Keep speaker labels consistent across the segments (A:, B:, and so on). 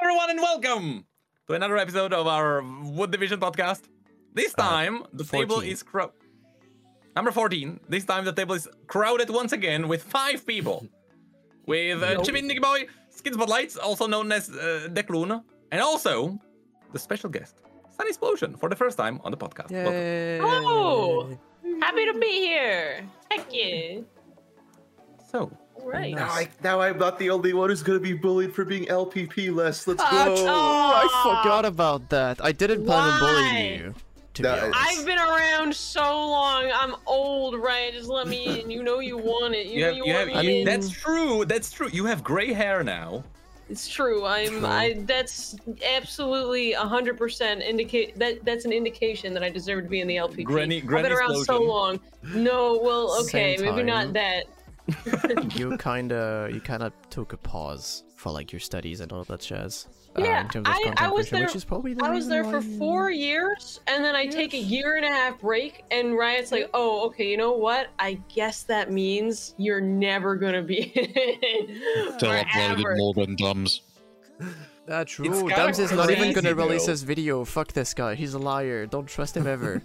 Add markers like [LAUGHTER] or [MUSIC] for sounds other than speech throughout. A: everyone, and welcome to another episode of our Wood Division podcast. This time, the table
B: 14.
A: is crow. Number 14. This time, the table is crowded once again with five people. with uh, Jimmy Nicky Boy, Skin Spotlights, also known as uh, Declun, and also the special guest, Sun Explosion, for the first time on the podcast. Welcome.
C: Oh, happy to be here. Thank you.
A: So,
C: All right.
B: Nice.
D: Now, I, now I'm not the only one who's gonna be bullied for being LPP less. Let's
C: Fuck
D: go.
C: off.
B: Oh, I forgot about that. I didn't plan on
C: Why?
B: bullying you. To
D: No,
B: be honest.
C: [LAUGHS] I've been around so long. I'm old, right? Just let me in. You know you want it. You,
A: you
C: know
A: have,
C: you,
A: you have,
C: want
A: I
C: me
A: mean,
C: in.
A: that's true. That's true. You have gray hair now.
C: It's true. I'm. I. That's absolutely hundred percent indicate. That that's an indication that I deserve to be in the LPP.
A: Granny-
C: I've
A: Granny
C: been around so
A: explosion.
C: long. No. Well, okay,
B: Same
C: maybe
B: time.
C: not that.
B: you kinda, you kinda took a pause for like your studies and all that jazz. uh,
C: Yeah,
B: in terms of
C: I- I was
B: content creation,
C: there-
B: Which is probably the
C: I was
B: reason
C: there
B: why
C: for
B: you-
C: four years, and then I take a year and a half break, and Riot's like, "Oh, okay, you know what? I guess that means you're never gonna be [LAUGHS] in
E: Still uploaded
C: forever."
E: more than dumbs.
B: That's
A: It's
B: true.
A: kinda
B: Dubs is not even
A: crazy,
B: gonna release
A: though.
B: this video. Fuck this guy. He's a liar. Don't trust him [LAUGHS] ever.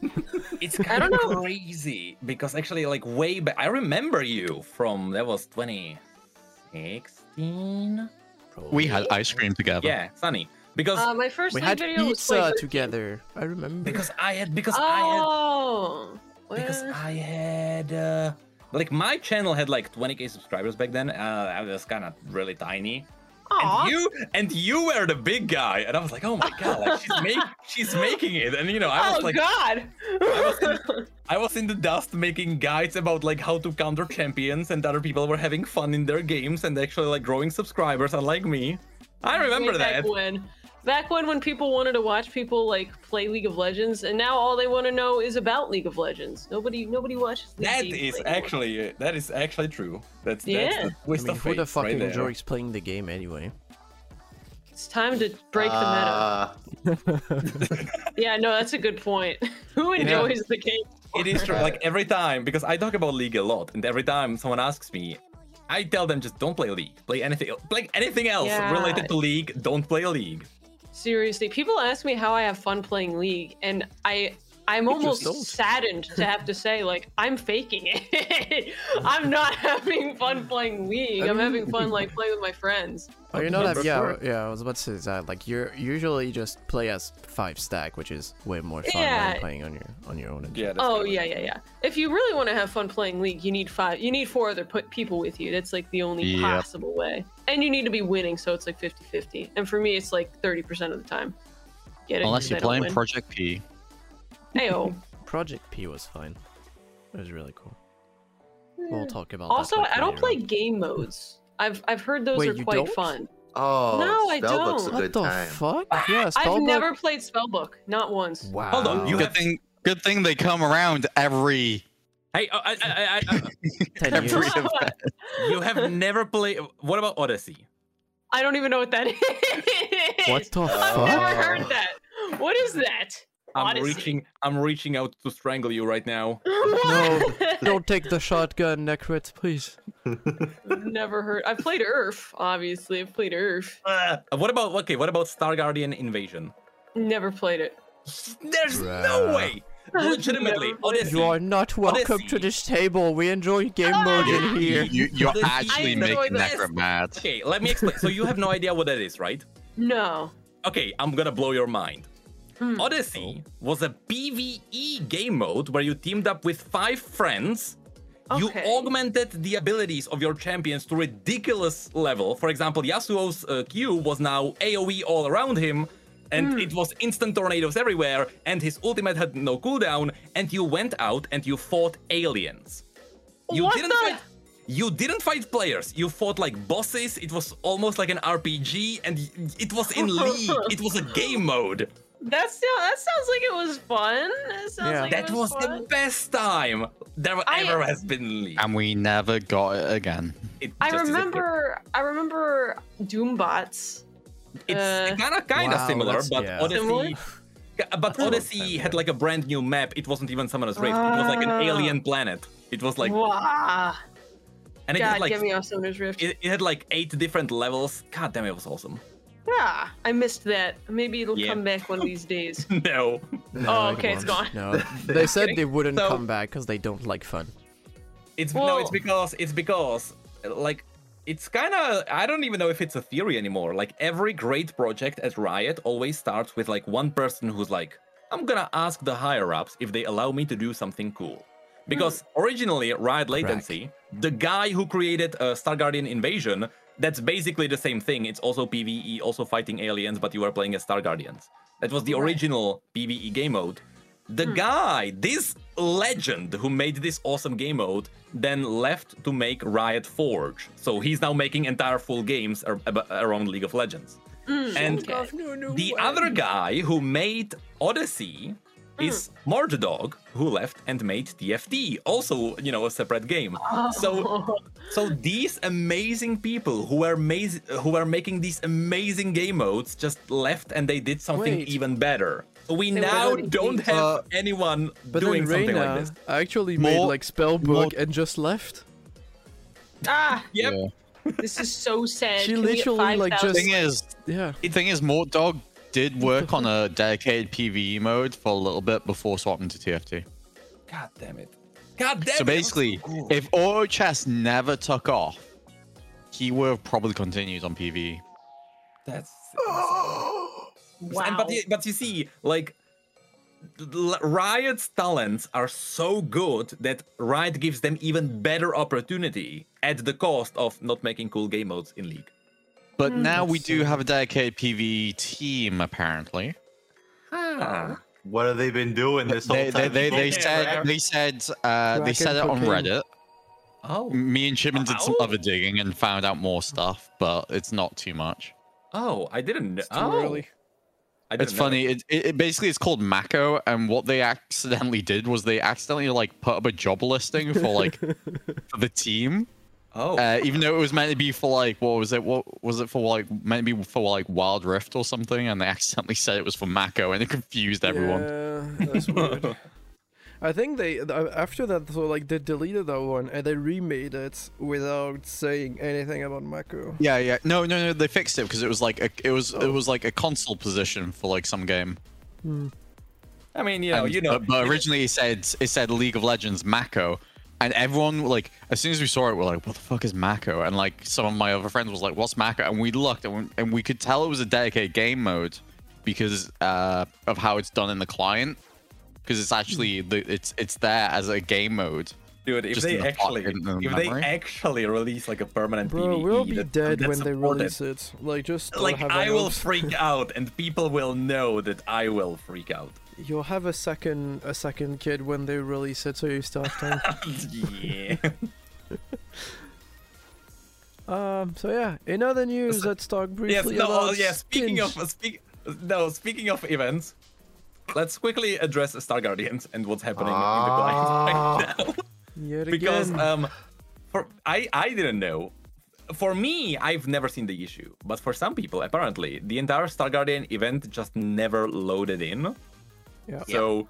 A: It's
C: [LAUGHS] I
A: kind
C: don't
A: of
C: know.
A: crazy because actually, like way back, I remember you from that was 2016.
E: We had ice cream together.
A: Yeah, Sunny. Because
C: Uh, my first
B: we
C: league
B: had
C: video was
B: pizza
C: like,
B: together. I
C: [LAUGHS]
B: remember.
A: because I had because I
C: oh,
A: had because
C: well,
A: I had uh, like my channel had like 20k subscribers back then. Uh, I was kind of really tiny,
C: aw.
A: and you and you were the big guy, and I was like, oh my god, like, she's make she's making it, and you know I was
C: oh
A: like
C: God,
A: I was in the dust making guides about like how to counter champions, and other people were having fun in their games and actually like growing subscribers, unlike me. I remember
C: Way
A: that.
C: Back when, back when when people wanted to watch people like play League of Legends, and now all they want to know is about League of Legends. Nobody, nobody watches. League
A: That
C: gameplay
A: is
C: anymore.
A: actually that is actually true. That's
C: Yeah.
A: that's the
B: I
A: twist
B: mean,
A: of
B: who
A: fate
B: the fuck
A: right there.
B: enjoys playing the game anyway?
C: It's time to break the meta.
D: Uh,
C: Yeah, no, that's a good point. [LAUGHS] Who enjoys the game?
A: It is true.
B: [LAUGHS]
A: Like every time, because I talk about League a lot, and every time someone asks me, I tell them just don't play League. Play anything. Play anything else
C: Yeah.
A: related to League. Don't play League.
C: Seriously, people ask me how I have fun playing League, and I. I'm almost
B: don't.
C: saddened to have to say, like, I'm faking it. [LAUGHS] I'm not having fun playing League. I'm having fun, like, playing with my friends.
B: Oh, you know
A: Number
B: that? Yeah,
A: four.
B: yeah. I was about to say that. Like, you're usually just play as five stack, which is way more fun
C: Yeah.
B: than playing on your on your own. and
A: Yeah. That's
C: Oh,
A: kinda
C: yeah,
A: like-
C: yeah, yeah. If you really want to have fun playing League, you need five, you need four other p- people with you. That's, like, the only
E: Yep.
C: possible way. And you need to be winning, so it's, like, 50 50. And for me, it's, like, 30% of the time. Get it?
E: Unless
C: 'cause
E: you're
C: I don't
E: playing
C: win.
E: Project P.
C: Ayo.
B: Project P was fine. It was really cool. We'll talk about.
C: Hmm.
B: that,
F: Oh,
C: Also,
B: like,
C: I don't
B: later
C: play
B: on.
C: game modes. I've I've heard those
B: Wait,
C: are
B: you
C: quite
B: don't?
C: fun.
D: oh,
C: No, I
D: Spellbook's
C: don't.
D: A
B: What
D: good
B: the
D: time.
B: fuck? Yeah,
C: I've
B: Spellbook-
C: never played Spellbook, not once. [LAUGHS]
B: Wow.
A: Hold on, you
E: Good
A: have-
E: thing. Good thing they come around every.
A: Hey, oh, I, I, I,
B: Ten years.
E: Every-
A: I, you
C: [LAUGHS]
A: have never played. What about Odyssey?
C: I don't even know what that [LAUGHS] is.
B: What the
C: I've
B: fuck?
C: never heard that. What is that?
A: I'm
C: Odyssey.
A: reaching. I'm reaching out to strangle you right now.
B: No,
C: What?
B: don't take the shotgun, Necrit, please.
C: [LAUGHS] never heard. I've played Earth, obviously. I've played Earth.
A: Uh, what about okay? What about Star Guardian Invasion?
C: Never played it.
A: There's no
B: Bruh.
A: way. Legitimately,
C: [LAUGHS] Never.
A: Odyssey.
B: You are not welcome to
A: Odyssey.
B: this table. We enjoy game
C: Ah.
B: mode in
E: You,
B: here.
E: you,
A: [LAUGHS]
E: you're
A: This is
E: actually
A: the
E: making
A: best.
E: Necro mad.
A: Okay, let me explain. so you have no idea what that is, right?
C: No.
A: Okay, I'm gonna blow your mind.
C: Hmm.
A: Odyssey was a PVE game mode where you teamed up with five friends. You
C: Okay.
A: augmented the abilities of your champions to ridiculous level. For example, Yasuo's uh, Q was now AoE all around him, and
C: Hmm.
A: it was instant tornadoes everywhere, and his ultimate had no cooldown, and you went out and you fought aliens. You
C: What
A: didn't
C: the-
A: fight you didn't fight players. You fought like bosses. It was almost like an RPG, and y- it was in
C: [LAUGHS]
A: League. It was a game mode.
C: That sounds. That sounds like it was fun. That sounds
B: Yeah.
C: like
A: That
C: it
A: was
C: was,
A: the
C: fun.
A: best time there
C: I-
A: ever has been in League.
B: Um,
E: And we never got it again.
A: It
C: I
A: just is a-
C: remember. I remember Doombots. uh,
A: It's kind of kind of
B: Wow,
A: similar,
B: that's-
A: but
B: yeah.
A: Odyssey.
C: Similar?
A: Yeah, But
B: a long
A: Odyssey
B: time
A: had
B: ago.
A: like a brand new map. It wasn't even Summoner's Rift. It was like an
C: Ah.
A: alien planet. It was like,
C: wow.
A: and it
C: God,
A: had like,
C: give me off Summoner's Rift.
A: it, it had like eight different levels. God damn, it was awesome. [LAUGHS]
C: yeah, Ah, I I missed that. Maybe it'll
F: Yeah.
C: come back one of these days.
A: No.
C: Oh,
B: it
C: okay, it's
B: won't.
C: gone.
B: No, they said they wouldn't
A: So-
B: come back because they don't like fun.
A: It's no,
C: Well-
A: it's because it's because uh, like it's kind of I don't even know if it's a theory anymore. Like every great project at Riot always starts with like one person who's like, I'm gonna ask the higher ups if they allow me to do something cool. Because originally Riot Latency, the guy who created uh, Star Guardian Invasion, that's basically the same thing. It's also PVE, also fighting aliens, but you are playing as Star Guardians. That was the original PVE game mode. The guy, this legend who made this awesome game mode, then left to make Riot Forge. So he's now making entire full games ar- ab- around League of Legends.
C: Hmm. [LAUGHS]
A: and the other guy who made Odyssey is Mordog, who left and made TFT, also, you know, a separate game. So so these amazing people who are maz- who are making these amazing game modes just left and they did something
B: Wait.
A: even better. We
C: were
A: now
C: already
A: don't
C: deep.
A: have
B: Uh,
A: anyone
B: But
A: doing
B: then
A: something like
B: Reyna
A: this.
B: actually made
E: More-
B: like Spellbook
E: more-
B: and just left.
C: ah,
A: Yep.
C: this is so sad.
B: She
C: Can we get
B: literally, like,
C: 5,000?
B: just-
E: Thing is,
B: Yeah.
E: thing is, Mort Dog did work on a dedicated PVE mode for a little bit before swapping to TFT.
A: God damn it. God damn it.
E: So basically, if Oro Chess never took off, he would have probably continued on PVE.
A: that's
C: wow.
A: And- but, you- but you see, like, l- Riot's talents are so good that Riot gives them even better opportunity at the cost of not making cool game modes in League.
E: But
A: Hmm.
E: now we do have a dedicated PVE team, apparently.
A: Ah.
D: What have they been doing this whole
E: They, they,
D: time?
E: they, they
A: [LAUGHS] Yeah,
E: said
A: right.
E: they said uh, they
B: Crack
E: said
B: and
E: it on
B: cocaine.
E: Reddit.
A: Oh.
E: Me and Shimon did some
A: Ow.
E: other digging and found out more stuff, but it's not too much.
A: Oh, I didn't know.
B: It's too early.
A: I didn't
E: It's
A: know.
E: funny. It, it, it basically it's called Mako, and what they accidentally did was they accidentally like put up a job listing for like for the team,
A: Oh.
E: uh, even though it was meant to be for like what was it? What was it for? Like meant to be for like Wild Rift or something, and they accidentally said it was for Mako, and it confused everyone.
B: Yeah,
A: [LAUGHS]
B: that's weird. I think they th- uh, after that so like they deleted that one and they remade it without saying anything about Mako.
E: Yeah, yeah. No, no, no. They fixed it because it was like a, it was it was like a console position for like some game.
A: I mean, you know,
E: And-
A: you know.
E: But, but originally it said it said League of Legends Mako, and everyone like as soon as we saw it, we're like, "What the fuck is Mako?" And like some of my other friends was like, "What's Mako?" And we looked, and we, and we could tell it was a dedicated game mode because uh, of how it's done in the client. Because it's actually
A: Hmm.
E: the, it's it's there as a game mode.
A: Dude, if
E: Just
A: they
E: in the
A: actually,
E: pocket and
A: if they
E: memory.
A: actually release like a permanent
B: Bro,
A: PvE
B: we'll be
A: that-
B: dead
A: that's
B: when they
A: supported,
B: release it. Like just don't
A: Like
B: have
A: I
B: any
A: will
B: hopes.
A: freak out, and people will know that I will freak
B: [LAUGHS]
A: out. [LAUGHS]
B: You'll have a second a second kid when they release it, so you still have time.
A: [LAUGHS] yeah.
B: um. So yeah, in other news, let's talk
A: yes.
B: briefly
A: No.
B: about
A: oh, yeah. Speaking
B: Stinge.
A: of speak. No. Speaking of events, let's quickly address Star Guardians and what's happening
D: Ah.
A: in the client right now.
B: Yet
A: because
B: Ah. again.
A: um, for I I didn't know. For me, I've never seen the issue, but for some people, apparently, the entire Star Guardian event just never loaded in.
B: Yeah.
A: So,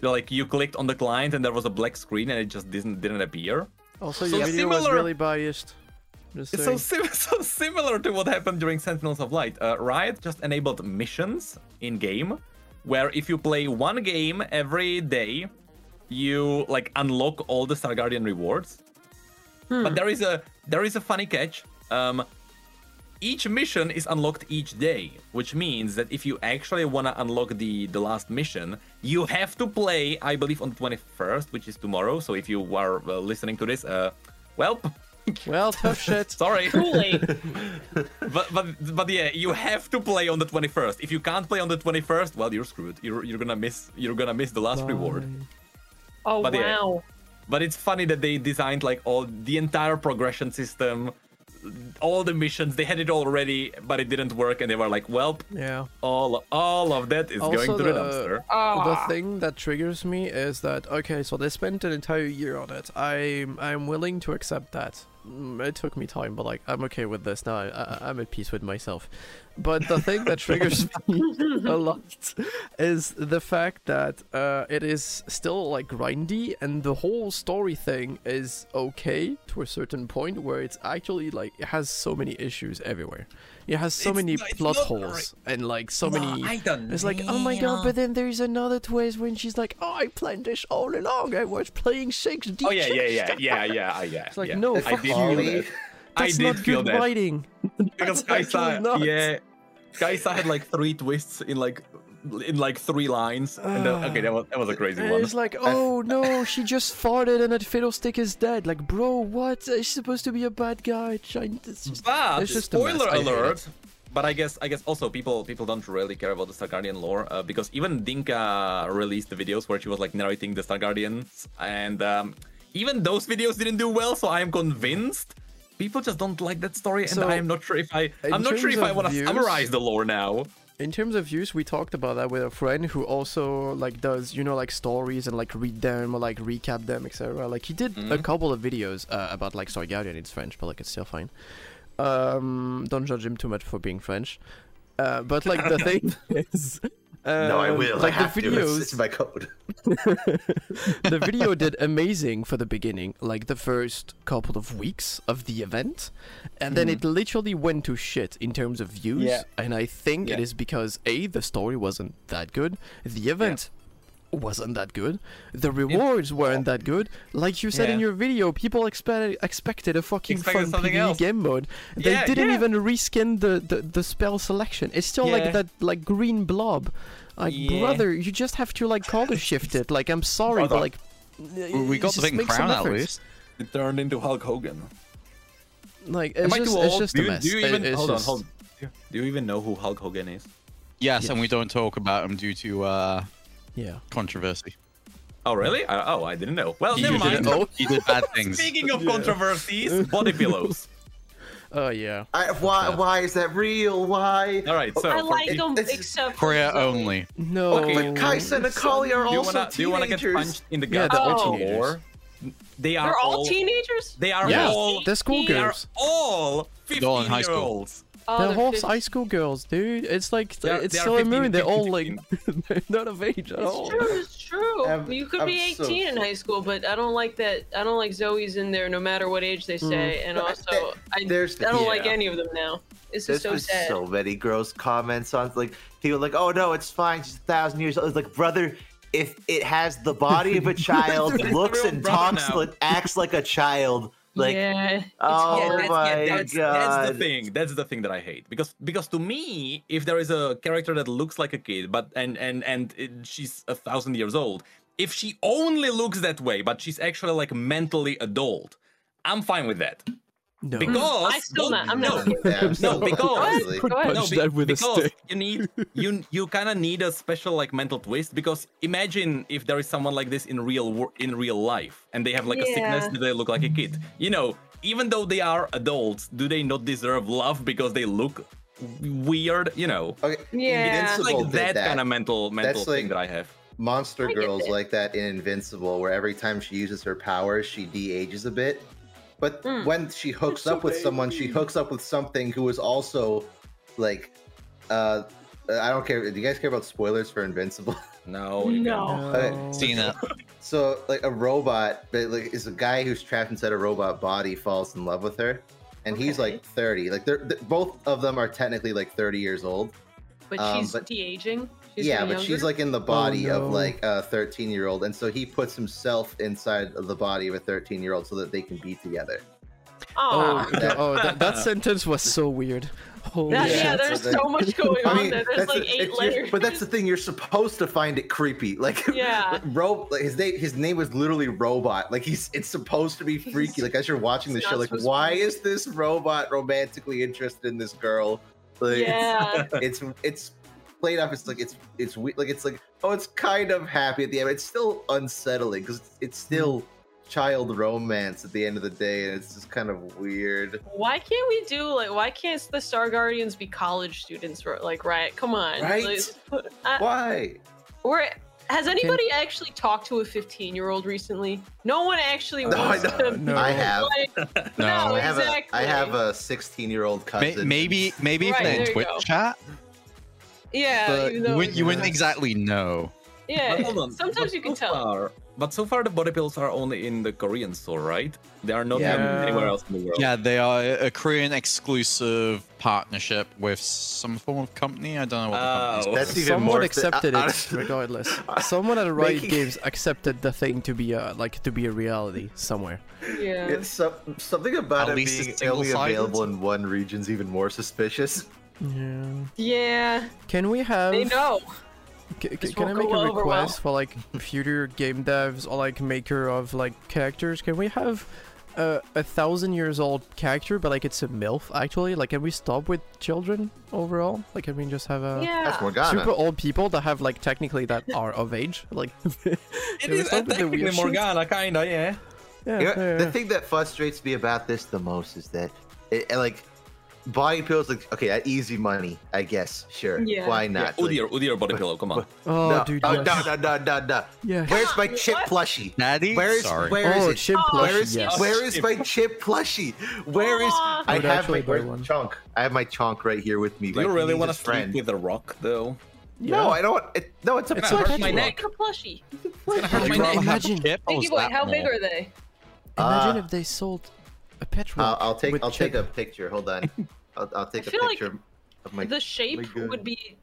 A: like, you clicked on the client and there was a black screen and it just didn't didn't appear.
B: also,
A: so
B: your video was
A: similar-
B: really biased. Just
A: It's so,
B: saying.
A: sim- [LAUGHS] so similar to what happened during Sentinels of Light. Uh, Riot just enabled missions in game, where if you play one game every day, you like unlock all the Star Guardian rewards. But there is a there is a funny catch. Um, each mission is unlocked each day, which means that if you actually want to unlock the the last mission, you have to play, I believe, on the 21st, which is tomorrow. So if you are uh, listening to this, uh, welp.
B: well, tough shit.
A: [LAUGHS] Sorry.
C: Too late.
A: But, but but yeah, you have to play on the 21st. If you can't play on the 21st, well, you're screwed. You're you're gonna miss you're gonna miss the last reward.
C: Oh
A: But yeah.
C: wow.
A: But it's funny that they designed like all the entire progression system, all the missions. They had it already, but it didn't work, and they were like, "Well,
B: Yeah.
A: all all of that is
B: Also
A: going to the,
B: the-
A: dumpster."
B: the
C: Ah.
B: thing that triggers me is that okay, so they spent an entire year on it. I'm I'm willing to accept that,
F: mm, it took me time, but like I'm okay with this now. I, I, I'm at peace with myself. But the thing that triggers me a lot is the fact that uh, it is still like grindy, and the whole story thing is okay to a certain point where it's actually like it has so many issues everywhere. It has so
A: It's
F: many
A: not- it's
F: plot
A: not
F: holes
A: right.
F: and like so
A: Nah,
F: many.
A: I don't
F: It's like, oh my god! But then there's another twist when she's like, oh, I planned this all along. I was playing six D.
A: Oh yeah, yeah, yeah, yeah, yeah, I- yeah. It's
F: like,
A: yeah.
F: no,
A: I did
F: fuck
A: feel
G: Ollie.
A: that. I
F: That's
A: did
F: not
A: feel
F: good
A: that.
F: writing.
A: because
F: That's
A: Kaisa,
F: actually not.
A: yeah, Kaisa had like three twists in like in like three lines. And then, okay, that was that was a crazy
F: And
A: one.
F: it's like,
A: [LAUGHS]
F: oh no, she just farted and that fiddlestick is dead. Like, bro, what? She's supposed to be a bad guy. She- It's just,
A: But
F: it's just a
A: Ah,
F: mess.
A: spoiler
F: I hate
A: alert.
F: it.
A: But I guess I guess also people people don't really care about the Stargardian lore uh, because even Dinka released the videos where she was like narrating the Stargardians, and um, even those videos didn't do well. So I am convinced people just don't like that story, and
F: So,
A: I am not sure if I
F: in
A: I'm not sure if
F: terms
A: I
F: of
A: want to
F: views-
A: summarize the lore now.
F: In terms of views, we talked about that with a friend who also like does you know like stories and like read them or like recap them, etc. Like he did
G: Mm-hmm.
F: a couple of videos uh, about like Sorry Guardian. It's French, but like it's still fine. Um, don't judge him too much for being French. Uh, but like
G: [LAUGHS]
F: the thing is,
G: no, I
F: um,
G: will.
F: Like
G: I have
F: the
G: to. It's,
F: videos,
G: it's my
D: [LAUGHS]
G: code.
F: the video did amazing for the beginning, like the first couple of weeks of the event, and then it literally went to shit in terms of views.
A: Mm-hmm. Yeah.
F: And I think it
A: Yeah.
F: is because a the story wasn't that good, the event wasn't that good, the rewards weren't that good. Like you said in
A: Yeah.
F: your video, people expected expected a fucking
A: Expected
F: fun
A: something
F: PvE
A: else.
F: game mode. They
A: Yeah,
F: didn't
A: yeah.
F: even reskin the, the the spell selection. It's still
A: Yeah.
F: like that like green blob. Like
A: Yeah.
F: brother, you just have to like color shift it. Like I'm sorry, but
A: Brother.
F: like
E: We- we got
F: just
E: the big
F: make some
E: crown at
F: efforts.
E: least.
A: It turned into Hulk Hogan.
F: Like
A: Am
F: it's
A: I
F: just,
A: too
F: it's
A: old?
F: just
A: do
F: a
A: you,
F: mess.
A: do you
F: It-
A: even
F: it's
A: hold on?
F: just-
A: Hold. Do you even know who Hulk Hogan is?
E: Yes, and we don't talk about him due to uh,
F: Yeah.
E: controversy.
A: Oh really? I, oh, I didn't know. Well,
E: He
A: never mind.
E: did-
F: know.
E: He did bad things.
A: [LAUGHS] Speaking of controversies, body pillows.
F: [LAUGHS] Oh yeah.
G: I, why? Why is that real? Why?
A: All right, so
C: I
A: for-
C: like
G: it-
C: them
G: it's-
C: except for
E: Korea
C: Zoe.
E: only.
F: No.
G: Okay, but Kaisa and Akali are
A: do you
G: also
A: wanna, do you wanna get
G: teenagers.
A: punched in the
F: Yeah,
A: gut?
F: they're
C: all
A: or-
F: teenagers.
A: They are
C: They're all teenagers.
A: They are
F: Yeah,
A: all.
F: they're
A: They are
F: schoolgirls.
A: all
E: They're all in high school.
A: fifteen-year-olds.
C: Oh,
F: They're
C: they're
F: whole
C: 50.
F: high school girls, dude. It's like
A: They're-
F: it's
A: they are
F: so
A: 15,
F: immune. They're all like
A: 15,
F: [LAUGHS] they're not of age at all.
C: It's true. It's true.
G: I'm-
C: you could
G: I'm
C: be 18
G: so
C: in high school, but I don't like that. I don't like Zoe's in there, no matter what age they
B: Mm.
C: say. And
G: No, I-
C: also, I,
G: there's the-
C: I don't like
G: yeah.
C: any of them now. This
G: There's
C: is so
G: been
C: sad.
G: so many gross comments on like people like, oh no, it's fine, she's a thousand years old. It's like, brother, if it has the body of a child, looks
A: real
G: and
A: brother
G: talks,
A: now.
G: like, acts like a child, like,
C: yeah.
G: oh
A: Yeah, that's,
G: my
A: yeah, that's,
G: god,
A: that's the thing. That's the thing that I hate because because to me, if there is a character that looks like a kid, but and and and it, she's a thousand years old, if she only looks that way, but she's actually like mentally adult, I'm fine with that
F: No.
A: because
C: I still
A: don't-
C: not- I'm
A: no,
C: not
G: [LAUGHS]
A: no, because
G: Absolutely.
C: Go ahead.
F: Punch that with a
A: because
F: stick.
A: you need you you kind of need a special like mental twist because imagine if there is someone like this in real wor- in real life and they have like a sickness
C: Yeah.
A: that they look like a kid. You know, even though they are adults, do they not deserve love because they look weird? You know,
D: Okay,
C: Yeah.
A: like
D: Invincible did
A: that,
D: that.
A: kind of mental mental
D: That's like-
A: thing that I have.
D: Monster
C: I get
D: Girls
C: it.
D: like that in Invincible, where every time she uses her powers, she de-ages a bit. But
C: Mm.
D: when she hooks
F: It's so
D: up with someone, she
F: baby.
D: hooks up with something who is also like, uh, I don't care. Do you guys care about spoilers for Invincible? [LAUGHS]
A: No, you
C: No.
F: No.
E: Seen that.
D: so like a robot, but like is a guy who's trapped inside a robot body falls in love with her, and he's
C: Okay.
D: like thirty. Like they're, th- both of them are technically like thirty years old.
C: But
D: Um,
C: she's
D: but-
C: de-aging. She's
D: yeah,
C: getting
D: but she's
C: younger.
D: like in the body
F: no.
D: of like a 13 year old, and so he puts himself inside of the body of a 13 year old so that they can be together.
F: Oh,
C: Aw.
F: yeah, oh that, that sentence was so weird. Holy
C: That- yeah,
D: oh, yeah,
F: shit.
C: there's
D: so
C: so,
D: that-
C: much
D: [LAUGHS]
C: going on there. There's
D: that's
C: like
D: the-
C: eight
D: it's- you're-
C: layers.
D: But that's the thing; you're supposed to find it creepy. [LAUGHS] Like,
C: Yeah.
D: Ro- like his name, his name was literally Robot. Like he's, it's supposed to be freaky. Like as you're watching the
C: It's
D: show,
C: not
D: like
C: supposed to
D: why
C: be.
D: is this robot romantically interested in this girl? Like,
C: yeah.
D: [LAUGHS] it's it's played off. It's like it's it's we- like it's like oh, it's kind of happy at the end. but It's still unsettling because it's still child romance at the end of the day, and it's just kind of weird.
C: Why can't we do like? Why can't the Star Guardians be college students? ro- Like Riot, come on.
D: Right?
C: Like, I-
D: Why?
C: we're Has anybody actually talked to a 15 year old recently? No one actually
D: No, I
C: wants
D: know.
C: to. [LAUGHS]
F: no.
D: I have.
C: Like,
E: No.
C: uh, no,
D: I have
C: exactly.
D: a I have a 16 year old
E: May-
D: cousin.
E: Maybe, maybe
C: Right,
E: if they're
C: there
E: in
C: you
E: Twitch
C: go. Uh,
E: chat,
C: yeah,
E: but
C: even
E: you
C: though
E: wouldn't, you wouldn't
C: it's-
E: exactly know.
A: But
C: Yeah,
A: hold on,
C: sometimes
A: but
C: you can
A: so
C: tell.
A: Far, but so far, the body pills are only in the Korean store, right? They are not
F: Yeah.
A: happening anywhere else in the world.
E: Yeah, they are a Korean exclusive partnership with some form of company. I don't know what the company is.
A: Oh.
E: called.
D: That's even
F: Someone
D: more.
F: accepted
D: I-
F: it,
E: [LAUGHS]
D: honestly- [LAUGHS]
F: regardless. Someone at Riot
D: Making-
F: Games accepted the thing to be a like to be a reality somewhere.
C: Yeah.
D: It's so, something about
E: At
D: it
E: least
D: being
E: it's
D: only
E: single-sided.
D: available in one region's even more suspicious.
F: Yeah.
C: Yeah,
F: Can we have?
C: they know.
F: C- c-
C: This
F: can I
C: won't
F: make
C: go
F: a
C: over well.
F: request for like future game devs or like maker of like characters? Can we have uh, a thousand years old character, but like it's a milf actually? Like, can we stop with children overall? Like, can we just have a
D: That's
C: Yeah.
D: Morgana.
F: super old people that have like technically that are of age? Like,
A: It
F: Can we
A: is
F: stop with the
A: technically
F: weird shit?
A: Morgana, kinda, yeah.
F: yeah,
D: You know,
F: yeah, [LAUGHS]
D: the
F: yeah.
D: thing that frustrates me about this the most is that, it, and, like, body pills like okay, uh, easy money, I guess, sure,
C: Yeah.
D: why
A: yeah
D: not? Like,
A: Udir, Udir
F: [LAUGHS]
A: body pillow, come on.
F: Oh,
D: no,
F: dude.
D: oh,
F: yes.
D: no, no, no, no, no.
F: Yes.
D: Where's my chip
C: What?
D: plushie?
E: Daddy?
D: Where is
E: Sorry.
D: where is
F: Oh,
D: it?
F: chip
C: Oh,
D: Where
F: plushie,
D: is
F: yes.
D: where is my chip plushie? Where is
C: Aw.
D: I
F: Would
D: have my
F: actually buy
D: where's
F: one.
D: chunk? I have my chunk right here with me.
A: Do you
D: like,
A: really
D: he's
A: want
D: a
A: to sleep
D: friend.
A: with a rock, though?
D: No, I don't. It, no, it's a
F: It's
A: It's gonna
F: like
D: pet.
A: hurt my
F: a
A: neck.
C: Make a plushie.
A: It's gonna hurt
E: Would
A: my
E: you
A: neck.
E: rather have
F: Imagine-
E: chip or
C: Biggie
E: is
C: boy,
E: that
C: how big
E: more?
C: are they?
F: Imagine
D: Ah.
F: if they sold a pet
D: I'll,
F: rock
D: I'll take.
F: with
D: I'll take a
F: chip. [LAUGHS]
D: picture. Hold on. I'll, I'll take
C: I
D: a
C: feel like
D: picture of my.
C: The shape
D: God.
C: would be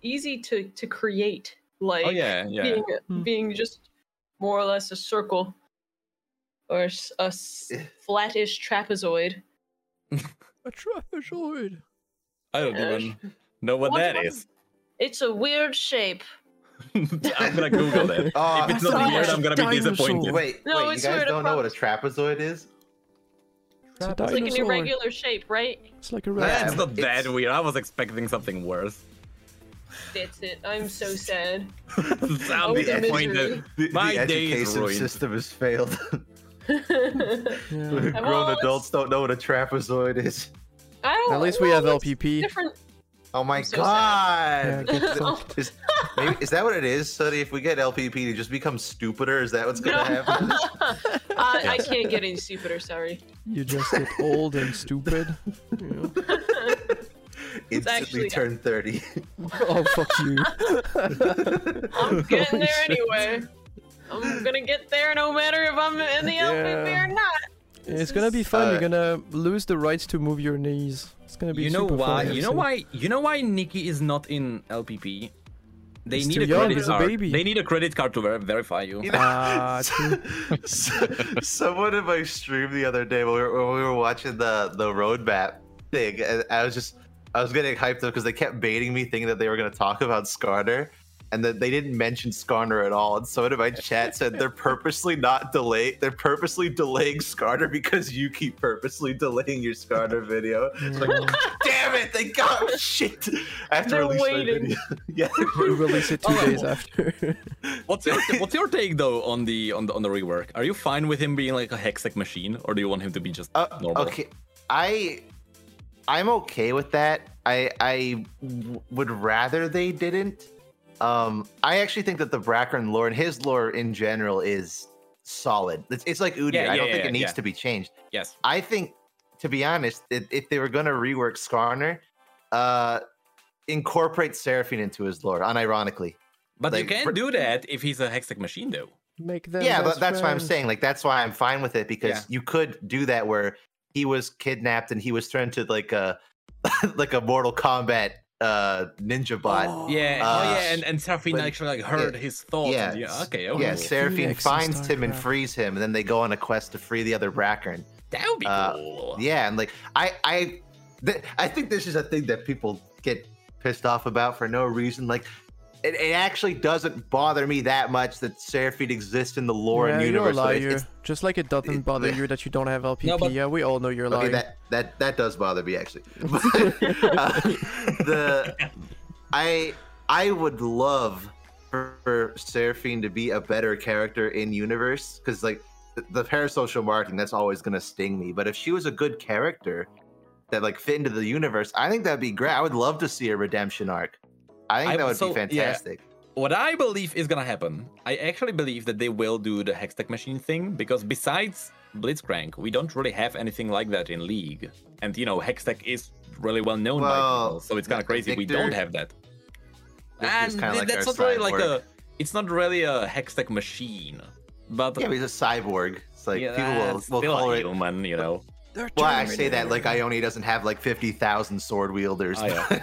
C: easy to to create, like
A: Oh yeah, yeah.
C: being
F: Hmm.
C: being just more or less a circle or s- a s- flatish trapezoid.
F: a trapezoid.
A: I don't even know what
C: What-
A: that
C: what-
A: is. [LAUGHS]
C: It's a weird shape.
A: I'm gonna Google
F: [LAUGHS]
A: that.
D: Oh,
A: If it's
F: that's
A: not
F: a
A: weird, I'm gonna be
F: dinosaur.
A: disappointed.
D: wait,
C: No,
D: wait. You
C: it's
D: guys
C: weird, I
D: don't know what a trapezoid is?
F: It's a
C: It's
F: dinosaur.
C: like an irregular shape, right?
F: It's like a
D: Yeah,
A: That's
F: rat.
A: not
D: it's-
A: that weird. I was expecting something worse. [LAUGHS]
C: That's it. I'm so sad. [LAUGHS]
A: I'm
C: Oh, the
A: disappointed.
D: The,
A: My
D: the
A: day is
D: education
A: ruined.
D: system has failed. [LAUGHS]
C: I
F: Yeah.
D: Grown
C: always-
D: adults don't know what a trapezoid is. [LAUGHS]
C: don't.
F: At least we have
C: well, it's
F: LPP.
C: Different.
D: Oh my
C: I'm so sad.
F: Yeah,
D: god!
F: get some-
D: [LAUGHS] Is, maybe, is that what it is, Sonny? If we get LPP to just become stupider, is that what's gonna
C: [LAUGHS]
D: happen?
C: I, I can't get any stupider. Sorry.
F: You just
D: [LAUGHS]
F: get old and stupid. Yeah.
D: Instantly
C: actually-
D: turn 30.
F: Oh fuck you!
C: I'm getting
F: Holy
C: there
F: shit.
C: anyway. I'm gonna get there no matter if I'm in the LPP or not.
F: It's gonna be fun. You're
D: Uh,
F: gonna lose the rights to move your knees. It's gonna be.
A: You know
F: super
A: why?
F: Fun
A: You know why? You know why Nikki is not in LPP? They
F: He's
A: need
F: too
A: a
F: young,
A: credit
F: he's a
A: card.
F: baby.
A: They need a credit card to ver- verify you.
F: [LAUGHS]
D: You know,
F: Ah,
D: [LAUGHS] so-
E: [LAUGHS]
D: [LAUGHS] someone in my stream the other day when we were, when we were watching the the roadmap thing, and I was just I was getting hyped up because they kept baiting me, thinking that they were going to talk about Skarner, and that they didn't mention Skarner at all. And someone in my chat said they're purposely not delay, they're purposely delaying Skarner because you keep purposely delaying your Skarner video. It's like, damn it, they got shit. I have to
C: They're
D: release my
C: waiting.
D: video. [LAUGHS] yeah,
F: We release it two
A: Oh.
F: days after. [LAUGHS]
A: What's your What's your take though on the on the on the rework? Are you fine with him being like a hexec machine, or do you want him to be just
D: Uh,
A: normal?
D: Okay, I I'm okay with that. I I w- would rather they didn't. Um, I actually think that the Brackern lore and his lore in general is solid. It's, it's like Udyr.
A: Yeah,
D: I don't
A: yeah,
D: think
A: yeah,
D: it needs
A: yeah.
D: to be changed.
A: Yes.
D: I think, to be honest, if, if they were gonna rework Skarner, uh, incorporate Seraphine into his lore, unironically.
A: But you
D: Like,
A: can
D: for-
A: do that if he's a hexec machine, though.
F: Make them.
D: yeah,
F: best
D: but that's why I'm
F: friends.
D: saying like that's why I'm fine with it because
A: Yeah.
D: you could do that where he was kidnapped and he was turned to like a [LAUGHS] like a Mortal Kombat uh ninja bot.
A: Yeah. oh
D: Uh,
A: yeah. And and Seraphine
D: but-
A: actually like heard
D: yeah,
A: his thoughts.
D: yeah,
A: and Oh, yeah.
D: s-
A: Okay.
D: Yeah,
A: okay.
D: Seraphine
F: Phoenix in
D: finds him and
F: StarCraft.
D: frees him, and then they go on a quest to free the other Brackern.
A: That would be
D: Uh,
A: cool.
D: Yeah, and like I I th- I think this is a thing that people get pissed off about for no reason. Like it, it actually doesn't bother me that much that Seraphine exists in the lore
F: yeah,
D: and universe.
F: You're a
D: like,
F: liar.
D: it's-
F: Just like it doesn't
D: it- [LAUGHS]
F: bother you that you don't have LPP.
A: but-
F: yeah, we all know you're
D: Okay,
F: lying.
D: that that that does bother me actually. But, uh, the I I would love for, for Seraphine to be a better character in universe because like the, the parasocial marketing that's always gonna sting me. But if she was a good character that like fit into the universe, I think that'd be great. I would love to see a redemption arc. I think
A: I-
D: that would
A: so,
D: be
A: yeah.
D: fantastic.
A: what I believe is gonna happen, I actually believe that they will do the Hextech Machine thing because besides Blitzcrank, we don't really have anything like that in League. And you know, Hextech is really well known by
H: Well,
A: people, so it's kind of
H: like
A: crazy we
H: Victor-
A: don't have that.
H: Victor's
A: And
H: kinda
A: th-
H: like
A: that's
H: our
A: not really like
H: cyborg.
A: a, it's not really a Hextech Machine, but
H: Yeah, but he's a cyborg. It's like
A: yeah, that's
H: people will, will
A: still
H: call
A: a
H: it.
A: human, you know.
H: Why I say that like Ione doesn't have like fifty thousand sword wielders.
D: Ah, [LAUGHS]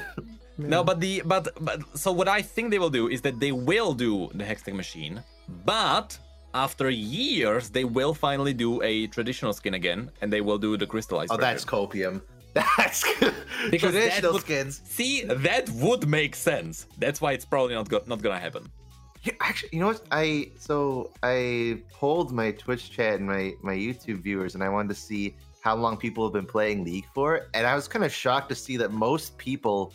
A: Oh, yeah. No, but the but but so what I think they will do is that they will do the Hextech machine, but after years they will finally do a traditional skin again, and they will do the crystallized.
D: Oh, that's
A: version.
D: copium. [LAUGHS]
H: That's good.
A: Because that
H: traditional
A: would-
H: skins.
A: See, that would make sense. That's why it's probably not go- not gonna happen.
H: Yeah, actually, you know what?
D: I so I polled my Twitch chat and my my YouTube viewers, and I wanted to see how long people have been playing League for, and I was kind of shocked to see that most people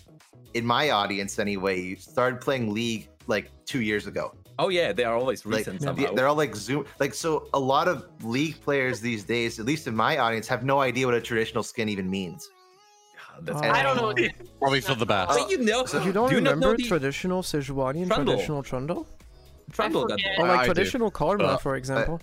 D: in my audience, anyway, started playing League like two years ago.
A: Oh yeah, they are always
D: Like
A: recent
D: the-
A: somehow.
D: they're all like Zoom, like so. A lot of League players these days, at least in my audience, have no idea what a traditional skin even means.
A: That's
F: I
C: I don't know. What that is.
E: Probably for the best.
A: But you know,
F: You don't
A: do you not
F: remember
A: know the
F: traditional Sejuani and
A: Trundle.
F: traditional Trundle?
A: Trundle got
C: forget.
F: Or
E: I
F: like
E: do.
F: traditional Karma,
E: Uh,
F: for example.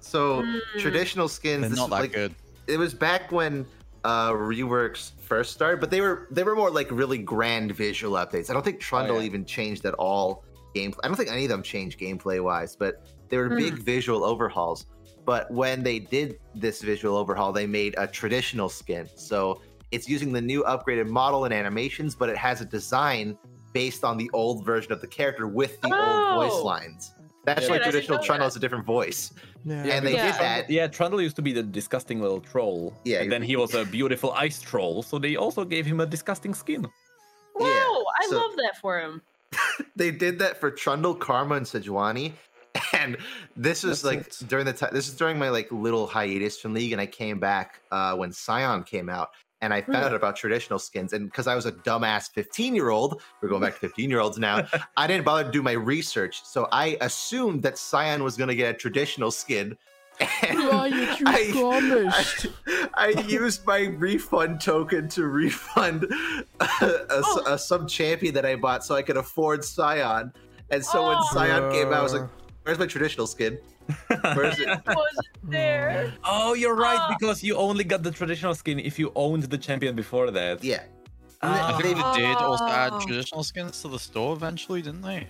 D: So
C: Hmm. Mm.
D: traditional skins,
E: They're
D: this
E: not
D: is,
E: that
D: like,
E: good.
D: it was back when uh reworks first started but they were they were more like really grand visual updates i don't think trundle
E: yeah.
D: even changed at all gameplay i don't think any of them changed gameplay wise but they were big
C: Hmm.
D: visual overhauls but when they did this visual overhaul they made a traditional skin so it's using the new upgraded model and animations but it has a design based on the old version of the character with the old
C: Oh.
D: voice lines that's
A: Yeah.
D: why
A: Shit, I
C: didn't
D: traditional
C: know
D: trundle
C: that.
D: has a different voice
F: yeah.
D: and they
C: Yeah.
D: did that
A: Yeah, Trundle used to be the disgusting little troll.
D: Yeah,
A: And then
D: you-
A: he was a beautiful ice troll, so they also gave him a disgusting skin. [LAUGHS]
C: Whoa! I
D: so-
C: love that for him.
D: they did that for Trundle, Karma, and Sejuani. [LAUGHS] And this was
F: That's
D: like
F: it.
D: during the time. This is during my like little hiatus from League, and I came back uh, when Scion came out, and I found out about traditional skins. And because I was a dumbass fifteen-year-old, we're going back to fifteen-year-olds now. I didn't bother to do my research, so I assumed that Scion was going to get a traditional skin. And [LAUGHS] I-
F: promised?
D: I, I used my refund token to refund [LAUGHS] a, a, sub champion that I bought so I could afford Scion. And so when
C: Oh.
D: Scion came out, I was like, "Where's my traditional skin? Where's
C: [LAUGHS]
D: it?"
C: Wasn't there?
A: Oh, you're right,
C: Ah.
A: because you only got the traditional skin if you owned the champion before that.
D: yeah,
E: I think
C: Ah.
E: they did also add
C: Oh.
E: traditional skins to the store eventually, didn't they?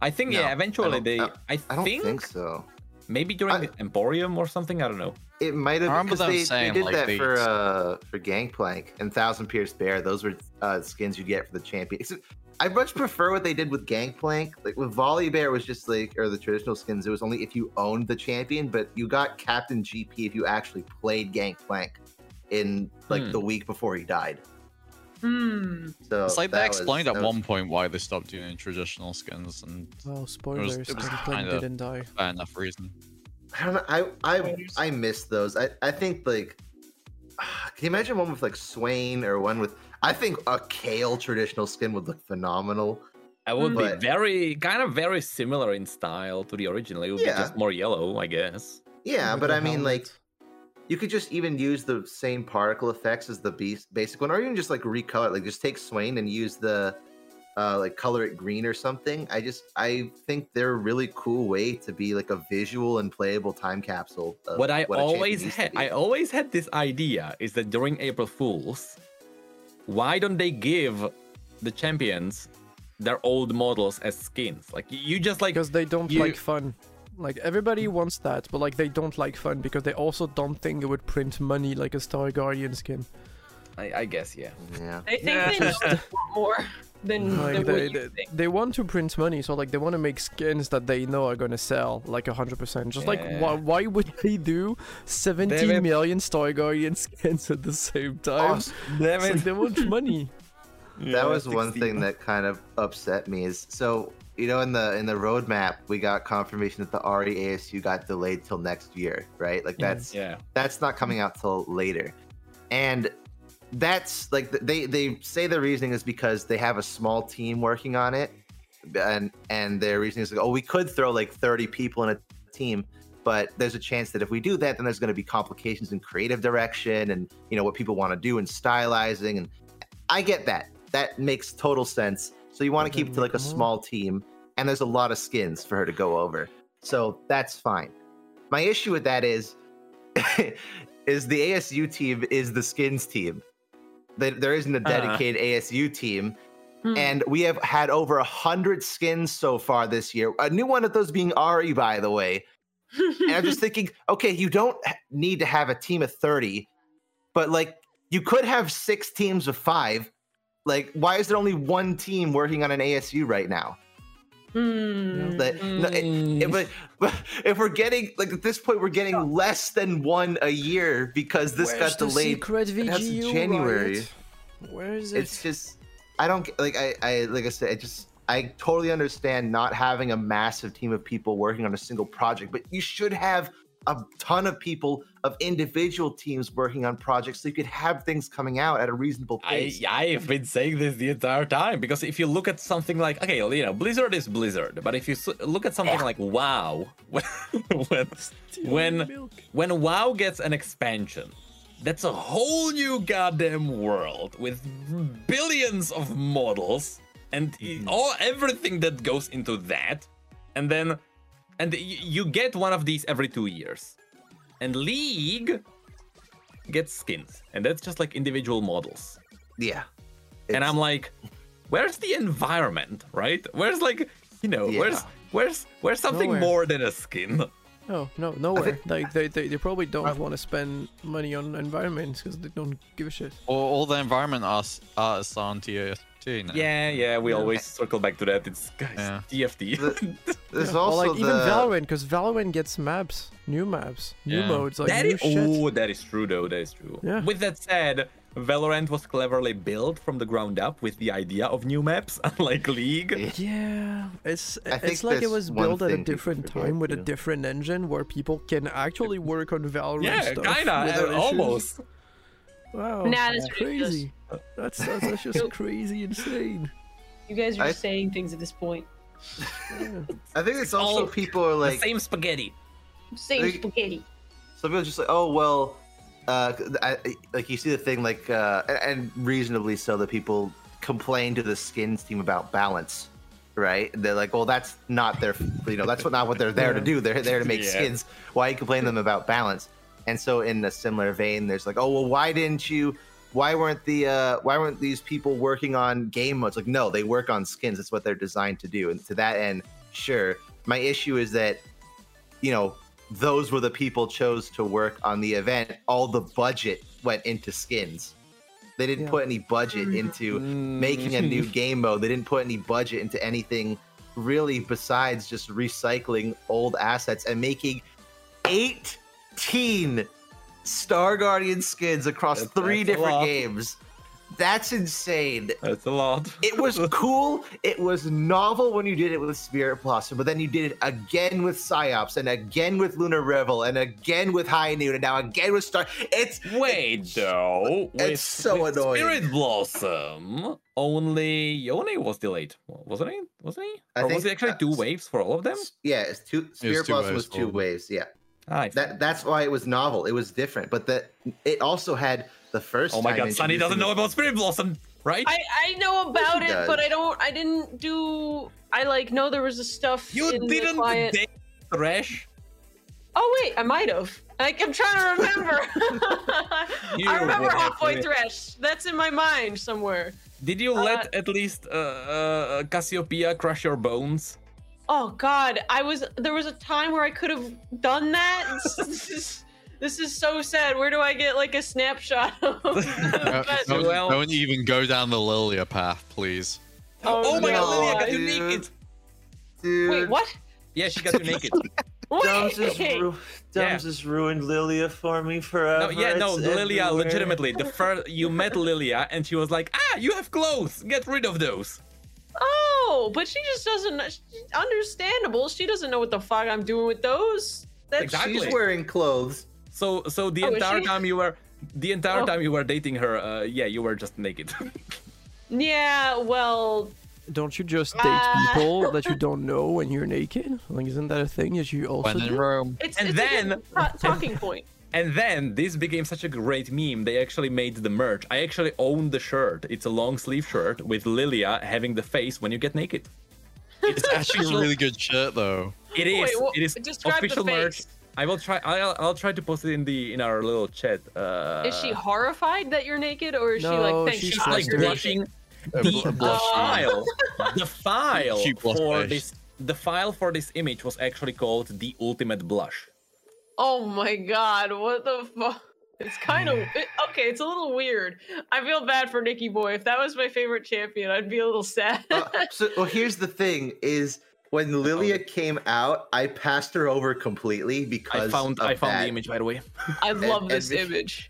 A: I think,
D: No,
A: yeah,
D: I
A: eventually
D: don't-
A: they.
D: I-
A: I,
D: I don't
A: think,
D: think, so.
A: maybe during
D: I-
A: the Emporium or something, I don't know.
D: It might
E: I
D: have
E: remember
D: because
E: them
D: they, they
E: saying,
D: did
E: like,
D: that
E: they-
D: for uh for Gangplank and Thousand Pierce Bear. Those were uh, skins you'd get for the champion. Except I much prefer what they did with Gangplank. Like with Volley Bear was just like or the traditional skins. It was only if you owned the champion, but you got Captain GP if you actually played Gangplank in like
A: Hmm.
D: the week before he died.
C: Hmm.
D: So
E: It's like they
D: Oh, that was-
E: explained at
D: that was-
E: one point why they stopped doing traditional skins, and
F: Well, spoilers.
E: it was
F: Gangplank
E: kinda-
F: didn't die.
E: fair enough reason.
D: I don't know. I I I miss those. I I think like. [SIGHS] Can you imagine one with like Swain or one with? I think a kale traditional skin would look phenomenal.
A: It would
D: Mm. But-
A: be very, kind of very similar in style to the original. It would
D: Yeah.
A: be just more yellow, I guess.
D: Yeah,
F: With
D: but
F: the
D: I mean, like,
F: helmet.
D: you could just even use the same particle effects as the beast basic one, or even just like recolor. Like, just take Swain and use the, uh, like, color it green or something. I just, I think they're a really cool way to be like a visual and playable time capsule. Of
A: what I
D: Uh, a champion
A: always
D: used to
A: had,
D: be.
A: I always had this idea is that during April Fools, why don't they give the champions their old models as skins? Like you just like
F: because they don't
A: you-
F: like fun. Like everybody wants that, but like they don't like fun because they also don't think it would print money like a Star Guardian skin.
A: I, I guess yeah.
D: yeah.
C: I think they know a lot more
D: [LAUGHS]
C: than,
F: Like
C: than
F: they,
C: what you
F: they,
C: think.
F: they want to print money, so like they want to make skins that they know are gonna sell like hundred percent. Just like
A: Yeah.
F: why, why would they do seventeen
A: Damn
F: million
A: it.
F: Star Guardian [LAUGHS] skins at the same time?
D: Awesome.
F: It's [LAUGHS] like they
D: [LAUGHS]
F: want money.
D: that was one thing that kind of upset me is so you know in the in the roadmap we got confirmation that the E REASU got delayed till next year, right? Like that's
A: Yeah.
D: that's not coming out till later and that's like th- they they say the reasoning is because they have a small team working on it and and their reasoning is like oh we could throw like 30 people in a team but there's a chance that if we do that then there's going to be complications in creative direction and you know what people want to do in stylizing and i get that that makes total sense so you want to
F: Then
D: keep it to like a
F: make more.
D: small team and there's a lot of skins for her to go over. So that's fine. My issue with that is, [LAUGHS] is the ASU team is the skins team. They, there isn't a dedicated ASU team,
C: Hmm.
D: and we have had over a hundred skins so far this year. A new one of those being Ari, by the way.
C: [LAUGHS]
D: And I'm just thinking, okay, you don't h- need to have a team of thirty, but like you could have six teams of five. Like, why is there only one team working on an ASU right now?
C: Hmm.
D: Like, no, it- it- but- but [LAUGHS] if we're getting like at this point, we're getting less than one a year because this got delayed.
B: secret VGU
D: that's January.
B: riot? Where is it?
D: it's just I don't get like I, I like I said I just I totally understand not having a massive team of people working on a single project, but you should have a ton of people of individual teams working on projects so you could have things coming out at a reasonable
A: I,
D: pace.
A: I've been saying this the entire time because if you look at something like okay, you know, Blizzard is Blizzard, but if you s- look at something like WoW, [LAUGHS] when when, when when WoW gets an expansion, that's a whole new goddamn world with billions of models and i- all everything that goes into that, and then and y- you get one of these every two years, and League gets skins, and that's just like individual models
D: yeah.
A: and
D: It's-
A: I'm like, where's the environment, right? Where's like, you know,
D: Yeah.
A: where's where's where's something
B: Nowhere.
A: more than a skin?
B: Oh no, nowhere. Like they, they, they probably don't want to spend money on environments because they don't give a shit.
E: Or all the environment arts- artists on TFT now.
A: Yeah, yeah, we always circle back to that. It's guys,
E: Yeah.
A: [LAUGHS] TFT.
D: There's
B: Or
D: also
B: like even
D: the-
B: Valorant, because Valorant gets maps, new maps, new
E: Yeah.
B: modes, like
A: that
B: new
A: is
B: shit.
A: oh, that is true though. That is true.
B: Yeah.
A: With that said, Valorant was cleverly built from the ground up with the idea of new maps, [LAUGHS] unlike League.
B: Yeah, it's
D: think
B: it's like it
D: that's
B: was
D: one
B: built at a
D: thing people
B: different
D: forget,
B: time with a
D: yeah.
B: different engine where people can actually work on Valorant
A: Yeah,
B: stuff.
A: kinda,
B: without
A: uh,
B: issues.
A: almost.
B: Wow,
C: Nah, that's ridiculous.
B: crazy. That's, that's that's just
C: Nope.
B: crazy, insane.
C: You guys are
D: I-
C: just saying things at this point.
D: I think it's also
A: all
D: people are like
A: the same spaghetti.
C: Same
D: Like-
C: spaghetti.
D: some people just like, oh well, uh, I, I- like you see the thing like, uh, and, and reasonably so that people complain to the skins team about balance, right? They're like, well, that's not their, you know, that's what not what they're there to do. They're there to make
A: Yeah.
D: skins. Why you complain to them about balance? And so in a similar vein, there's like, oh well, why didn't you? Why weren't the uh, why weren't these people working on game modes? Like, no, they work on skins. That's what they're designed to do. And to that end, sure. My issue is that you know, those were the people chose to work on the event. All the budget went into skins. They didn't
B: Yeah.
D: put any budget into making a new game mode. They didn't put any budget into anything really besides just recycling old assets and making 18 Star Guardian skins across
A: That's-
D: three
A: that's a
D: different
A: lot.
D: games. That's insane.
A: That's a lot. [LAUGHS]
D: It was cool. It was novel when you did it with Spirit Blossom, but then you did it again with Psyops, and again with Lunar Revel, and again with High Noon, and now again with Star. It's
A: Wait though,
D: it's
A: with-
D: so
A: with
D: annoying.
A: Spirit Blossom. Only Yone was delayed, wasn't it? Wasn't he?
D: I
A: or
D: think uh,
A: was it actually
D: that-
A: two waves for all of them?
D: yeah, it's two. Spirit
E: two
D: Blossom
E: waves,
D: was two
E: probably.
D: waves. Yeah,
A: Ah, it's-
D: that that's why it was novel. It was different, but that it also had the first.
A: oh my
D: time
A: God, Sunny doesn't
D: introducing
A: know about Spirit Blossom, right?
C: I, I know about
D: she
C: it,
D: does.
C: but I don't. I didn't do. I like know there was a stuff.
A: you
C: in the
A: didn't
C: client.
A: date Thresh.
C: Oh wait, I might have. Like I'm trying to remember. [LAUGHS]
A: You
C: I remember
A: would have
C: Halfway
A: been-
C: Thresh. That's in my mind somewhere.
A: Did you let at least uh, uh, Cassiopeia crush your bones?
C: Oh God, I was. There was a time where I could have done that. [LAUGHS] this, is, this is so sad. Where do I get like a snapshot
A: [LAUGHS]
C: of?
E: Uh,
C: that?
E: don't,
A: well-
E: don't even go down the Lilia path, please.
A: Oh, my God, Lilia got you
D: dude.
A: naked.
D: Dude,
C: Wait, what?
A: Yeah, she got you naked. [LAUGHS]
C: [LAUGHS]
D: Dums
C: Wait.
D: has, ru- Dums has ruined Lilia for me forever.
A: No, yeah, no,
D: It's
A: Lilia.
D: everywhere.
A: Legitimately, the first you met Lilia, and she was like, "Ah, you have clothes. Get rid of those."
C: Oh, but she just doesn't. she's Understandable. She doesn't know what the fuck I'm doing with those. That's
A: Exactly.
D: She's wearing clothes.
A: So so the
C: Oh, is
A: entire
C: she?
A: time you were the entire
C: Oh.
A: time you were dating her, uh, yeah, you were just naked. [LAUGHS]
C: Yeah. Well,
B: Don't you just date
C: Ah. [LAUGHS]
B: people that you don't know when you're naked? Like, isn't that a thing that you
F: Oh,
B: also
E: When in
B: do?
E: Rome.
C: it's
A: And
C: it's a
A: then-
C: good ta-
A: [LAUGHS]
C: talking point.
A: and then this became such a great meme. They actually made the merch. I actually own the shirt. It's a long sleeve shirt with Lilia having the face when you get naked.
E: It's actually a
A: Official-
E: really good shirt though.
A: It is.
C: Wait, what-
A: it is
C: describe the
A: official merch.
C: face.
A: I will try. I'll, I'll try to post it in the in our little chat. Uh,
C: Is she horrified that you're naked, or is she
F: No,
C: like thank
F: she's
A: She's
C: God
A: like
F: Blushing.
C: you're
A: blushing. The [LAUGHS]
E: blushing. [LAUGHS]
A: file, the file
E: She blushed.
A: for this, the file for this image was actually called the ultimate blush.
C: Oh my god, what the fuck? It's kind of it, okay. It's a little weird. I feel bad for Nikki Boy. If that was my favorite champion, I'd be a little sad.
D: Uh, so well, here's the thing: is when Lilia came out, I passed her over completely
A: I
D: because
A: found,
D: of
A: I found
D: that.
A: the image by the way.
C: [LAUGHS] I love
D: and
C: this
D: Vicky-
C: image.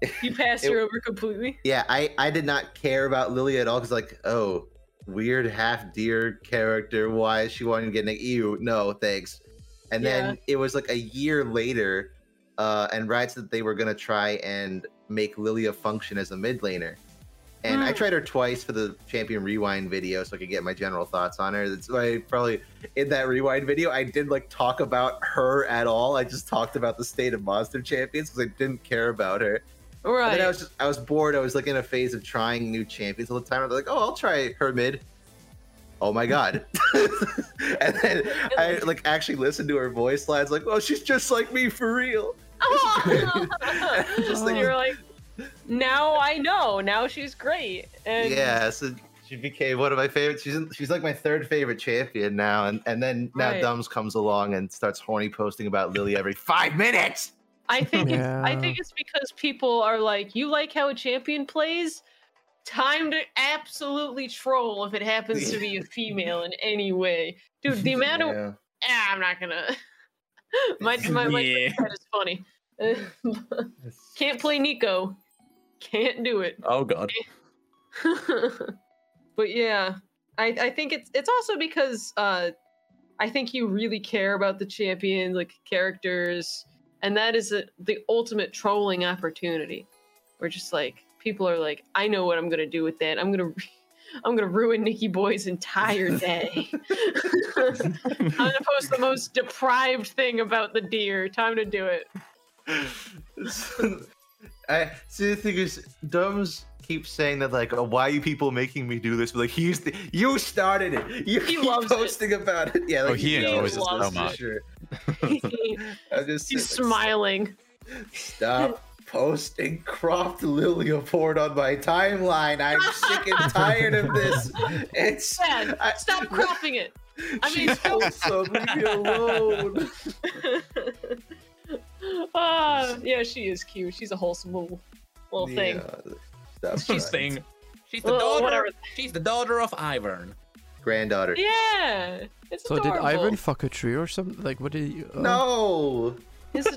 D: [LAUGHS]
C: You passed
D: It-
C: her over completely.
D: Yeah, I I did not care about Lilia at all because like, oh, weird half deer character. Why is she wanting to get an ew? No, thanks. And then it was like a year later, uh, and Riot said that they were gonna try and make Lilia function as a mid laner. And I
C: Mm.
D: tried her twice for the champion rewind video so I could get my general thoughts on her. That's why I probably in that rewind video I didn't like talk about her at all. I just talked about the state of monster champions because I didn't care about her. And
C: Right.
D: then I
C: [LAUGHS]
D: was just I was bored. I was like in a phase of trying new champions all the time. I was like, oh, I'll try Hermid. Oh my god! [LAUGHS] and then
C: [LAUGHS]
D: I like actually listened to her voice lines, like, oh, she's just like me for real. Just [LAUGHS]
C: Just
D: like-
C: you're like, now I know. Now she's great. And
D: Yeah, so she became one of my favorites. She's in, she's like my third favorite champion now. And and then now
C: Right.
D: Dums comes along and starts horny posting about Lily every five minutes.
C: I think it's I
F: Yeah.
C: think it's because people are like, you like how a champion plays? Time to absolutely troll if it happens to be a female in any way. Dude, the amount of
D: Yeah.
C: ah, I'm not gonna [LAUGHS] my my, my
A: Yeah.
C: that is funny. [LAUGHS] Can't play Nico. Can't do it.
A: Oh god.
C: [LAUGHS] but yeah, I, I think it's it's also because uh, I think you really care about the champion, like characters, and that is the the ultimate trolling opportunity. Where just like people are like, I know what I'm gonna do with that. I'm gonna. Re- [LAUGHS] I'm gonna ruin Nikki Boy's entire day. [LAUGHS] I'm gonna post the most deprived thing about the deer. Time to do it.
D: [LAUGHS] I see the thing is Dums keeps saying that like oh, why are you people making me do this but like he's the, you started it you
C: He
D: keep
C: loves it.
D: posting about it yeah like,
E: Oh, he
D: knows
E: enjoys
D: it's
C: it so
D: not for
E: much.
D: sure.
C: He's
D: I'm just saying, like,
C: smiling.
D: stop posting cropped lilia porn on my timeline I'm sick
C: [LAUGHS]
D: and tired of this it's
C: Dad,
D: I- [LAUGHS]
C: stop cropping it. I mean,
D: she's wholesome leave me alone
C: [LAUGHS] Ah, yeah, she is cute. She's a wholesome little, little thing.
D: Yeah, stop
A: She's
D: crying.
A: thing. She's the
C: Well,
A: daughter.
C: whatever.
A: She's the daughter of Ivern.
D: granddaughter
C: Yeah, it's
F: So
C: adorable.
F: did Ivan fuck a tree or something? Like what did you? uh,
D: no
C: This is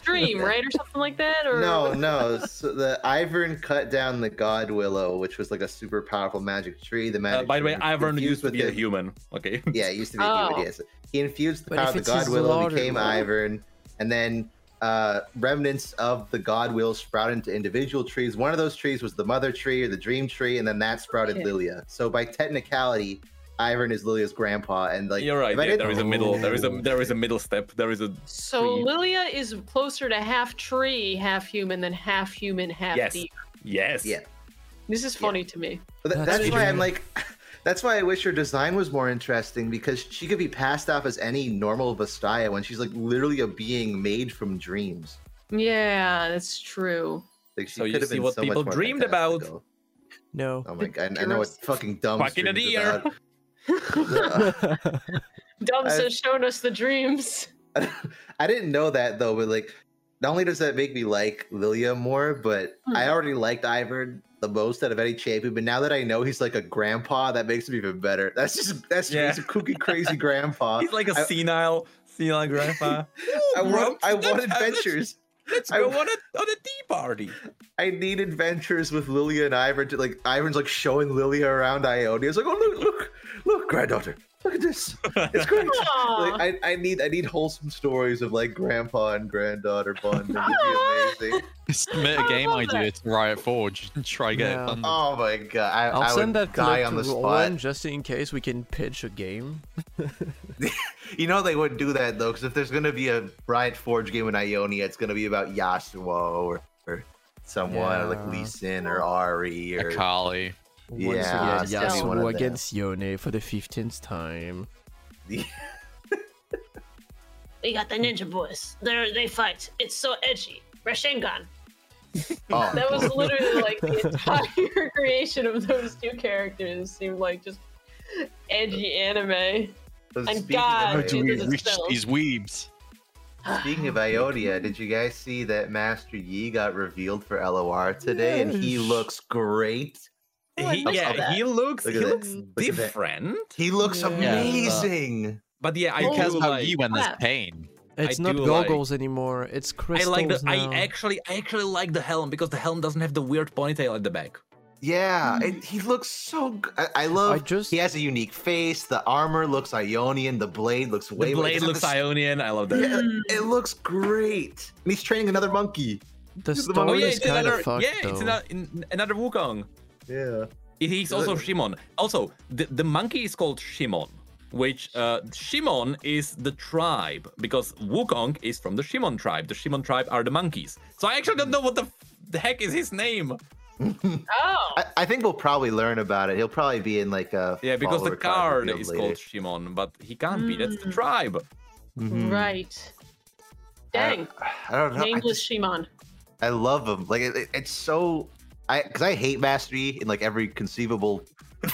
F: [LAUGHS]
C: dream, right, or something like that, or
D: No, no. So the Ivern cut down the God Willow, which was like a super powerful magic tree. The magic.
A: Uh, by the way,
D: tree
A: Ivern
D: infused
A: used to
D: with
A: be a
D: the-
A: human. Okay.
D: [LAUGHS] Yeah, it used to be
C: Oh.
D: a human. Yes. He infused the
F: But
D: power
F: if
D: of the
F: it's
D: God
F: his
D: Willow,
F: Lord,
D: became
F: right?
D: Ivern, and then uh, remnants of the God Will sprouted into individual trees. One of those trees was the Mother Tree or the Dream Tree, and then that sprouted
C: Okay.
D: Lilia. So by technicality, Ivern is Lilia's grandpa, and
A: [LAUGHS]
D: like
A: You're right.
D: if I
A: yeah,
D: didn't-
A: there is a middle. There is a there is a middle step. There is a
C: So
A: Tree.
C: Lilia is closer to half tree, half human than half human, half
A: Yes.
C: deer.
A: yes.
D: Yeah.
C: This is funny to me.
D: But th-
F: That's
D: that's, why
F: weird.
D: I'm like, [LAUGHS] that's why I wish her design was more interesting because she could be passed off as any normal Vestaya when she's like literally a being made from dreams.
C: Yeah, that's true.
D: Like she
A: So you
D: could have
A: see
D: been
A: what
D: so much
A: people
D: more
A: dreamed
D: fantastical.
F: No.
D: Oh my god, I know what fucking dumb.
A: Fucking a
D: dreams
A: deer.
D: about. Ugh.
C: Dubs
D: I-
C: has shown us the dreams.
D: I didn't know that though, but like, not only does that make me like Lilia more, but I already liked Ivern the most out of any champion. But now that I know he's like a grandpa, that makes him even better. That's just that's
A: Yeah.
D: just he's a kooky crazy
A: [LAUGHS]
D: grandpa.
A: He's like a
D: I-
A: senile, senile
D: [LAUGHS]
A: grandpa.
D: I want
A: Grumps,
D: I want
A: let's-
D: adventures.
A: Let's, let's
D: I-
A: go on a on a tea party.
D: I need adventures with Lilia and Ivern to like Ivern's like showing Lilia around Ionia. It's like, oh look, look, look, granddaughter. Look at this.
C: [LAUGHS]
D: It's great.
C: Aw.
D: [LAUGHS] like, I, I need I need wholesome stories of like grandpa and granddaughter
C: [LAUGHS]
D: bonding.
C: Aw.
D: It'd be amazing.
E: Submit a
C: I
E: game
C: love
E: idea
C: that.
E: to Riot Forge and try get
F: Yeah.
E: it funded.
D: Oh my god. I,
F: I'll
D: I
F: send
D: would
F: that
D: die
F: clip
D: on
F: to
D: the
F: Roland
D: spot.
F: just in case we can pitch a game.
D: You know they would do that though, because if there's gonna be a Riot Forge game in Ionia, it's gonna be about Yasuo or, or someone or like
F: Yeah.
D: Lee Sin or Ari or
E: Akali.
F: Once
D: Yeah,
F: again,
C: it's
F: Yasuo
C: one
D: of them.
F: against Yone for the 15th time.
I: We got the ninja boys. They they fight. It's so edgy. Rashengan.
D: Oh,
C: That was literally like
D: [LAUGHS]
C: the entire creation of those two characters seemed like just edgy anime.
D: so
C: and
D: speaking
C: God,
D: of
C: dude,
D: Ionia-
E: we
C: doesn't
E: reached
C: spell.
E: these weebs.
D: Speaking of Ionia, did you guys see that Master Yi got revealed for LOR today and he
F: Yes.
D: looks great?
A: He, yeah, he looks
D: Look
A: he
D: at Oh, that.
A: looks
D: Look at that.
A: different.
D: He looks
F: Yeah.
D: amazing.
A: But yeah, I
E: Who cares
A: do
E: about
A: Oh, like
E: you when there's
C: Yeah.
E: pain?
F: It's
A: I
F: not
A: do like-
F: goggles anymore. It's
A: I
F: crystals
A: like the
F: now.
A: I actually I actually like the helm because the helm doesn't have the weird ponytail at the back.
D: Yeah, and he looks so. g- I, I love.
F: Hmm. I just-
D: He has a unique face. The armor looks Ionian. The blade looks way.
A: The blade
D: it's
A: looks
D: this-
A: Ionian. I love that.
D: Yeah, it looks great. And he's training another monkey.
F: the
D: the
F: story
A: Oh yeah,
F: is
A: it's
F: kind
A: another
F: of fucked
A: yeah,
F: though.
A: it's another in, another Wukong.
J: Yeah.
A: It- He's also Shimon. Also, the, the monkey is called Shimon, which uh, Shimon is the tribe because Wukong is from the Shimon tribe. The Shimon tribe are the monkeys. So I actually don't know what the, f- the heck is his name.
C: [GASPS] Oh,
D: I, I think we'll probably learn about it. He'll probably be in like a.
A: Yeah, because the
D: follower class
A: card
D: revealed
A: is
D: later.
A: called Shimon, but he can't be. That's the tribe.
D: Mhm.
F: Mm-hmm.
C: right. Dang,
D: I don't know. I,
C: nameless
D: just-
C: Shimon.
D: I love him. Like it, it- it's so. I because I hate Master Yi in like every
A: [LAUGHS]
D: conceivable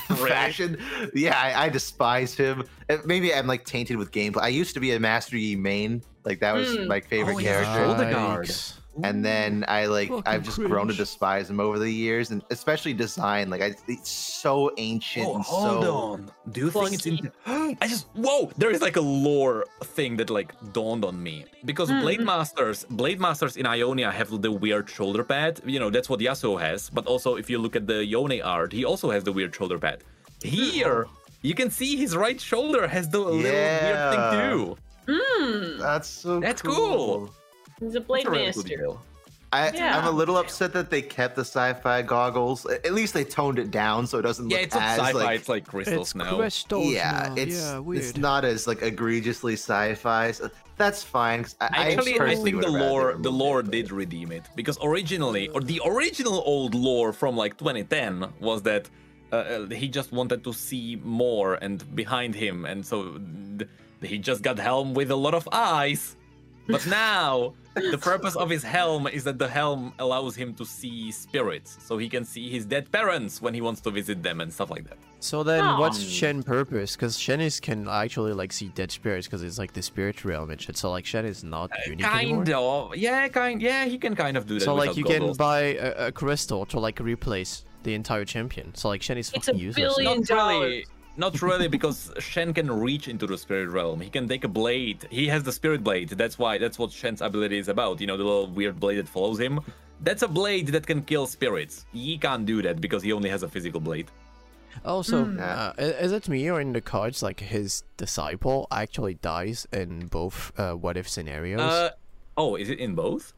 D: fashion. Yeah, I, I despise him. Uh, Maybe I'm like tainted with gameplay. I used to be a Master Yi main. Like that was
C: Mm.
D: my favorite
A: Oh, yeah.
D: character.
A: Shoulder guard.
F: Yikes.
D: and then I like
F: Fucking
D: I've just grown to
F: cringe.
D: despise him over the years, and especially design. Like I, it's so ancient
A: Oh,
D: and
A: hold
D: so.
A: on. Do you think it's in? [GASPS] I just whoa. There is like a lore thing that like dawned on me because blade masters, blade masters in Ionia have the weird shoulder pad. You know that's what Yasuo has. But also, if you look at the Yone art, he also has the weird shoulder pad. Here, you can see his right shoulder has the little weird
D: Yeah.
A: thing too.
C: Hmm.
D: That's so.
A: That's cool.
C: He's a
A: That's
C: blade
A: a really cool
C: master.
A: detail.
D: I, I'm
C: Yeah.
D: a little upset that they kept the sci-fi goggles. A- At least they toned it down so it doesn't
A: Yeah,
D: look
A: it's not
D: as
A: sci-fi.
D: like.
A: it's like crystals
F: It's
A: now.
F: crystals
D: yeah,
F: now.
D: it's
F: yeah, weird.
D: it's not as like egregiously sci-fi. So that's fine. 'cause I,
A: Actually, I,
D: personally
A: think the
D: would've rather
A: lore
D: removed
A: the
D: it,
A: lore
D: but-
A: did redeem it because originally, or the original old lore from like 2010 was that uh, uh, he just wanted to see more and behind him, and so th- he just got helm with a lot of eyes. [LAUGHS] But now the purpose of his helm is that the helm allows him to see spirits, so he can see his dead parents when he wants to visit them and stuff like that.
F: So then, what's
C: Aw.
F: Shen purpose? Because Shen is can actually like see dead spirits because it's like the spirit realm and shit. So like Shen is not unique anymore.
A: Kind of, yeah, kind, yeah, he can kind of do that.
F: So like
A: without
F: you
A: goggles.
F: can buy a, a crystal to like replace the entire champion. So like Shen is
C: It's
F: fucking
C: a
F: useless. now.
C: billion-
A: not
C: dollars.
A: really not really because shen can reach into the spirit realm he can take a blade he has the spirit blade that's why that's what shen's ability is about you know the little weird blade that follows him that's a blade that can kill spirits he can't do that because he only has a physical blade
F: Also,
C: Hmm.
D: Yeah.
F: uh, i- is it me or in the cards like his disciple actually dies in both uh, what if scenarios?
A: uh oh is it in both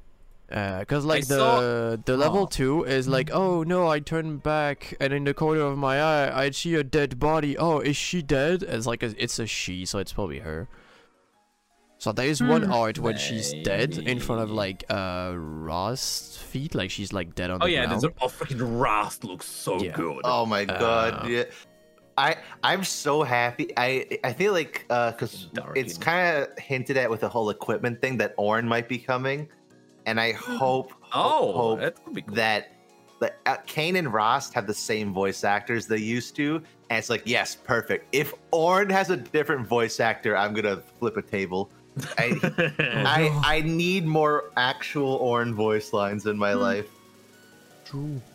F: because Uh, like the
A: saw-
F: the level two is like oh no I turn back and in the corner of my eye I see a dead body oh is she dead it's like a, it's a she so it's probably her so there is one art when she's dead in front of like uh Ra's feet like she's like dead on
A: oh
F: the
A: yeah
F: ground
A: that's oh freaking rast looks so
F: Yeah.
A: good
D: Oh my
A: Uh,
D: god! Yeah, I I'm so happy. I I feel like because
A: Dark
D: it's
A: in-
D: kind of hinted at with the whole equipment thing that Orn might be coming, and I
F: Mm-hmm.
D: hope
A: oh
D: hope
A: that could be [LAUGHS] cool.
D: that that uh, Kane and Rost have the same voice actors they used to, and it's like yes, perfect. If Orn has a different voice actor, I'm gonna flip a table. I [LAUGHS] I, I need more actual Orn voice lines in my life.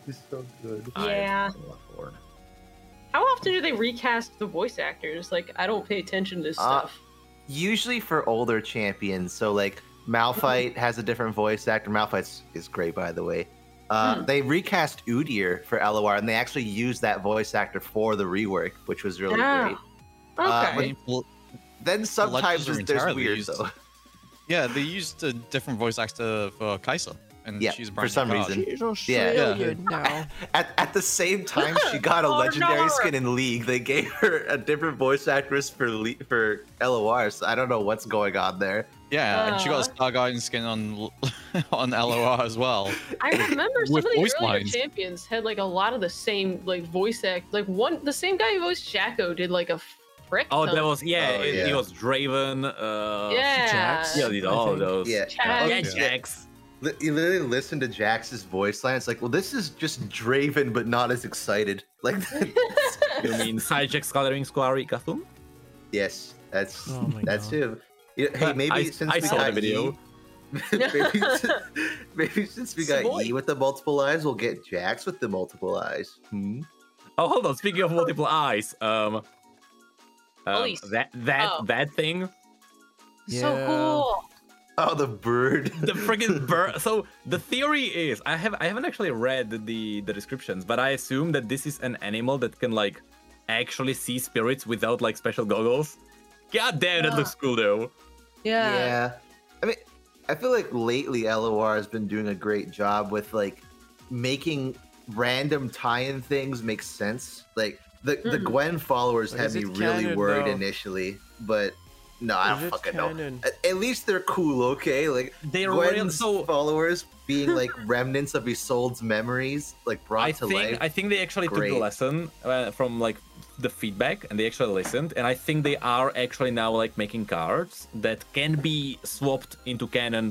J: He's so good.
A: I
C: Yeah.
A: love Orn.
C: How often do they recast the voice actors? Like, I don't pay attention to stuff.
D: usually for older champions. So like Malphite has a different voice actor. Malphite is great, by the way. Uh, They recast Udyr for LOR, and they actually used that voice actor for the rework, which was really
C: Ah,
D: great.
C: okay.
D: uh, Then sometimes
E: are
D: there's, there's
E: entirely
D: weird
E: used.
D: though.
E: Yeah, they used a different voice actor for Kaiser, and
D: Yeah,
E: she's
D: for
E: Brandy
D: some
E: Crouch.
D: reason. Yeah.
F: Australian [LAUGHS] now
D: At, at the same time, she got a
C: Oh,
D: legendary
C: no.
D: skin in League. They gave her a different voice actress for Le- for LOR. So I don't know what's going on there.
E: Yeah, and she got a Star Guardian skin on [LAUGHS] on LOR as well.
C: I remember some
E: With
C: of the
E: voice
C: earlier
E: lines.
C: champions had like a lot of the same like voice act. Like one, the same guy who voiced Jacko did like a frick.
A: Oh,
C: ton
A: that was yeah.
F: Oh,
A: it, it
F: yeah.
A: was Draven. Uh,
C: yeah.
B: Jax.
A: yeah, these-
B: I
A: all
B: think.
A: those.
F: Yeah.
C: Jax.
A: Oh, yeah,
F: Yeah.
A: Jax.
F: Li-
D: You literally listen to Jax's voice line. It's like, well, this is just Draven, but not as excited. [LAUGHS]
B: [LAUGHS]
D: Like,
A: You mean Sidejack Scattering Squari Kathum?
D: yes, that's
B: Oh my
D: that's
B: God.
D: him. You know, hey,
A: Uh,
D: maybe
A: I-
D: since
A: I
D: we
A: saw
D: got
A: the video.
D: E- [LAUGHS] maybe,
B: [LAUGHS]
D: maybe since we got
A: Savoy.
D: E with the multiple eyes, we'll get Jax with the multiple eyes. Hmm?
A: Oh, hold on. Speaking of multiple eyes, um, um
C: Elise.
A: that that
C: Oh.
A: that thing,
C: So
B: Yeah.
C: cool.
D: Oh, the bird.
A: the friggin' bird. So the theory is, I have I haven't actually read the the descriptions, but I assume that this is an animal that can like actually see spirits without like special goggles. God damn, that looks cool though.
C: Yeah.
D: yeah. I mean, I feel like lately LOR has been doing a great job with like making random tie-in things make sense. Like the the
A: Hmm.
C: Mhm.
D: Gwen followers
B: But
D: had
B: is
D: me
B: it
D: really
B: canon,
D: worried
B: though?
D: initially, but no, I
B: Is
D: don't
B: it
D: fucking know.
B: canon?
D: At, at least they're cool, okay? Like
A: They're real.
D: Gwen's
A: So
D: followers being
A: [LAUGHS]
D: like remnants of Isolde's memories, like brought
A: I
D: to
A: think
D: life.
A: I think they actually took
D: Great.
A: the lesson uh, from like the feedback and they actually listened and I think they are actually now like making cards that can be swapped into canon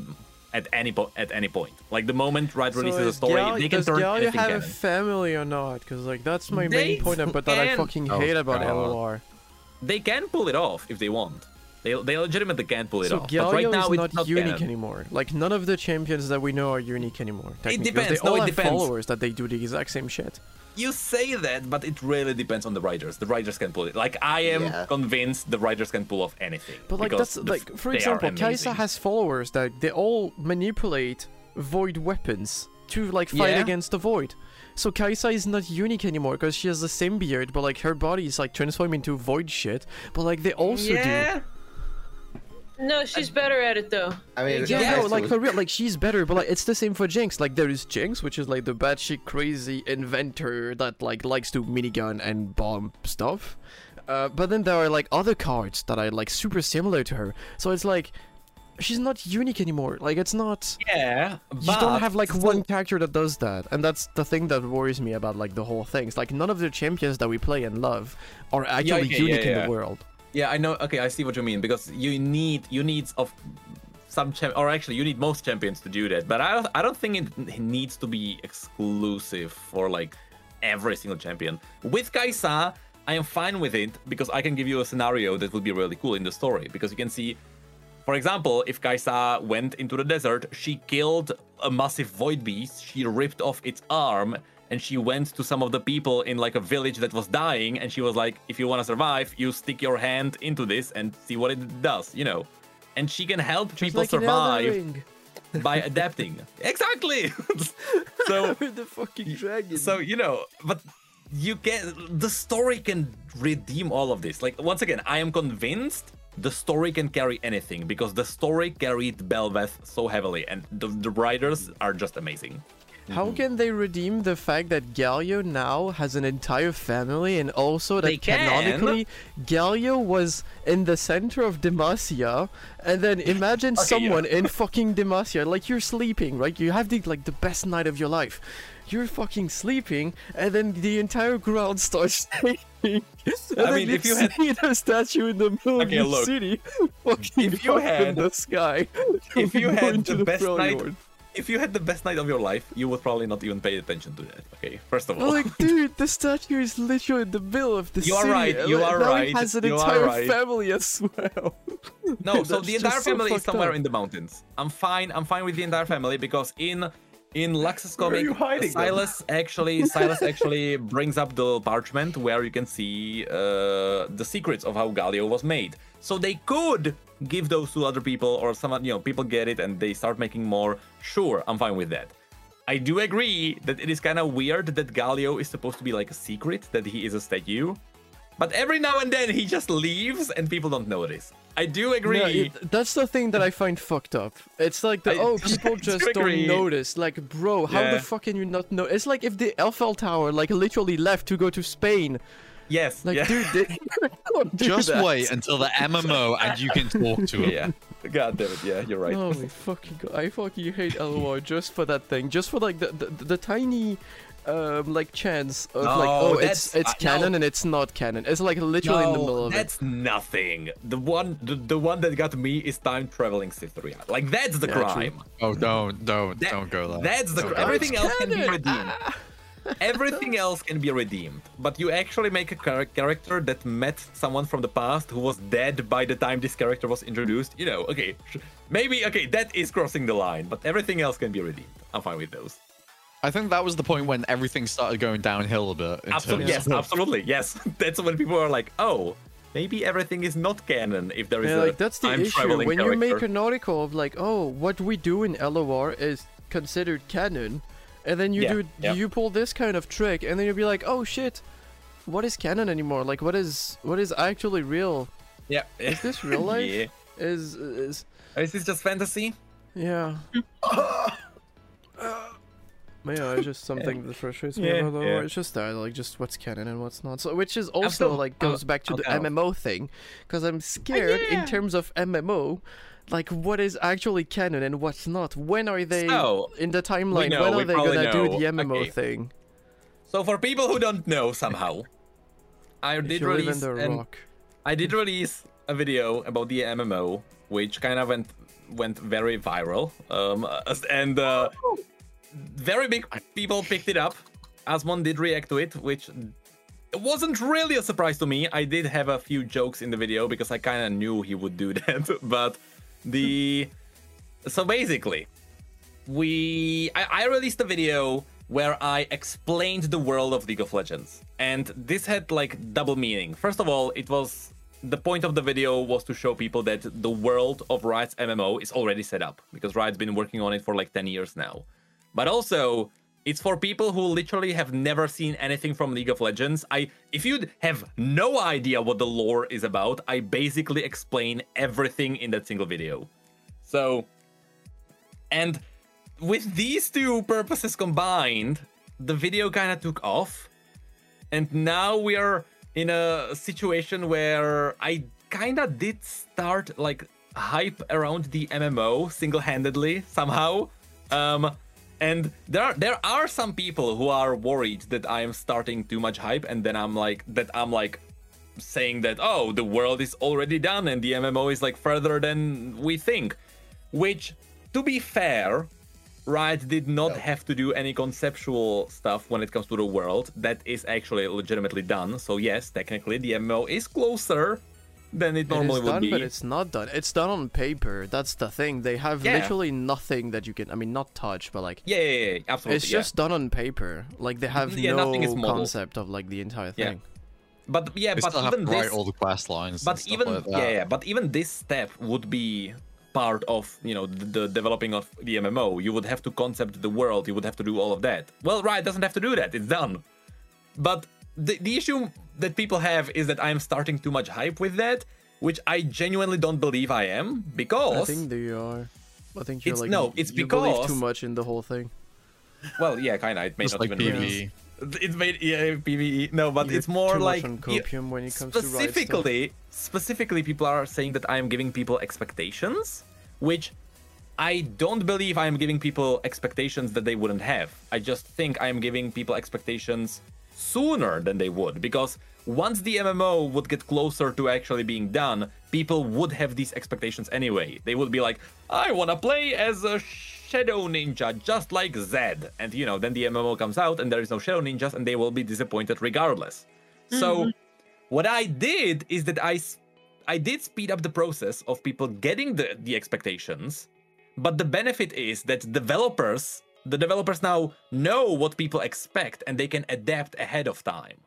A: at any po- at any point. Like the moment Riot releases a
B: is
A: story,
B: Gal-
A: they can
B: does
A: turn
B: Galia
A: anything
B: have
A: canon.
B: a family or not? Because like that's my
A: They
B: main point, but that I
A: can-
B: fucking
E: Oh,
B: hate about
E: God.
B: LOR.
A: they can pull it off if they want. They they legitimately can pull it
B: So
A: off.
B: Galio
A: but right now
B: is
A: it's not
B: not, unique
A: canon.
B: anymore. Like none of the champions that we know are unique anymore. technically, 'cause
A: depends.
B: They
A: No,
B: all
A: it
B: have
A: depends.
B: followers that they do the exact same shit.
A: You say that, but it really depends on the writers. The writers can pull it. Like I am
D: Yeah.
A: convinced the writers can pull off anything.
B: But like
A: because
B: that's
A: the f-
B: like for
A: they are
B: example, Kaisa
A: amazing.
B: has followers that they all manipulate void weapons to like fight
A: Yeah.
B: against the void. So Kaisa is not unique anymore because she has the same beard, but like her body is like transformed into void shit. But like they also do.
A: yeah.
C: No, she's better at it though.
F: I mean,
B: Yeah,
F: I
B: no,
F: still-
D: [LAUGHS]
B: like for real, like she's better, but like it's the same for Jinx. Like there is Jinx, which is like the batshit crazy inventor that like likes to minigun and bomb stuff. Uh, but then there are like other cards that are like super similar to her. So it's like she's not unique anymore. Like it's not.
A: Yeah, but
B: You don't have like
A: still-
B: one character that does that, and that's the thing that worries me about like the whole thing. It's like none of the champions that we play and love are actually
A: okay, yeah,
B: unique in
A: yeah.
B: the world.
A: Yeah, I know. Okay, I see what you mean because you need you need of some champ, or actually you need most champions to do that. But I don't, I don't think it n- needs to be exclusive for like every single champion. With Kaisa, I am fine with it because I can give you a scenario that would be really cool in the story because you can see. For example, if Kaisa went into the desert, she killed a massive void beast, she ripped off its arm, and she went to some of the people in like a village that was dying, and she was like, if you want to survive, you stick your hand into this and see what it does, you know. And she can help people
B: like in Elden
A: [LAUGHS] survive
B: Ring,
A: by adapting. [LAUGHS]
B: [LAUGHS]
A: Exactly! so
B: with the fucking dragon.
A: so you know but you can the story can redeem all of this like once again i am convinced the story can carry anything because the story carried Belveth so heavily and the, the writers are just
B: [LAUGHS]
A: amazing
B: How
A: Mm-hmm.
B: can they redeem the fact that Galio now has an entire family and also that
A: They can.
B: canonically Galio was in the center of Demacia and
A: [LAUGHS]
B: then imagine someone in fucking Demacia like you're sleeping, right? You have the like the best night of your life. You're fucking sleeping and then the entire ground starts [LAUGHS] shaking. And then
A: mean,
B: you
A: if you had-
B: see the statue in the middle
A: Okay,
B: of the
A: look.
B: city [LAUGHS] fucking
A: If you
B: up in
A: had-
B: the sky.
A: [LAUGHS] if you
B: [LAUGHS] going
A: had
B: to
A: the best
B: Freljord.
A: night if you had the best night of your life you would probably not even pay attention to that okay first of
B: But
A: all [LAUGHS]
B: like, dude, the statue is literally in the middle of the
A: You are
B: city.
A: right,
B: and
A: you
B: like,
A: are
B: now
A: right,
B: It has an
A: you are
B: entire
A: right.
B: family as well. [LAUGHS]
A: No, so
B: That's
A: the
B: just
A: entire
B: so
A: family is
B: fucked
A: somewhere
B: up.
A: in the mountains. I'm fine. I'm fine with the entire family because in in Lux's
B: are
A: comic,
B: you hiding them?
A: Silas actually Silas actually brings up the parchment where you can see uh, the secrets of how Galio was made. So they could give those to other people or some you know people get it and they start making more. Sure, I'm fine with that. I do agree that it is kind of weird that Galio is supposed to be like a secret that he is a statue. But every now and then he just leaves and people don't notice. I do agree.
B: No, it- that's the thing that I find fucked up. It's like the
A: I [LAUGHS]
B: oh people just don't
A: disagree.
B: notice. Like, bro, how
A: Yeah.
B: the fuck can you not know? It's like if the Eiffel Tower like literally left to go to Spain.
A: Yes.
B: Like,
A: yeah.
B: dude, they, don't do
E: Just
B: that.
E: wait until the MMO and you can talk to
A: [LAUGHS]
E: him.
A: yeah. God damn it. Yeah, you're right. [LAUGHS]
B: Oh my fucking god! I fucking hate LOL just for that thing, just for like the the, the tiny, um, like chance of like
A: No,
B: oh
A: that's-
B: it's it's
A: uh, no.
B: canon and it's not canon. It's like literally in the middle of it.
A: that's nothing. The one, the, the one that got me is time traveling Cytheria. Like that's the
B: Yeah, true.
A: crime.
E: Oh, don't, don't,
A: That-
E: don't go there.
A: That's the
E: Don't
A: cr-
E: go there.
A: everything else can be
B: [LAUGHS]
A: redeemed. everything else can be redeemed, but you actually make a char- character that met someone from the past who was dead by the time this character was introduced. You know, okay, sh- maybe okay, that is crossing the line, but everything else can be redeemed. I'm fine with those.
E: I think that was the point when everything started going downhill a bit. In
A: Absolutely,
E: terms
A: yes, absolutely, yes. [LAUGHS] That's when people are like, oh. Maybe everything is not canon if there is
B: Yeah,
A: a
B: like that's the
A: time
B: issue.
A: traveling
B: When you make
A: character.
B: an article of like, oh, what we do in LOR is considered canon, and then you
A: Yeah,
B: do
A: yeah.
B: you pull this kind of trick, and then you'll be like, oh shit, what is canon anymore? Like, what is what is actually real?
A: Yeah.
B: [LAUGHS]
A: [LAUGHS]
B: Is this real life?
A: Yeah.
B: Is is
A: Is this just fantasy?
B: yeah. Man, yeah, it's just something that frustrates me
A: Yeah,
B: about LOR.
A: yeah.
B: It's just that, like, just what's canon and what's not. So, which is also
A: still-
B: like
A: I'll-
B: goes back to
A: I'll
B: the
A: go. Oh,
B: MMO thing, because I'm scared in terms of MMO, like what is actually canon and what's not. When are they
A: So,
B: in the timeline?
A: know,
B: when
A: we
B: are they
A: probably
B: gonna do
A: know.
B: the MMO
A: Okay.
B: thing?
A: So for people who don't know somehow, I
B: If
A: did
B: you live in
A: release
B: the
A: an-
B: rock.
A: I did release a video about the MMO, which kind of went went very viral, um, as- and uh, very big people picked it up. Asmon did react to it, which it wasn't really a surprise to me. I did have a few jokes in the video because I kind of knew he would do [LAUGHS] that. But the so basically, we I, I released a video where I explained the world of League of Legends, and this had like double meaning. First of all, it was the point of the video was to show people that the world of Riot's MMO is already set up because Riot's been working on it for like 10 years now. But also, it's for people who literally have never seen anything from League of Legends. I if you have no idea what the lore is about, I basically explain everything in that single video. So and with these two purposes combined, the video kind of took off. And now we are in a situation where I kind of did start like hype around the MMO single-handedly somehow. Um and there are there are some people who are worried that I am starting too much hype and then I'm like that I'm like saying that oh the world is already done and the MMO is like further than we think which to be fair Riot did not have to do any conceptual stuff when it comes to the world that is actually legitimately done so yes technically the MMO is closer than it normally
B: it is
A: would
B: done,
A: be
B: but it's not done. It's done on paper. That's the thing. They have
A: Yeah.
B: literally nothing that you can. I mean, not touch, but like
A: yeah, yeah, yeah, absolutely
B: it's
A: yeah.
B: just done on paper. Like they
A: [LAUGHS]
B: have
A: Yeah,
B: no
A: nothing is modeled.
B: concept of like the entire
A: Yeah.
B: thing.
A: but yeah
E: They
A: but
E: still have to
A: even
E: write
A: this
E: all the quest lines. and
A: but
E: stuff
A: even
E: like that.
A: yeah, yeah, but even this step would be part of you know the, the developing of the MMO. You would have to concept the world. You would have to do all of that. Well, Riot doesn't have to do that. It's done. But the the issue that people have is that I'm starting too much hype with that, which I genuinely don't believe I am because
B: I think they are. I think you're
A: It's-
B: like
A: no,
B: you-
A: it's
B: you believe too
A: because-
B: much in the whole thing.
A: well, yeah, kind of. It may
E: Just
A: not
E: like
A: even
E: PvE.
A: be. It made yeah PVE. No, but
B: You're
A: it's more
B: E. too
A: like
B: much on
A: you-
B: copium when it comes to Riot stuff.
A: specifically specifically people are saying that i am giving people expectations which i don't believe i am giving people expectations that they wouldn't have i just think i am giving people expectations sooner than they would because once the mmo would get closer to actually being done people would have these expectations anyway they would be like i want to play as a shadow ninja just like zed and you know then the mmo comes out and there is no shadow ninjas and they will be disappointed regardless
B: Mm-hmm.
A: so what I did is that I s- I did speed up the process of people getting the the expectations, but the benefit is that developers the developers now know what people expect and they can adapt ahead of time.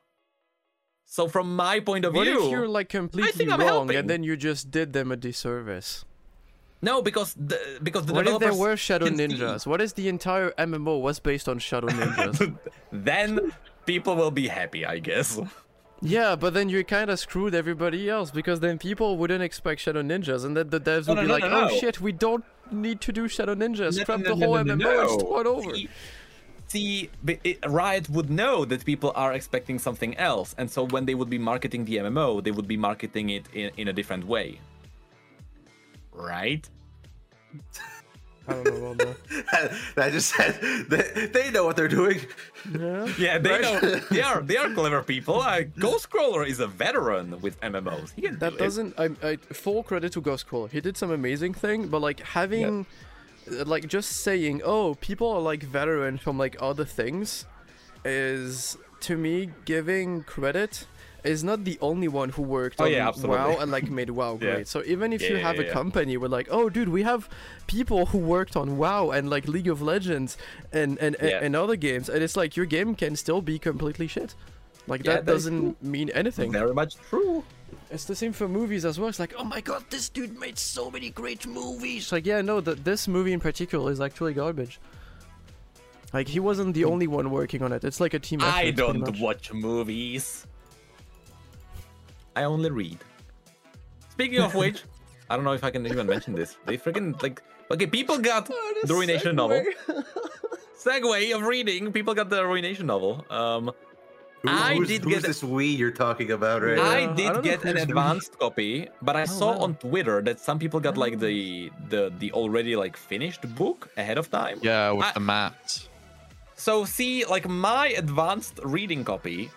A: So from my point of
B: What
A: view,
B: if you're like completely
A: I'm
B: wrong
A: helping.
B: and then you just did them a disservice?
A: no, because the because the
B: What if
A: developers
B: there were shadow
A: can see-
B: ninjas? What is the entire MMO was based on shadow ninjas?
A: [LAUGHS] then people will be happy, I guess. [LAUGHS]
B: yeah, but then you kind of screwed everybody else because then people wouldn't expect shadow ninjas, and then the devs
A: No, no,
B: would be
A: no,
B: like,
A: no,
B: "Oh
A: no.
B: shit, we don't need to do shadow ninjas.
A: No,
B: Scrap
A: no,
B: the
A: no,
B: whole
A: no, no,
B: MMO
A: no. [LAUGHS]
B: and start over."
A: See, see, but it, Riot would know that people are expecting something else, and so when they would be marketing the MMO, they would be marketing it in, in a different way.
B: [LAUGHS]
A: Right?
B: I don't know about that.
D: that just said that they know what they're doing.
B: Yeah.
A: Yeah, they know. They are they
B: [LAUGHS]
A: are clever people. Uh, Ghost Crawler is a veteran with MMOs. He can do
B: That
A: it.
B: doesn't. I, I full credit to Ghost Crawler. He did some amazing thing, but like having, uh, like just saying, oh, people are like veteran from like other things, is to me giving credit is not the only one who worked
A: Oh,
B: on
A: yeah, absolutely.
B: WoW and like made WoW
A: [LAUGHS] Yeah.
B: great. So even if
A: Yeah,
B: you
A: yeah,
B: have
A: yeah,
B: a
A: yeah.
B: company where like, oh, dude, we have people who worked on WoW and like League of Legends and and and,
A: Yeah.
B: and other games, and it's like your game can still be completely shit. Like
A: Yeah,
B: that
A: that is
B: doesn't mean anything.
A: Very much true.
B: It's the same for movies as well. It's like, oh my god, this dude made so many great movies. It's like, yeah, no, th- this movie in particular is actually garbage. Like, he wasn't the only one working on it. It's like a team effort.
A: I
B: [LAUGHS] pretty
A: don't
B: much.
A: watch movies. I only read. Speaking of which, I don't know if I can even mention this. They freaking like okay, people
B: [LAUGHS]
A: got the Ruination novel. Segue of reading, people got the Ruination novel. Um,
F: Who-
A: I
F: who's,
A: did
F: who's
A: get-
F: this we you're talking about right now?
A: I
B: Yeah, I
A: did
B: don't know
A: get an
B: who's-
A: advanced copy, but I saw
B: Oh, wow. Oh.
A: on Twitter that some people got like the the the already like finished book ahead of time.
E: Yeah, with
A: I-
E: the maps.
A: So see, like my advanced reading copy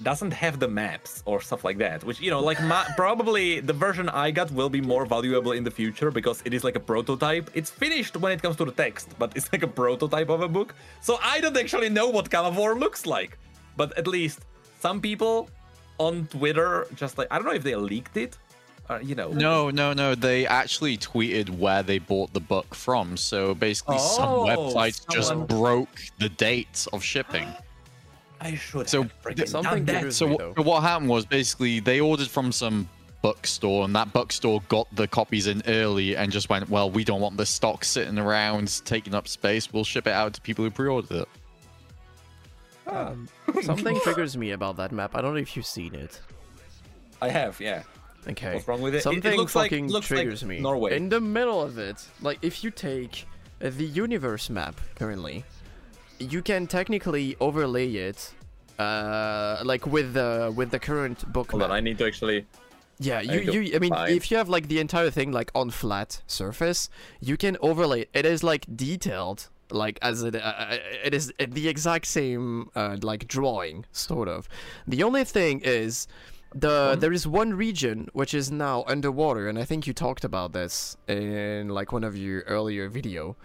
A: doesn't have the maps or stuff like that, which you know, like my probably the version I got will be more valuable in the future because it is like a prototype. It's finished when it comes to the text, but it's like a prototype of a book. So I don't actually know what Calivore looks like. But at least some people on Twitter just like I don't know if they leaked it. Or, you know.
E: No, no, no. They actually tweeted where they bought the book from. So basically, some
A: Oh,
E: websites
A: someone-
E: just broke the dates of shipping.
A: I should
E: So
A: have freaking
B: something
A: done that.
B: to do-
E: So
B: me,
E: wh-
B: though.
E: what happened was basically they ordered from some bookstore, and that bookstore got the copies in early and just went, "Well, we don't want this stock sitting around taking up space. We'll ship it out to people who pre-ordered it."
A: [LAUGHS]
B: Something triggers me about that map. I don't know if you've seen it.
A: I have, yeah.
B: Okay.
A: What's wrong with it? It- it
B: Something
A: looks like-
B: fucking
A: looks like
B: triggers me.
A: Norway.
B: In the middle of it, like if you take uh, the universe map currently, you can technically overlay it, uh, like with the with the current book
A: Hold
B: map.
A: on, I need to actually
B: Yeah, you,
A: go
B: you I mean
A: fine.
B: if you have like the entire thing like on flat surface, you can overlay it is like detailed like as it uh, uh, it is the exact same uh, like drawing sort of. The only thing is the there is one region which is now underwater and I think you talked about this in like one of your earlier video.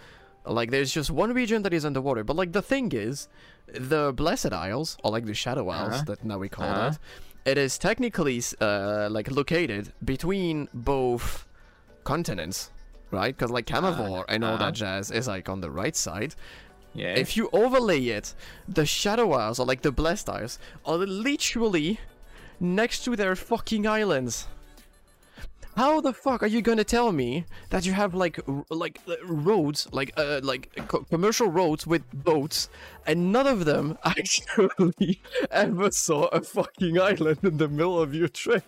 B: Like there's just one region that is underwater, but like the thing is the Blessed Isles or like the Shadow Isles that now we call that it is technically uh, like located between both continents right because like Camivore and all that jazz is like on the right side
A: Yeah.
B: if you overlay it the shadow isles or like the blessed isles are literally next to their fucking islands how the fuck are you gonna tell me that you have like r- like uh, roads like uh like co- commercial roads with boats and none of them [LAUGHS] actually ever saw a fucking island in the middle of your trip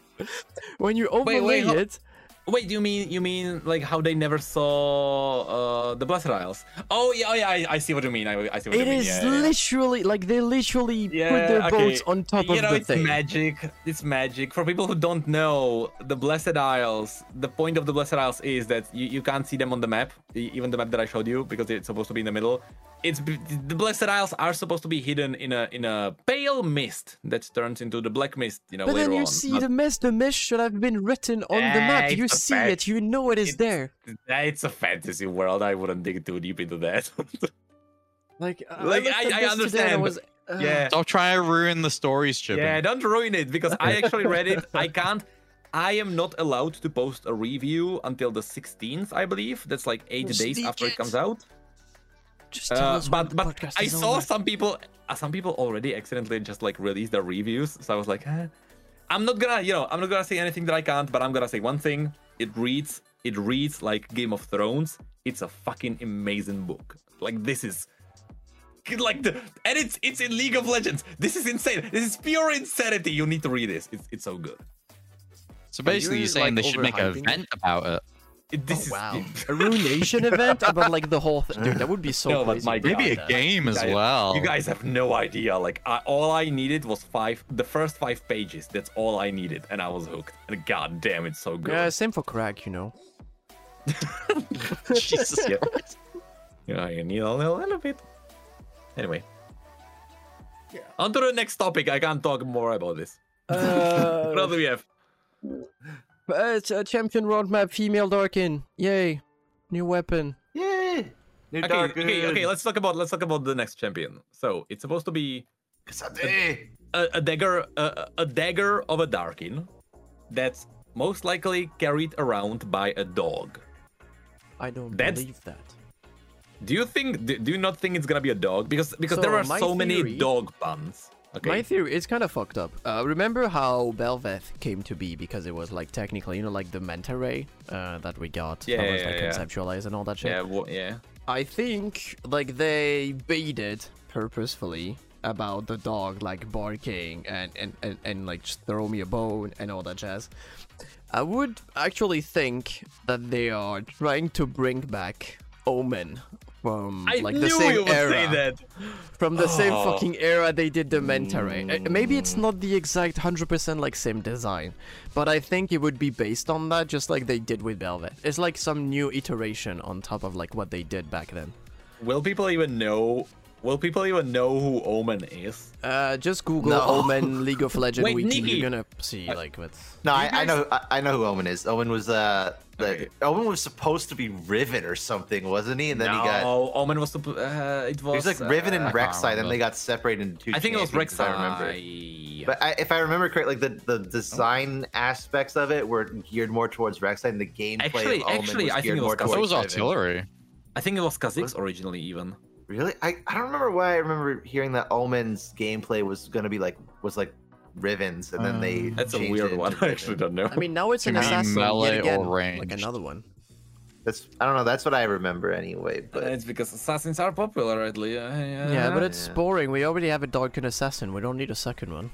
B: when you overlay
A: Wait, wait, ho-
B: it
A: Wait, you mean you mean like how they never saw uh, the Blessed Isles? Oh yeah, oh yeah, I, I see what you mean. I, I see what
B: it
A: you mean.
B: is
A: yeah, yeah, yeah.
B: literally like they literally put
A: Yeah,
B: their
A: okay.
B: boats on top
A: you
B: of
A: know,
B: the
A: it's
B: thing
A: magic. It's magic. For people who don't know, the Blessed Isles. The point of the Blessed Isles is that you, you can't see them on the map, e- even the map that I showed you, because it's supposed to be in the middle. It's b- the Blessed Isles are supposed to be hidden in a in a pale mist that turns into the black mist. You know,
B: But
A: later
B: then you
A: on.
B: see
A: Not-
B: the mess. The mess should have been written on the map.
A: Yeah,
B: You
A: it's a
B: see
A: fact.
B: it. You know it is
A: It's-
B: there.
A: It's a fantasy world. I wouldn't dig too deep into that. [LAUGHS]
B: Like, I-
A: Like,
B: looked
A: I- I
B: at this today and
A: understand,
B: was, uh,
E: [LAUGHS]
A: yeah.
E: Stop trying to ruin the stories, Chip.
A: Yeah, don't ruin it because I
B: [LAUGHS]
A: actually read it. I can't. I am not allowed to post a review until the 16th, I believe. That's like eight days after it comes out.
B: Just tell
A: Uh,
B: us when
A: but
B: the
A: but
B: podcast
A: I
B: is
A: saw
B: over.
A: some people, uh, some people already accidentally just like released their reviews. So I was like, huh? I'm not gonna, you know, I'm not gonna say anything that I can't. But I'm gonna say one thing. It reads, it reads like Game of Thrones. It's a fucking amazing book. Like this is like the and it's it's in League of Legends. This is insane. This is pure insanity. You need to read this. It's it's so good.
E: So basically,
B: you,
E: you're saying
B: like,
E: they should make an
B: overhyping it?
E: event about it.
A: It- This [LAUGHS]
B: Oh, wow.
A: is
B: a ruination event about like the whole thing. Dude, that would be so
A: No, but
B: crazy.
A: my
B: if we
A: God,
E: Maybe
B: got
E: a
B: that.
E: game as
A: guys-
E: well.
A: You
E: [LAUGHS]
A: guys have no idea. Like I, all I needed was five, the first five pages. That's all I needed, and I was hooked. And god damn, it's so good.
B: Yeah, same for crack, you know. [LAUGHS]
E: Jesus.
A: You know, you need a little, little bit. Anyway. On to the next topic. I can't talk more about this. [LAUGHS] What
B: Uh,
A: else do we have?
B: uh, it's a champion roadmap, female Darkin. Yay. New weapon.
D: Yeah. New
A: Okay, okay, okay. Let's talk about let's talk about the next champion. So it's supposed to be a, a dagger, a, a dagger of a darkin, that's most likely carried around by a dog.
B: I don't
A: That's-
B: believe that.
A: Do you think? Do, do you not think it's gonna be a dog? Because because
B: So,
A: there are
B: my
A: so many
B: theory-
A: dog puns. Okay.
B: My theory is kind of fucked up. Uh, remember how Belveth came to be because it was like technically, you know, like the manta ray uh, that we got
A: Yeah,
B: that was
A: yeah,
B: like
A: yeah.
B: conceptualized and all that shit.
A: yeah. wha- yeah.
B: I think like they baited purposefully about the dog like barking and and, and, and like just throw me a bone and all that jazz. I would actually think that they are trying to bring back Omen from
A: I
B: like
A: knew
B: the same
A: you would
B: era
A: say that.
B: from the same
A: Oh.
B: fucking era they did the Mentare. Uh, Maybe it's not the exact 100% like same design, but I think it would be based on that, just like they did with Velvet. It's like some new iteration on top of like what they did back then.
A: Will people even know? Will people even know who Omen is?
B: Uh, just Google Omen League [LAUGHS] of Legends
A: Wait,
B: wiki.
A: Nikki.
B: You're gonna see like what's.
D: No, I, I know. I, I know who Owen is. Owen was uh, the,
A: Okay.
D: Owen was supposed to be Riven or something, wasn't he? And then
A: no,
D: he got.
A: Omen was. supp- Uh, it
D: He
A: was.
D: was like Riven
A: uh,
D: and
E: can't
D: Rek'Sai, then
E: remember.
D: they got separated into two.
A: I think it was
D: champions,
A: Rek'Sai.
D: if I remember. But I, if I remember correctly, like the, the design aspects of it were geared more towards Rek'Sai, and the gameplay
A: Actually-
D: of Omen
A: actually,
D: was
A: I think
D: geared
A: it was
D: more
A: Kazoo.
E: That
D: towards
E: was
D: Riven.
E: artillery.
A: I think it was Kha'Zix originally, even.
D: Really? I, I don't remember why I remember hearing that Omen's gameplay was gonna be like was like Riven's, and then they
A: That's a
D: changed
A: weird
D: it
A: one. [LAUGHS]
D: into
A: I
D: Riven.
A: actually don't know.
B: I mean, now it's
E: You
B: an
E: mean
B: assassin yet
E: melee or
B: again, like
E: ranged?
B: another one.
D: That's I don't know. That's what I remember anyway. But
A: it's because assassins are popular, at least. Yeah,
B: Yeah, but
A: it's
B: it's
D: Ah, Yeah.
B: boring. We already have a Darken assassin. We don't need a second one.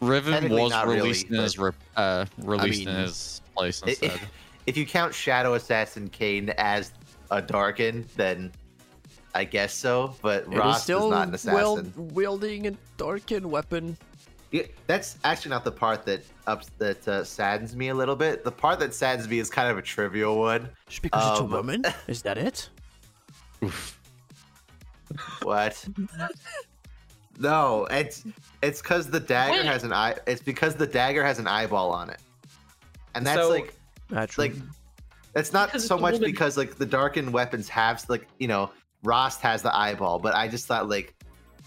E: Riven
D: Technically
E: was
D: not really,
E: released in his
D: but-
E: rep- uh, released in
B: mean-
E: his place
D: i-
E: instead.
D: if, [LAUGHS] if you count Shadow Assassin Kane as a Darken, then I guess so. But
B: It is
D: Ross
B: still
D: is not an assassin.
B: wield- wielding a Darken weapon.
D: Yeah, that's actually not the part that ups that uh, saddens me a little bit. The part that saddens me is kind of a trivial one.
B: Just because it's a
D: Um, [LAUGHS]
B: woman? Is that it? [LAUGHS]
D: What? no, it's it's because the dagger
C: Wait.
D: has an eye. It's because the dagger has an eyeball on it, and that's
A: So-
D: like like that's not
C: Because
D: so
C: it's a
D: much
C: woman.
D: because like the darkened weapons have like you know Rost has the eyeball, but I just thought like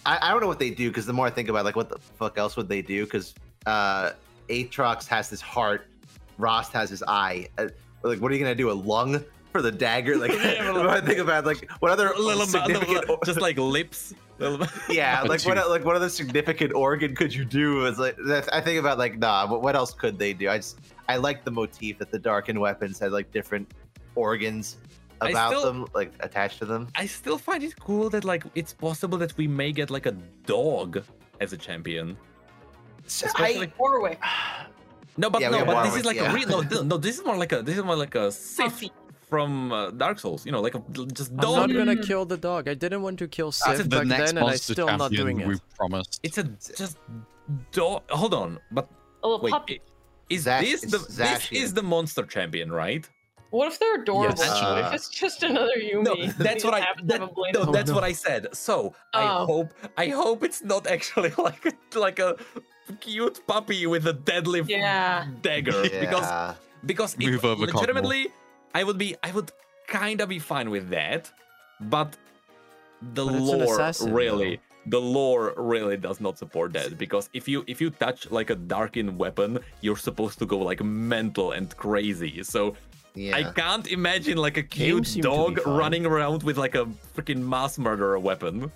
D: I, I don't know what they do because the more I think about it, like what the fuck else would they do because uh Aatrox has his heart, Rost has his eye. Uh, like what are you gonna do a lung for the
A: [LAUGHS]
D: dagger? Like
A: Yeah,
D: [LAUGHS] the more I think about it, like what other
A: a little
D: significant or-
A: [LAUGHS] just like lips. [LAUGHS] Little-
D: yeah,
E: Oh,
D: like what
E: jeez.
D: like what other significant organ could you do? It's like that's- I think about like nah, but what else could they do? I just I like the motif that the darkened weapons had like different organs
A: I
D: about
A: still-
D: them, like attached to them.
A: I still find it cool that like it's possible that we may get like a dog as a champion.
D: So
A: Especially-
D: I,
C: Warwick.
A: No, but
D: Yeah, we
A: no,
D: have
A: but this
D: Warwick,
A: is like a
D: yeah.
A: real. No, th- no, this is more like a. This is more like a Sith
K: Puffy.
A: from uh, Dark Souls. You know, like a just
B: I'm
A: dog.
B: not gonna kill the dog. I didn't want to kill
E: That's
B: Sif
E: the
B: back
E: next
B: then, and I'm
E: monster
B: still not
E: champion
B: doing it.
E: we promised.
A: It's a just dog. Hold on, but
K: Oh, a
A: wait,
K: puppy.
A: i- is
D: Zash-
A: this the
D: it's
A: this
D: Zashian.
A: is the monster champion, right?
C: What if they're adorable?
B: Yes.
D: Uh,
C: if it's just another Yumi,
A: No,
C: and
A: that's
C: we
A: what I.
C: have to
A: that-
C: have a blade
A: no,
B: Oh,
A: that's
B: no.
A: what I said. So I
C: Oh.
A: hope I hope it's not actually [LAUGHS] like a, like a cute puppy with a deadly f-
C: Yeah.
A: dagger [LAUGHS] because
D: Yeah.
A: because it-
E: Move over, Cosmo.
A: legitimately I would be I would kind of be fine with that, but the
B: But it's an
A: lore
B: assassin,
A: really the lore really does not support that because if you if you touch like a darkened weapon, you're supposed to go like mental and crazy. So
D: yeah.
A: I can't imagine like a
B: would
A: cute
B: seem to be
A: dog
B: fine.
A: running around with like a freaking mass murderer weapon.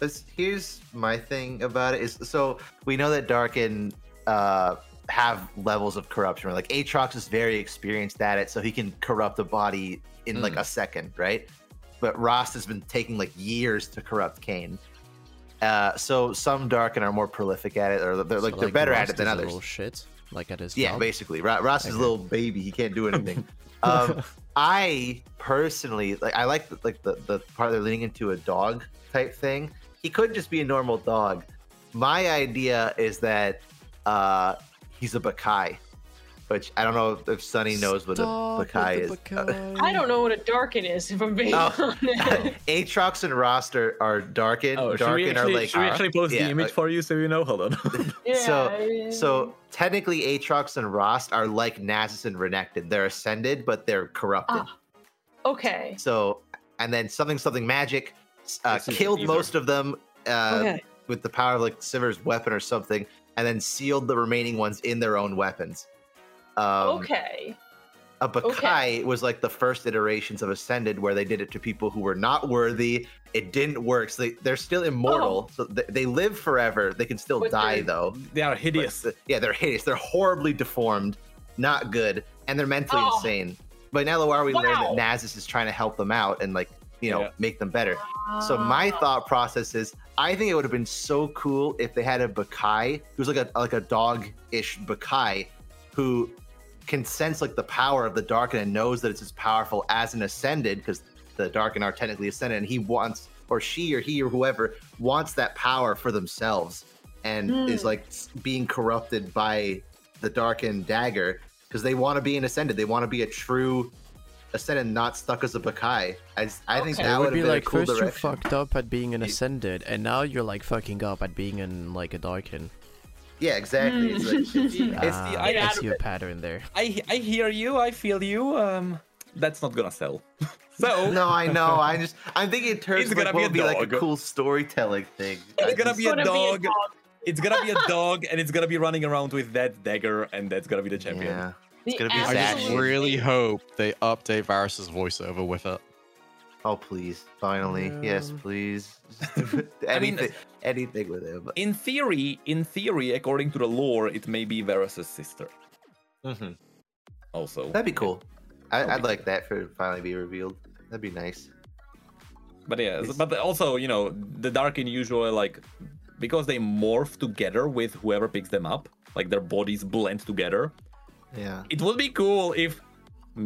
D: This- here's my thing about it is so we know that Darken uh, have levels of corruption. Like Aatrox is very experienced at it, so he can corrupt a body in
B: Hmm.
D: like a second, right? But Rost has been taking like years to corrupt Kane. Uh, so some Darken are more prolific at it, or they're like
B: So,
D: they're better at
B: Rust
D: it than
B: is a
D: others.
B: little Shit. like at his
D: Yeah,
B: job?
D: basically. Ro- Ross is a
B: Okay.
D: little baby. He can't do
A: [LAUGHS]
D: anything. um, I personally like. I like the, like the the part they're leaning into a dog type thing. He could just be a normal dog. My idea is that uh, he's a bakai, which I don't know if, if Sunny knows what a [LAUGHS]
B: Stop with
D: bakai
B: the
D: is.
B: Bakai.
C: I don't know what a darken is, if I'm being
D: Oh.
C: [LAUGHS] honest.
D: Atrox and Rost are, are darkened.
A: Oh, should we
D: darkened
A: actually,
D: are like
A: should we
B: "Ah,
A: actually post
D: yeah,
A: the image
D: like-
A: for you so you know? Hold on.
C: Yeah,
D: [LAUGHS] So-
C: I mean-
D: So technically, Atrox and Rost are like Nasus and Renekton. They're ascended, but they're corrupted.
C: Ah. okay.
D: So, and then something something magic uh,
A: This is
D: killed
A: either.
D: most of them uh,
C: okay.
D: with the power of like Sivir's weapon or something, and then sealed the remaining ones in their own weapons. Um,
C: okay.
D: A Bakai
C: okay.
D: was like the first iterations of Ascended, where they did it to people who were not worthy. It didn't work. So they, they're still immortal. So they, they live forever. They can still
C: Oh. But
D: die,
C: they're
D: though.
A: [LAUGHS] they are
D: But
A: hideous.
D: th- yeah, they're hideous. They're horribly deformed, not good, and they're mentally
C: Oh.
D: insane. But now Loire, we
C: Wow.
D: learned that Nazus is trying to help them out and like you know
A: Yeah.
D: make them better. So my
C: Oh.
D: thought process is, I think it would have been so cool if they had a Bakai who's like a like a dog-ish Bakai who can sense like the power of the Darken and knows that it's as powerful as an Ascended because the Darken are technically Ascended, and he wants or she or he or whoever wants that power for themselves and is
C: Hmm.
D: like s- being corrupted by the Darken dagger because they want to be an Ascended, they want to be a true. Ascended, not stuck as a Bakai. I, just- I think
C: Okay.
D: that
B: it
D: would
B: would be
D: have been
B: like
D: a cool
B: first you
D: direction.
B: fucked up at being an ascended, and now you're like fucking up at being in like a darken.
D: Yeah, exactly.
A: [LAUGHS]
D: It's like, it's- it's
B: Ah,
D: the
A: I-
B: I
A: out
B: see a pattern there.
A: I I hear you. I feel you. Um, that's not gonna sell. [LAUGHS] so
D: no, I know. I just I'm thinking in terms
A: It's
D: of like,
A: gonna
D: what
A: be a
D: would be like a
A: dog.
D: cool storytelling thing.
A: it's
D: I
A: gonna
D: just-
A: be a dog. It's gonna be a
B: [LAUGHS]
A: dog, and it's gonna be running around with that dagger, and that's gonna be the champion.
D: yeah.
C: It's
D: gonna be
E: I just
D: Exactly.
E: really hope they update Varus's voiceover with it.
D: Oh please, finally, yes,
B: Yeah.
A: [LAUGHS]
D: please. [LAUGHS] anything, anything with him.
A: In theory, in theory, according to the lore, it may be Varus' sister.
D: Mhm.
A: Also,
D: That'd be cool. I,
A: Mm-hmm. That'd
D: I'd
A: be
D: like that for it to finally be revealed. That'd be nice.
A: But yeah,
D: It's-
A: but also you know the Darken usually like because they morph together with whoever picks them up, like their bodies blend together.
D: Yeah.
A: It would be cool if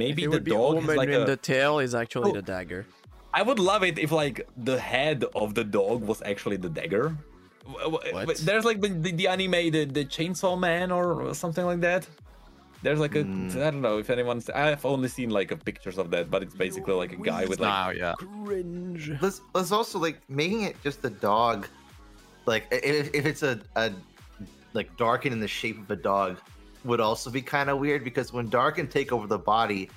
A: maybe
B: it
A: the
B: would be
A: dog
B: woman
A: is like
B: in
A: a-
B: the tail is actually
A: Oh.
B: the dagger.
A: I would love it if like the head of the dog was actually the dagger. W- w-
B: What?
A: but There's like the, the, the anime the, the Chainsaw Man or something like that. There's like a I don't know if anyone's I've only seen like a pictures of that, but it's basically like a guy with
E: It's not
A: like
E: out yet.
B: Cringe.
D: Let's let's also like making it just a dog. Like i- if, if it's a, a like Darken in the shape of a dog would also be kind of weird because when Darken take over the body,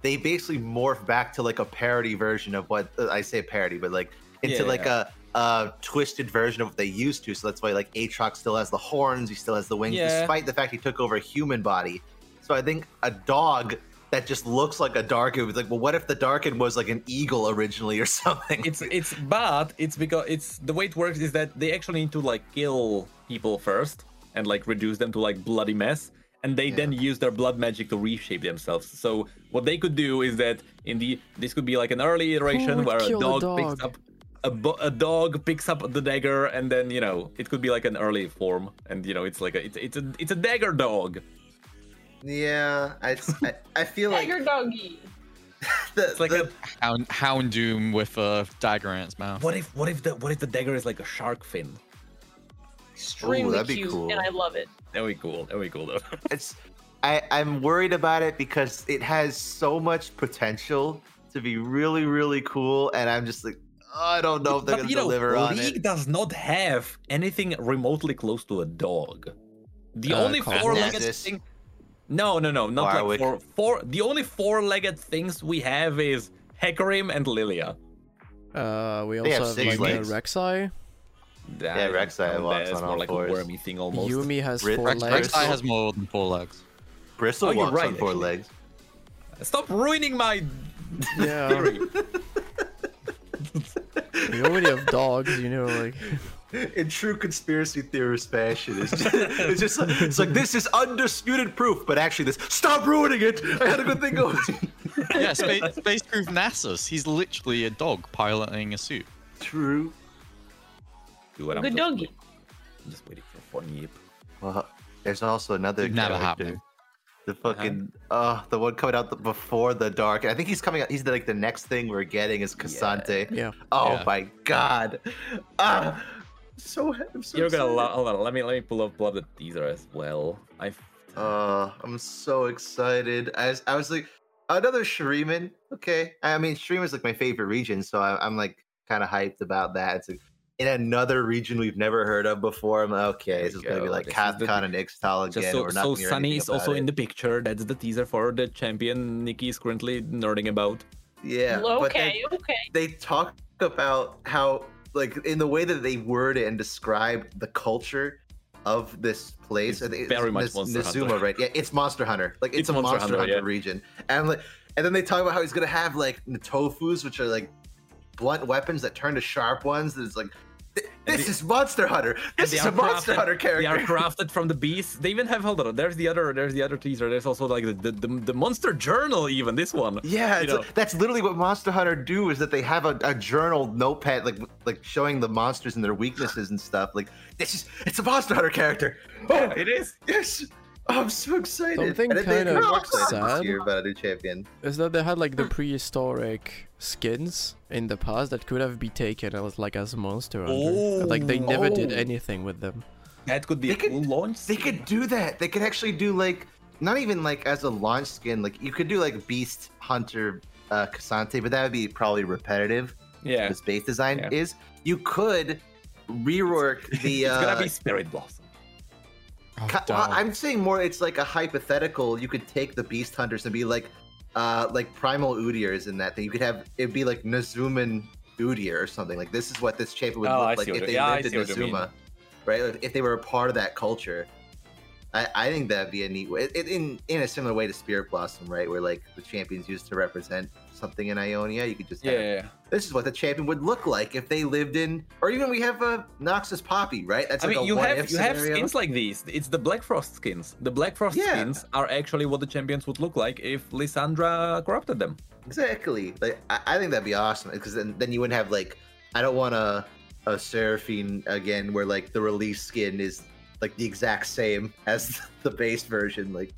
D: they basically morph back to like a parody version of what uh, I say parody, but like into
A: Yeah, yeah,
D: like a a twisted version of what they used to. So that's why like Aatrox still has the horns, he still has the wings,
A: Yeah.
D: despite the fact he took over a human body. So I think a dog that just looks like a Darken was like, well, what if the Darken was like an eagle originally or [LAUGHS] something?
A: it's it's bad. It's because it's the way it works is that they actually need to like kill people first and like reduce them to like bloody mess, and they then use their blood magic to reshape themselves. So what they could do is that in the this could be like an early iteration
B: would
A: where a
B: kill a
A: dog, picks
B: dog?
A: up. A, bo- a dog picks up the dagger and then you know it could be like an early form and you know it's like a it's, it's a it's a dagger dog
F: Yeah, I, I, I feel like
C: Tiger doggy.
F: the,
A: it's like
F: the-
A: a
E: Hound, Hound Doom with a dagger in its mouth.
A: what if what if the what if the dagger is like a shark fin
C: Extremely
D: that'd be
C: cute,
D: cool.
C: and I love it.
A: that would be cool that would be cool though
D: it's I, I'm worried about it because it has so much potential to be really, really cool, and I'm just like, oh, I don't know if they're
A: But,
D: gonna
A: you know,
D: deliver on
A: League
D: it.
A: does not have anything remotely close to a dog. The
B: Uh,
A: only
B: Call of
A: four-legged
D: Nazis.
A: thing. No, no, no, not
D: Warwick.
A: like four, four. The only four-legged things we have is Hecarim and Lilia.
B: Uh, we
D: They have
B: also have,
D: six
B: like
D: legs.
B: the Rek'Sai.
A: Yeah,
D: Rek'Sai walks on
A: more
D: all
A: like
D: fours.
A: a wormy thing almost.
B: Yumi has
D: Ri-
B: four
D: Rex-
B: legs.
E: Rek'Sai has more than four legs.
D: Bristle
A: Oh, you're
D: walks
A: right,
D: on four
A: actually.
D: legs.
A: Stop ruining my
B: yeah,
A: theory.
B: we already have dogs. You know, like
D: In true conspiracy theorist fashion, it's just, it's just like, it's like this is undisputed proof, but actually, this stop ruining it. I had a good thing going.
E: yeah, Space, Space Crew from Nasus. He's literally a dog piloting a suit.
D: [LAUGHS] true.
A: Dude, I'm just
C: Good doggy.
A: waiting- I'm just waiting for Fornip.
D: Well, There's also another
E: Never
D: character.
E: happening. Uh-huh.
D: The fucking uh the one coming out the, before the dark. I think he's coming out. He's the, like the next thing we're getting is Cassante.
B: Yeah.
D: Oh
E: Yeah.
D: my god! Ah,
F: So, ha- I'm so
A: You're gonna
F: excited.
A: love. Hold on, let me let me pull up pull up the teaser as well. I
D: uh,
F: I'm so excited. I was, I was like, another Shreeman.
D: okay. I mean, Stream is like my favorite region, so I, I'm like kind of hyped about that. It's like in another region we've never heard of before. I'm like, okay.
A: There
D: This
A: we
D: is gonna be
A: go.
D: like
A: This is the-
D: Kathkan and Ixtal again.
A: just
D: or
A: so, so
D: not gonna hear anything
A: Sunny is also
D: about
A: in
D: it.
A: the picture. That's the teaser for the champion. Nikki is currently nerding about.
D: yeah. but then-
K: okay, okay.
D: they talk about how like in the way that they word it and describe the culture of this place
A: It's
D: I think
A: very much
D: Niz-
A: Monster
D: Nizuma,
A: Hunter.
D: right yeah it's monster hunter like
A: It's
D: it's, a
A: Monster Hunter,
D: monster, hunter,
A: yeah.
D: region and like and then they talk about how he's gonna have like the tofus which are like blunt weapons that turn to sharp ones that is like th-
A: And
D: this
A: the-
D: is monster hunter this
A: they
D: is
A: are
D: a monster
A: crafted-
D: hunter
A: They are
D: character [LAUGHS]
A: crafted from the beast. They even have hold on. There's the other. There's the other teaser. There's also like the the, the, the monster journal. Even this one.
D: yeah,
A: you
D: it's
A: know.
D: like- that's literally what Monster Hunter do is that they have a, a journal notepad like like showing the monsters and their weaknesses and stuff. Like this is it's a Monster Hunter character. Oh,
A: It is.
D: Yes, Oh, I'm so excited.
B: Something
D: I didn't think
B: kind
D: I'd
B: of
D: be more excited
B: sad.
D: this year about a new champion.
B: Is that they had like the prehistoric skins in the past that could have been taken as like as monster hunter. like they never did
A: Oh.
B: anything with them.
A: That could be
D: They
A: a
D: could-
A: cool launch.
D: They could do that. They could actually do like not even like as a launch skin. Like you could do like Beast Hunter uh, Cassante, but that would be probably repetitive.
A: yeah.
D: As base design
A: Yeah.
D: is, you could rework the.
A: [LAUGHS] It's
D: uh,
A: gonna be Spirit Blossom.
E: Oh,
D: Ca- well, I'm saying more. It's like a hypothetical. You could take the beast hunters and be like, uh, like primal Udyrs in that thing. You could have it'd be like Nazuman Udyr or something. Like this is what this champion would
A: Oh, I
D: look
A: see
D: like
A: what
D: if
A: you-
D: they
A: yeah, I
D: lived in
A: see what you mean.
D: Nazuma, right? Like, if they were a part of that culture. I, I think that'd be a neat way. It, in in a similar way to Spirit Blossom, right? Where like the champions used to represent something in Ionia, you could just
A: Yeah.
D: have
A: yeah, yeah.
D: this is what the champion would look like if they lived in, or even we have a Noxus Poppy, right? That's
A: I
D: like
A: mean,
D: a
A: you
D: what
A: have
D: if
A: you
D: scenario.
A: have skins like these. It's the Black Frost skins. The Black Frost
D: Yeah.
A: skins are actually what the champions would look like if Lysandra corrupted them.
D: Exactly. Like I, I think that'd be awesome because then, then you wouldn't have like I don't want a a Seraphine again where like the release skin is like the exact same as [LAUGHS] the base version. Like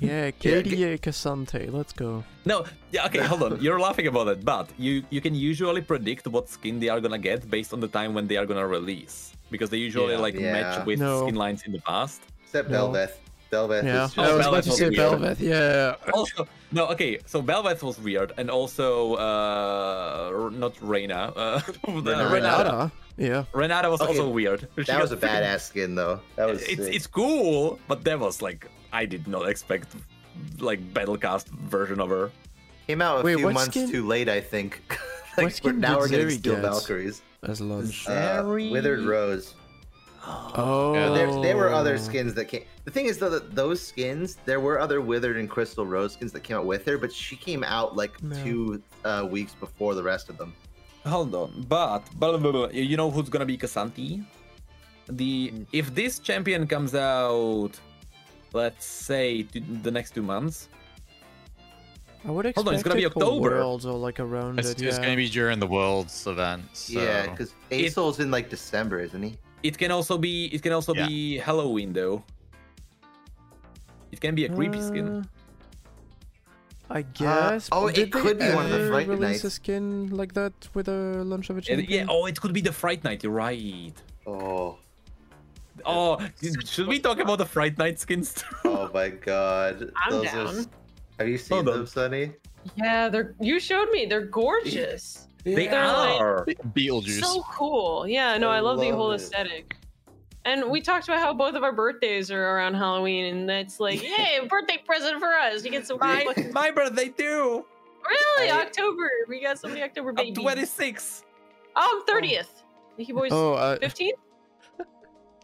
B: Yeah, KDA Cassante, let's go.
A: No, yeah, okay, hold on. You're laughing about it, but you you can usually predict what skin they are gonna get based on the time when they are gonna release because they usually
E: Yeah.
A: like
D: Yeah.
A: match with
B: No.
A: skin lines in the past.
D: except
B: No.
D: Belveth. Belveth
B: Yeah,
D: is just
A: Oh,
B: I was about
A: Belveth
B: to
A: was
B: say
A: weird.
B: Velvet. Yeah,
A: Also, no, okay. So Belveth was weird, and also uh, r- not Reina. Uh, [LAUGHS]
D: Renata.
A: Renata.
B: Renata. Yeah,
A: Renata was
D: Okay,
A: also weird. She
D: that
A: got
D: was a
A: freaking-
D: badass skin though. That was uh,
A: it's
D: sick.
A: it's cool, but that was like I did not expect like battlecast version of her.
D: came out a
B: Wait,
D: few
B: what
D: months
B: skin-
D: too late, I think. [LAUGHS]
B: what
D: like we're,
B: skin
D: now
B: did
D: we're getting
B: Zeri
D: Steel
B: get?
D: Valkyries.
B: as lunch.
D: Uh, Withered Rose.
B: Oh,
E: Yeah,
D: There, there were other skins that came. The thing is, though, that those skins, there were other Withered and Crystal Rose skins that came out with her, but she came out like
B: No.
D: two uh, weeks before the rest of them.
A: Hold on, but blah, blah, blah, you know who's gonna be Kasanti? The
D: Mm.
A: if this champion comes out, let's say t- the next two months.
B: I would expect
A: Hold on, it's gonna be
B: it for
A: October.
B: Worlds or like around
E: It's,
B: it,
E: it's
B: yeah.
E: gonna be during the world's event. So.
D: Yeah, because
A: It-
D: Asol's in like December, isn't he?
A: It can also be it can also
E: Yeah.
A: be Halloween though. It can be a creepy skin.
B: Uh, I guess.
D: oh,
B: but
D: it
B: did they
D: could be one of the
B: ever
D: Fright
B: release a
D: Nights.
B: skin like that with a launch of a
A: And yeah.
B: champion?
A: Oh, it could be the Fright Night. You're right.
D: Oh,
A: Oh, should we talk about the Fright Night skins? too?
D: oh my God!
K: I'm
D: Those are
K: down.
D: s- have you seen
A: Hold on.
D: them, Sonny?
C: Yeah, they're you showed me. They're gorgeous.
A: They
C: They're like-
A: are.
E: Beetlejuice.
C: So cool. Yeah, no,
D: I
C: I love, the
D: love
C: whole
D: it.
C: aesthetic. And we talked about how both of our birthdays are around Halloween, and that's like, yay, a birthday present for us. You
D: [LAUGHS]
C: get some
A: My, my birthday too.
C: really
D: I-
C: October. We got so many October
A: I'm
C: babies.
A: 26.
C: Oh, I'm 30th. Mickey Boy's
B: Oh, uh,
C: 15th,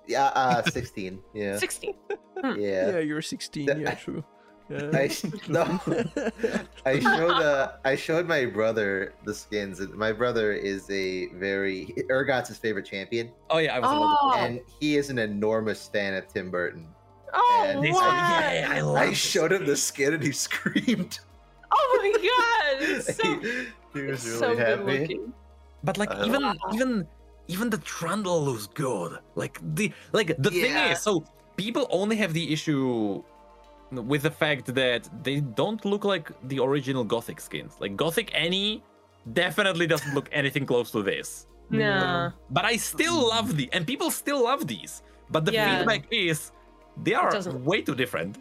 D: Yeah, uh, sixteen. Yeah,
C: 16th.
D: yeah.
B: yeah, you're 16.
D: The- [LAUGHS]
B: Yeah, true. Yeah.
D: I
B: [LAUGHS]
D: sh- no. I showed uh, I showed my brother the skins, and my brother is a very Urgot's his favorite champion,
A: Oh yeah, I was. about to-
C: Oh,
D: and he is an enormous fan of Tim Burton.
C: oh,
D: and
A: This one,
C: wow.
A: yeah, I love.
D: I
A: this
D: showed him
A: game.
D: the skin and he [LAUGHS] screamed.
C: oh
D: [LAUGHS]
C: my god. It's so,
D: he, he
C: it's
D: was really
C: so good
D: happy.
C: looking.
A: But like
D: Uh,
A: even even even the trundle looks good. Like the like the thing
D: Yeah.
A: is so people only have the issue with the fact that they don't look like the original Gothic skins. Like Gothic Any definitely doesn't [LAUGHS] look anything close to this.
C: Nah.
A: But I still love the and people still love these. But the
C: Yeah.
A: feedback is they are
C: doesn't-
A: way too different.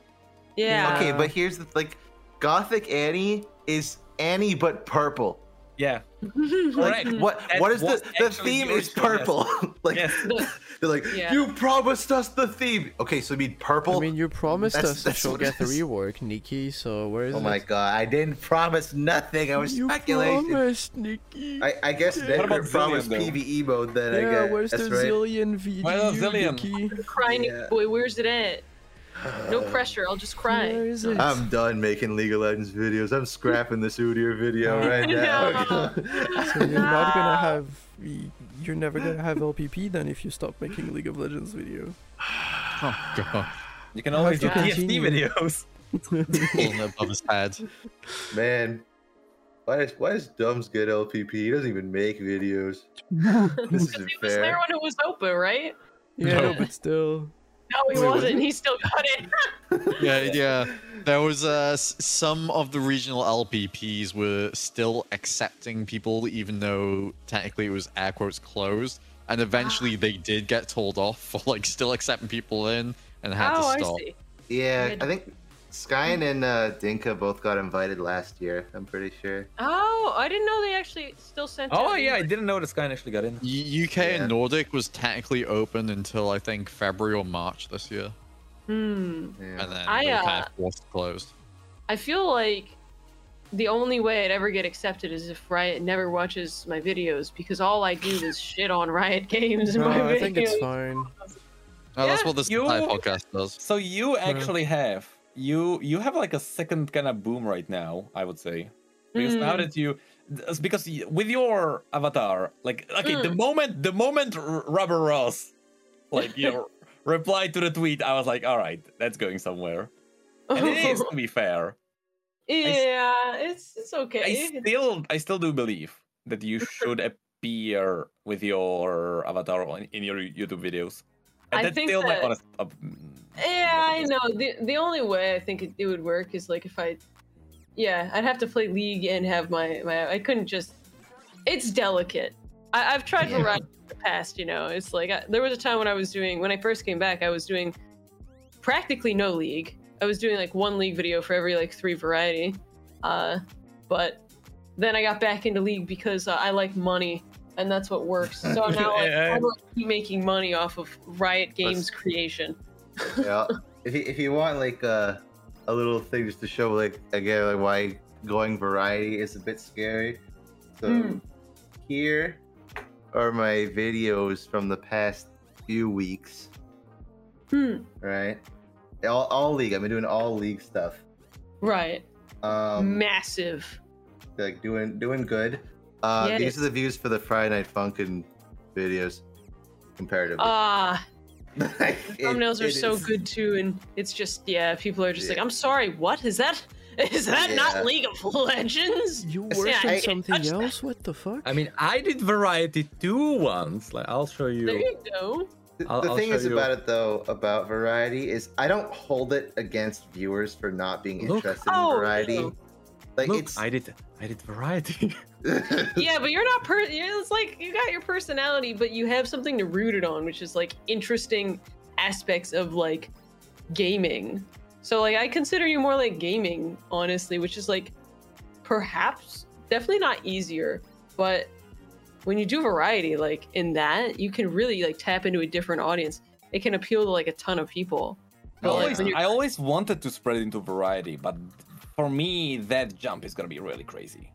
C: Yeah.
D: Okay, but
C: he-
D: here's the like, Gothic Annie is Annie but purple.
A: Yeah.
D: Like,
A: Correct.
D: What
A: That
D: what is
A: was
D: the the
A: actually
D: theme
A: the
D: is
A: original, yes.
D: purple. [LAUGHS] like
A: Yes.
D: they're like,
C: Yeah.
D: you promised us the theme. Okay, so you mean purple?
B: I mean, you promised
D: That's-
B: us that
D: that's
B: she'll
D: what it
B: get the
D: is.
B: rework, Nikki. So where is
D: oh
B: it?
D: my god, I didn't promise nothing. I was
B: you
D: speculating.
B: promised, Nikki.
F: I, I guess
B: What
F: Necker
A: about Zillion,
F: promised
A: though?
F: PVE E mode then, I
B: yeah,
F: guess.
B: where's
F: That's
B: the
F: right.
B: zillion VGU,
A: Where's the zillion?
B: Nikki?
C: [LAUGHS] crying
F: Yeah.
C: boy, where's it at? No
D: [SIGHS]
C: pressure, I'll just
B: Where
C: [LAUGHS] cry.
B: is it?
F: I'm done making League of Legends videos. I'm scrapping this Udyr
B: [LAUGHS]
F: video right now.
C: No.
B: so you're not gonna have. You're never gonna have LPP then if you stop making League of Legends video.
E: [LAUGHS] Oh god,
C: [LAUGHS]
A: You can always do
B: to
A: TFT
B: continue.
A: videos. [LAUGHS]
E: holding it above his head.
F: Man, why does why does Dumbs get LPP? He doesn't even make
B: [LAUGHS]
F: videos. this isn't
C: He was there
F: fair.
C: when it was open, right?
B: Yeah,
E: No.
B: but still.
C: No, he wasn't. He still got it.
E: Yeah, yeah. There was uh, s- some of the regional LPPs were still accepting people, even though technically it was air quotes closed. And eventually
C: Ah.
E: they did get told off for like still accepting people in and had
C: oh,
E: to
C: I
E: stop.
C: see.
D: Yeah,
C: Good.
D: I think
F: Skyen and uh, Dinka both got invited last year. I'm pretty sure.
C: Oh, I didn't know they actually still sent.
A: Oh
C: out
A: yeah, I
C: emails.
A: didn't know this guy actually got in.
E: U- UK
F: Yeah.
E: and Nordic was technically open until I think February or March this year,
C: Hmm.
F: Yeah.
E: and then
C: I,
E: they were kind
C: uh,
E: of forced closed.
C: I feel like the only way I'd ever get accepted is if Riot never watches my videos because all I do is shit on Riot [LAUGHS] games in
B: No,
C: my videos.
B: I think it's fine.
E: Oh, that's
C: yeah,
E: what this
A: you-
E: entire podcast does.
A: So you actually have you you have like a second kind of boom right now, I would say. Because now
C: Mm.
A: that you that's because y- with your avatar, like okay,
C: Hmm.
A: the moment the moment R- Rubber Ross like you
C: [LAUGHS]
A: know, replied to the tweet, I was like, all right, that's going somewhere. And it
C: [LAUGHS]
A: is to be fair.
C: yeah, it's it's okay.
A: I still I still do believe that you should appear with your avatar on, in your YouTube videos. And
C: I
A: that's
C: think
A: still my
C: that-
A: honest op- mm,
C: Yeah, I know. The the only way I think it, it would work is like if I Yeah, I'd have to play League and have my, my I couldn't just it's delicate. I, I've tried
E: Yeah.
C: variety in the past, you know. It's like I, there was a time when I was doing when I first came back, I was doing practically no league. I was doing like one league video for every like three variety. Uh but then I got back into league because uh, I like money and that's what works. So now like,
A: Yeah.
C: I'm like, keep making money off of Riot Games creation.
F: yeah. If you, if you want like uh, a little thing just to show like again like why going variety is a bit scary. So
C: Hmm.
F: here are my videos from the past few weeks.
C: Hmm.
F: Right. All, all league. I've been doing all league stuff.
C: Right.
F: Um,
C: Massive.
F: like doing doing good. Uh,
C: Yes.
F: These are the views for the Friday Night Funkin' videos, comparatively.
C: Ah,
F: [LAUGHS] It-
C: thumbnails are
F: it
C: so
F: is- [LAUGHS]
C: good too, and it's just yeah, people are just like,
F: Yeah.
C: I'm sorry, what is that? [LAUGHS] Is that
F: Yeah.
K: Not League of Legends.
C: [LAUGHS]
B: You
F: It's-
B: worked
C: yeah,
B: on
C: I-
B: something
C: I-
B: else? What the fuck?
A: I mean, I did variety two once. Like, I'll show
C: There
A: you.
C: you go.
F: The,
A: I'll-
F: the
A: I'll
F: thing
A: show
F: is
A: you.
F: about it though, about variety is I don't hold it against viewers for not being
A: Look.
F: interested
C: Oh,
F: in variety.
C: no.
F: Like
A: Look,
F: it's
A: I did. I did variety. [LAUGHS]
C: Yeah, but you're not per. you're- It's like you got your personality, but you have something to root it on, which is like interesting aspects of like gaming. So like I consider you more like gaming, honestly, which is like perhaps definitely not easier, but when you do variety like in that, you can really like tap into a different audience. It can appeal to like a ton of people.
A: I
C: But, like,
A: always,
C: when you're-
A: I always wanted to spread into variety, but for me, that jump is gonna be really crazy.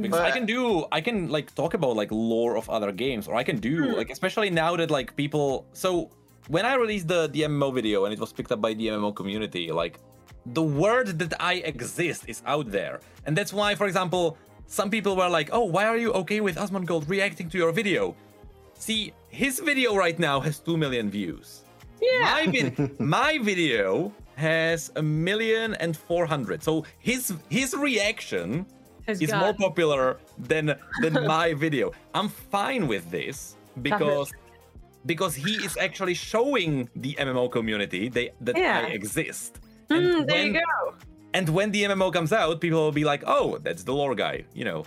A: Because I
F: But-
A: can do, I can like talk about like lore of other games, or I can do like, especially now that like people. So when I released the the MMO video and it was picked up by the MMO community, like the word that I exist is out there, and that's why, for example, some people were like, "Oh, why are you okay with Asmongold reacting to your video?" See, his video right now has two million views.
C: yeah,
A: My, vid- my video has a million and four hundred. So his his reaction
C: has
A: is more
C: [LAUGHS]
A: popular than than my video. I'm fine with this because because he is actually showing the MMO community they, that I
C: Yeah.
A: exist.
C: Mm, there
A: when,
C: you go.
A: and when the MMO comes out, people will be like, "Oh, that's the lore guy," you know.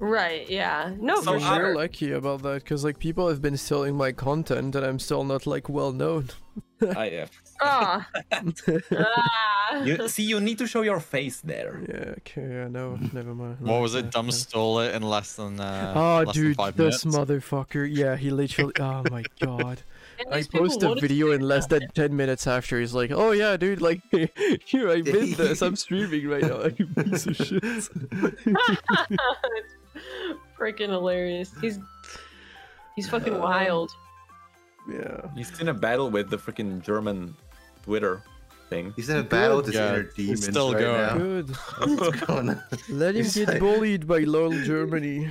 C: Right. Yeah. No,
A: So
C: for
B: I'm
A: I-
C: sure.
A: [LAUGHS]
B: real lucky about that because like people have been stealing my content and I'm still not like well known. [LAUGHS]
A: I,
C: Ah.
A: uh,
C: Ah. [LAUGHS]
A: you, see, you need to show your face there.
B: Yeah, okay, I [LAUGHS] know. Never mind.
E: What was it? Dumb
B: Dumbs.
E: stole it in less than. Uh,
B: Oh,
E: less
B: dude,
E: than five
B: this
E: minutes.
B: motherfucker. Yeah, he literally. Oh my [LAUGHS] god.
C: And
B: I
C: these people
B: post a
C: wanted to
B: video
C: do
B: in less than 10 minutes after. He's like, oh yeah, dude, like, [LAUGHS] here,
A: [LAUGHS]
B: I made this. I'm streaming right now. [LAUGHS] You piece of shit.
C: Freaking hilarious. He's he's fucking wild.
B: Yeah.
A: He's in a battle with the freaking German Twitter thing.
D: He's in a battle with his
E: Yeah,
D: inner
E: it's
D: demons
E: still
D: right
E: going.
F: [LAUGHS]
D: now.
B: Good.
D: What's going on?
B: Let him
D: He's
B: get
D: Uh, like-
B: bullied by LOL Germany.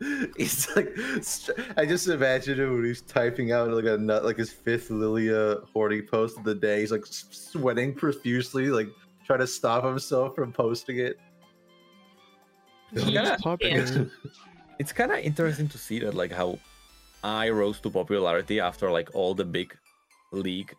E: [LAUGHS]
F: He's like, st- I just imagine him when he's typing out like a nut, like his fifth Lilia hoarding post of the day. He's like s- sweating profusely, like trying to stop himself from posting it.
A: Yeah.
B: It's popular.
A: It's kind of interesting to see that, like, how I rose to popularity after like all the big league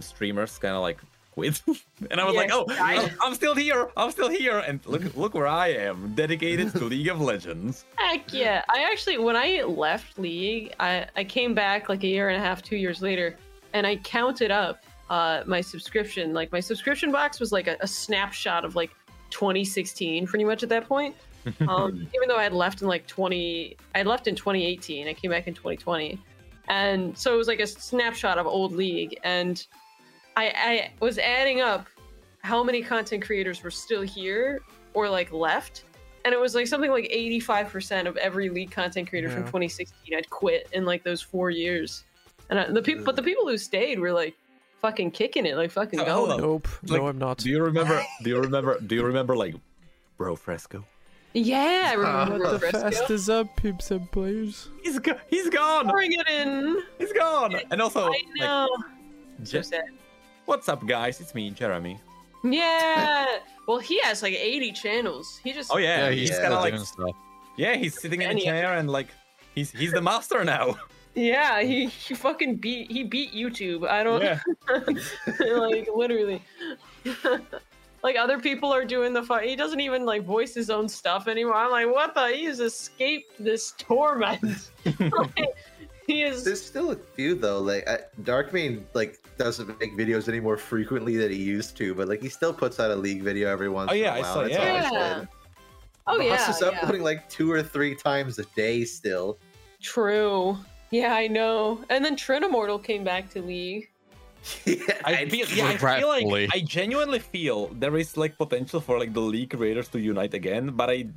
A: streamers kind of like quit, [LAUGHS] and I was
C: Yeah,
A: like, "Oh,
C: I-
A: I'm, I'm still here! I'm still here!" And
C: [LAUGHS]
A: look, look where I am, dedicated to League of Legends.
C: Heck yeah. I actually when I left League, I, I came back like a year and a half, two years later, and I counted up uh my subscription. Like my subscription box was like a, a snapshot of like 2016 pretty much at that point. Um, even though I had left in like 20, I had left in 2018. I came back in 2020, and so it was like a snapshot of old league. And I, I was adding up how many content creators were still here or like left, and it was like something like 85% of every league content creator from
B: Yeah.
C: 2016 had quit in like those four years. And I, the people, but the people who stayed were like fucking kicking it, like fucking
A: Oh,
C: going.
A: hold on.
B: Nope.
A: Like,
B: No, I'm not.
A: Do you remember? Do you remember? Do you remember like, bro, Fresco?
C: Yeah, I remember
B: What the
C: Fresco.
B: fast is up, pimps and players.
A: He's go- he's gone.
C: Bring it in.
A: He's gone. And also,
C: I
A: Oh, like,
C: know.
A: Je-
C: sad.
A: what's up, guys? It's me, Jeremy.
C: Yeah. Well, he has like 80 channels. He just.
A: Oh yeah,
E: Yeah,
A: he's
E: he's
F: yeah.
A: kind
E: still
A: of like
E: doing stuff.
A: yeah, he's sitting in a
C: Any of
A: chair and like he's he's the master now.
C: Yeah, he, he fucking beat he beat YouTube. I don't
A: yeah,
C: [LAUGHS] like literally. [LAUGHS] like other people are doing the fu- he doesn't even like voice his own stuff anymore. I'm like, what the? He has escaped this torment. [LAUGHS] Like, he is.
F: There's still a few though. Like I, Darkmane, like doesn't make videos any more frequently than he used to, but like he still puts out a league video every once.
A: Oh, yeah,
F: in
A: I
F: a while.
A: saw-
F: That's
A: yeah.
F: all I
C: Yeah.
F: said.
C: oh
F: Boss
C: yeah,
F: is
C: yeah.
F: uploading like two or three times a day still. [LAUGHS]
C: True. Yeah, I know. And then Trinimortal came back to League.
A: I feel, yeah, I feel
E: Regretfully.
A: like I genuinely feel there is like potential for like the league creators to unite again, but I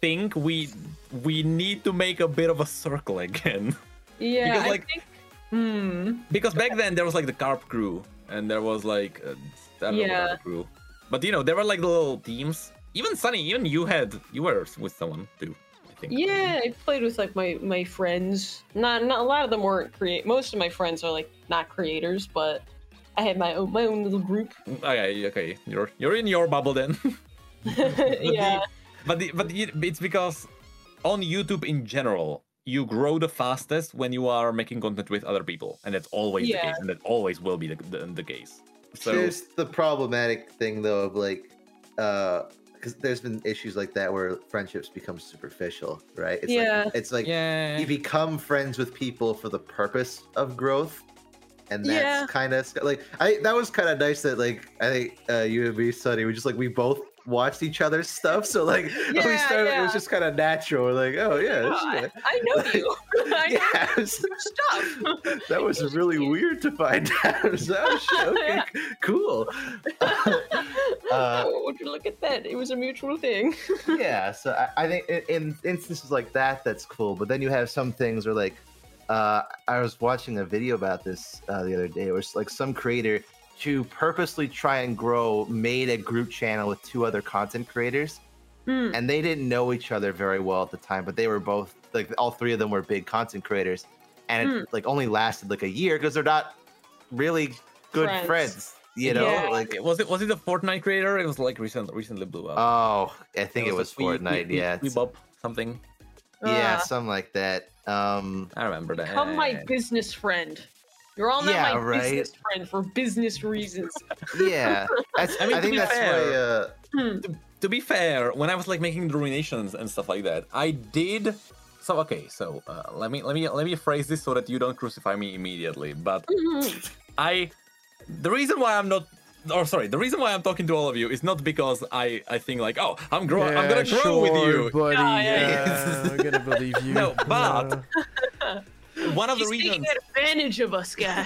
A: think we we need to make a bit of a circle [LAUGHS] again
C: Yeah,
A: Because,
C: I
A: like-
C: think. Hmm.
A: because back then there was like the carp crew and there was like uh, I don't know what
C: Yeah.
A: other crew, but you know there were like the little teams. Even Sunny, even you had you were with someone too. I think.
C: Yeah, I played with like my my friends. Not not a lot of them weren't create. Most of my friends are like not creators, but I had my own my own little group. [LAUGHS]
A: Mm, Okay, okay, you're you're in your bubble then. [LAUGHS] But the-
C: yeah,
A: but the, but the, it's because on YouTube in general, you grow the fastest when you are making content with other people, and that's always the
C: Yeah.
A: case, and that always will be the, the, the case. So
F: There's the problematic thing though of like, uh, because there's been issues like that where friendships become superficial, right? It's
C: Yeah.
F: Like, it's like
A: yeah,
F: you become friends with people for the purpose of growth, and that's
C: Yeah.
F: kind of like I that was kind of nice that like I think uh, you and me, Sonny, we just like we both watched each other's stuff, so like [LAUGHS] when we
C: Yeah,
F: started, it was
C: yeah.
F: just kind of natural. We're like, oh yeah, this is
C: God, I know you. [LAUGHS]
F: [LAUGHS]
C: I
F: yeah,
C: know
F: it was-
C: your stuff.
F: that was
C: [LAUGHS]
F: really weird to find [LAUGHS] out. It was, oh, shit, okay, c- cool. Uh,
C: [LAUGHS] oh, would you look at that? It was a mutual thing.
D: yeah, so I, I think in, in instances like that, that's cool. But then you have some things where, like, uh, I was watching a video about this uh, the other day, where like some creator to purposely try and grow made a group channel with two other content creators,
C: Hmm.
D: and they didn't know each other very well at the time, but they were both like all three of them were big content creators, and
C: Hmm.
D: it like only lasted like a year because they're not really good
C: Friends.
D: friends, you know,
C: Yeah.
D: like.
A: was it was it the Fortnite creator? It was like recent recently blew up.
D: Oh, Uh, I think it was,
A: like, we-
D: Fortnite.
A: we- we-
D: yeah,
A: we,
D: it's-
A: bop something.
D: yeah,
C: Ah.
D: something like that.
C: [LAUGHS]
D: Um,
A: I remember that.
C: Come Oh my business friend. You're all now
D: Yeah,
C: my
D: right.
C: business friend for business reasons.
D: yeah, that's,
A: I
D: I,
A: mean, to
D: think
A: be
D: that's
A: fair-
D: why. Uh,
A: to be fair, when I was like making the ruinations and stuff like that, I did. So okay, so uh, let me let me let me phrase this so that you don't crucify me immediately. But I, the reason why I'm not, or sorry, the reason why I'm talking to all of you is not because I I think like oh I'm growing I'm gonna grow with
B: sure,
A: you.
B: buddy.
C: Yeah,
B: Yeah,
C: yeah,
B: I'm gonna believe you.
A: [LAUGHS] No, but-
B: [LAUGHS] Uh,
A: One of the
K: He's
A: reasons
K: taking advantage of us, guy.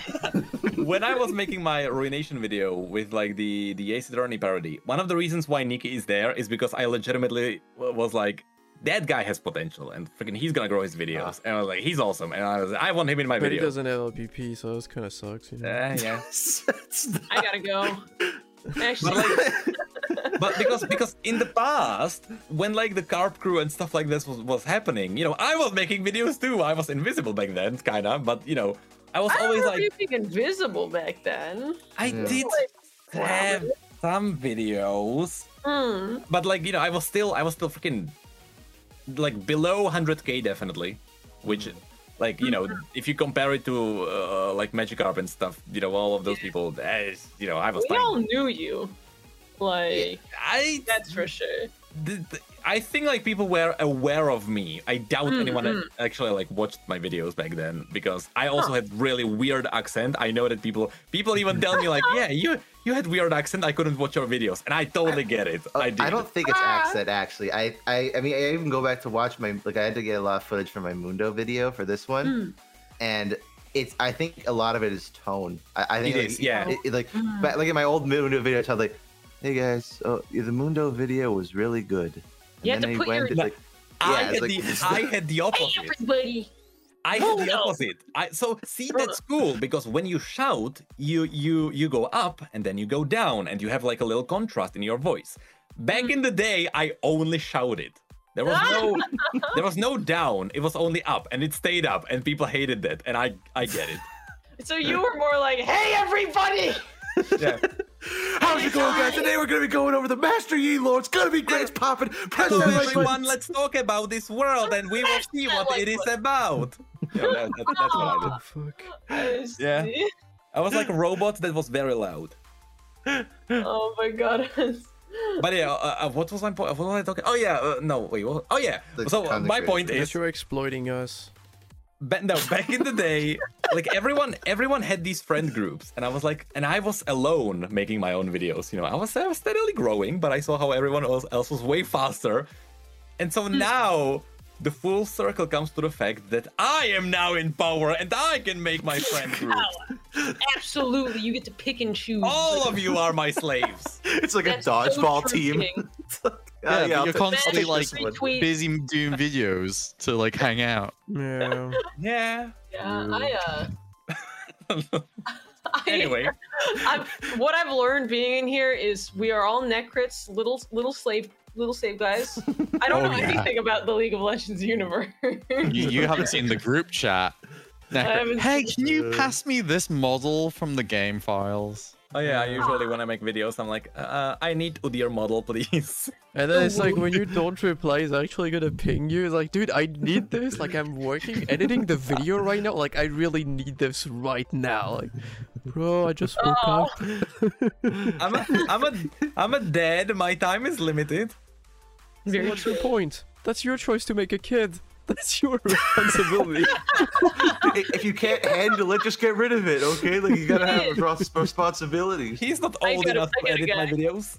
A: when I was making my ruination video with like the the Ace Attorney parody, one of the reasons why Nikki is there is because I legitimately w- was like, that guy has potential, and freaking he's gonna grow his videos, and I was like, he's awesome, and I was like, I want him in my
B: Ah. but he
A: video.
B: doesn't have LPP, so this kind of sucks. You know?
A: Uh, yeah,
C: I gotta go. Actually,
A: but because because in the past, when like the carp crew and stuff like this was, was happening, you know, I was making videos too. I was invisible back then, kind of, but you know, I was
C: I don't
A: always
C: remember you
A: like,
C: being invisible back then.
A: I
D: Yeah.
A: did have some videos,
C: Hmm.
A: but like you know i was still i was still freaking like below 100k definitely which
C: Mm.
A: like you
C: [LAUGHS]
A: know if you compare it to uh, like magic carp and stuff you know all of those people eh, you know i was
C: We
A: like
C: all knew you. Like,
A: i
C: that's for sure.
A: th- th- i think like people were aware of me i doubt anyone actually like watched my videos back then because i also had really weird accent i know that people people even tell me like yeah you you had weird accent i couldn't watch your videos and i totally get it
D: Uh,
A: i did
D: don't think it's
C: Ah.
D: accent actually. I, I I mean I even go back to watch my like I had to get a lot of footage from my Mundo video for this one,
C: Hmm.
D: and it's I think a lot of it is tone. I, I think
A: It
D: like,
A: is, yeah.
D: it- it, like
K: Mm.
D: but like in my old Mundo video, I told like, hey guys, oh, yeah, the Mundo video was really good. And
C: You had to
D: I
C: put your-
D: to, like,
A: I,
D: yeah,
A: had
D: it's like-
A: the, I had the
K: Hey,
A: opposite
K: everybody.
A: I had the opposite. I so see that's cool because when you shout, you you you go up and then you go down and you have like a little contrast in your voice. Back in the day, I only shouted. There was no there was no down. It was only up and it stayed up and people hated that and I I get it.
C: So you were more like, hey, everybody!
A: [LAUGHS]
C: [LAUGHS]
A: Yeah.
D: How's it going, guys? Today we're gonna be going over the Master Yi Lord. It's gonna be great. It's popping. Press
A: So
D: the like
A: everyone,
D: button.
A: let's talk about this world and we will see what it is about. Yeah, that- that- that's what I did.
B: The fuck?
A: Yeah. I was like a robot that was very loud.
C: Oh my god. [LAUGHS]
A: But yeah, uh, uh, what was my point? What was I talking? Oh yeah, uh, no, wait. What? Oh yeah.
D: The
A: so uh, my
D: conjugation.
A: point
B: That
A: is,
B: you're exploiting us.
A: ba- no, back in the day, like everyone, everyone had these friend groups, and I was like, and I was alone making my own videos. You know, I was, I was steadily growing, but I saw how everyone else, else was way faster, and so now. The full circle comes to the fact that I am now in power and I can make my friend group.
K: Absolutely, you get to pick and choose.
A: All of you are my slaves.
D: It's like
K: That's
D: a
K: so
D: dodgeball
K: true,
D: team.
K: King.
E: Yeah,
D: Uh,
E: but
D: I'll
E: you're
D: take-
E: constantly like
K: I'll take this one.
E: busy doing [LAUGHS] videos to like hang out.
B: Yeah.
A: Yeah.
C: Yeah,
A: [LAUGHS]
C: I,
K: [LAUGHS]
C: uh. I- [LAUGHS]
A: Anyway.
C: I've, what I've learned being in here is we are all necrits, little little slave little slave guys. I don't
E: Oh,
C: know
E: yeah.
C: anything about the League of Legends universe.
E: You, you haven't seen the group [LAUGHS] chat.
C: haven't
E: Hey, can you pass me this model from the game files?
A: Oh yeah. I
C: Ah.
A: Usually when I make videos, I'm like, uh, I need Udir model, please. [LAUGHS]
B: And then it's like when you don't reply, he's actually gonna ping you. It's like, dude, I need this. Like, I'm working, editing the video right now. Like, I really need this right now. Like, bro, I just woke up.
C: Oh.
A: I'm a, I'm a, I'm a dead. My time is limited.
C: Very
B: What's your point? That's your choice to make a kid. [LAUGHS] That's your
C: [LAUGHS]
B: responsibility.
D: if if you can't handle it, just get rid of it, okay? Like you gotta have res- responsibilities.
B: [LAUGHS]
A: He's not
C: I
A: old
C: gotta-
A: enough
C: I
A: to
C: gotta
A: edit my
C: go.
A: videos.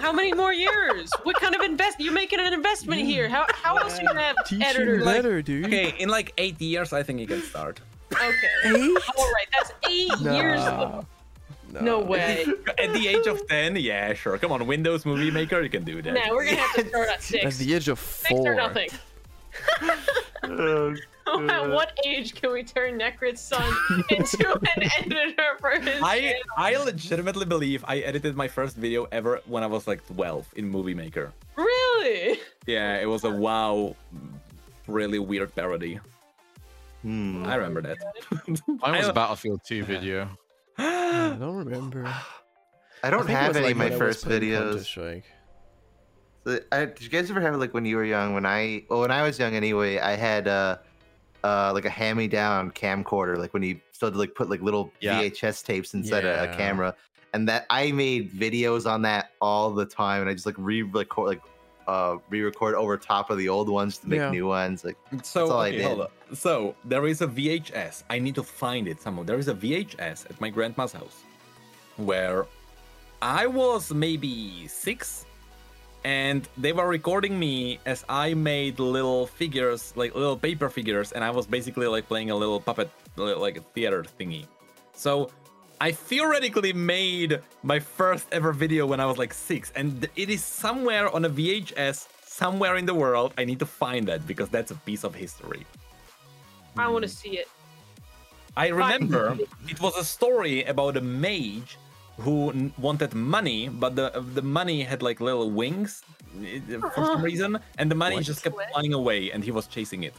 C: How many more years? What kind of invest? You're making an investment here. How, how else you gonna have
B: Teach
C: editor?
B: him
C: Like,
B: better, dude.
A: Okay, in like eight years, I think he can start.
C: okay, all right, that's eight years. Ago. No way.
A: At the age of ten, yeah, sure. Come on, Windows Movie Maker, you can do that.
C: Now we're gonna have to start at
B: At
C: six.
B: the age of
C: Six or
B: four.
C: nothing. [LAUGHS]
D: Uh,
C: At what age can we turn Necrit's son [LAUGHS] into an editor for his?
A: I I legitimately believe I edited my first video ever when I was like 12 in Movie Maker.
C: really?
A: Yeah, it was a wow, really weird parody.
D: hmm.
A: I remember that. [GASPS]
C: [GASPS]
E: Mine was
A: I-
E: a Battlefield 2 video.
B: I don't remember.
D: I don't have any of my first videos.
B: Strike.
D: the- Uh, I, did you guys ever have like when you were young? When I, well, when I was young anyway, I had uh, uh, like a hand-me-down camcorder, like when you started to like put like little
E: Yeah.
D: VHS tapes inside a,
B: Yeah.
D: a camera, and that I made videos on that all the time, and I just like re-record, like uh, re-record over top of the old ones to make
B: Yeah.
D: new ones. Like
A: [LAUGHS] So
D: That's all I
A: okay,
D: did.
A: hold up. So there is a VHS. I need to find it somehow. There is a VHS at my grandma's house, where I was maybe six, and they were recording me as I made little figures, like little paper figures, and I was basically like playing a little puppet, li- like a theater thingy. So I theoretically made my first ever video when I was like six, and th- it is somewhere on a VHS somewhere in the world. I need to find that because that's a piece of history.
C: I want to see it.
A: I remember
C: [LAUGHS]
A: it was a story about a mage who n- wanted money, but the the money had like little wings eh, for
C: [LAUGHS]
A: some reason, and the money just kept
C: What?
A: flying away, and he was chasing it.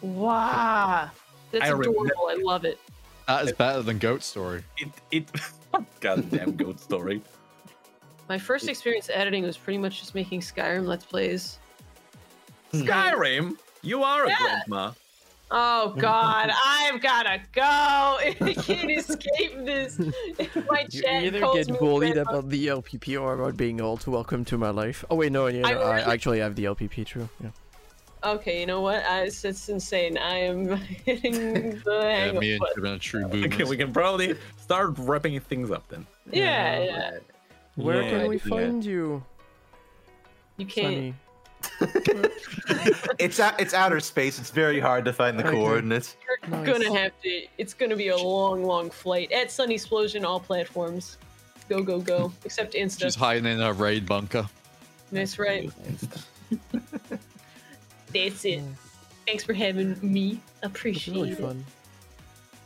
C: Wow. That's
A: I remember.
C: adorable. I love it.
E: That is better than Goat Story.
A: It it [LAUGHS] goddamn goat
C: [LAUGHS]
A: story.
C: My first experience editing was pretty much just making Skyrim Let's Plays.
A: Skyrim, you are a
K: Yeah.
A: grandma.
C: Oh God, I've gotta go. [LAUGHS] I can't escape this. [LAUGHS] My
B: You
C: chat
B: either
C: calls
B: get
C: me
B: bullied
C: grandma.
B: about the LPP or about being old. Welcome to my life. Oh wait, no, yeah,
C: I
B: no, I,
C: really-
B: actually have the LPP. True. Yeah.
C: Okay, you know what? I, it's, it's insane. I am [LAUGHS] hitting the
E: Yeah,
C: hang
E: me and
C: button.
E: should have been
A: [LAUGHS]
E: a true
A: Okay, we
E: boomer.
A: can probably start wrapping things up then.
C: Yeah, yeah.
B: Where
A: Yeah.
B: can we find you,
C: You can't.
B: Sunny?
D: it's out, it's outer space. It's very hard to find the
B: Okay.
D: coordinates.
C: You're
B: Nice.
C: gonna have to. It's gonna be a long, long flight. At Sun Explosion, all platforms. Go, go, go. Except Insta.
E: She's hiding in a raid bunker.
A: [LAUGHS]
C: That's right. [LAUGHS] That's it. Thanks for having me.
B: It's
C: Appreciate
B: really
C: it.
B: fun.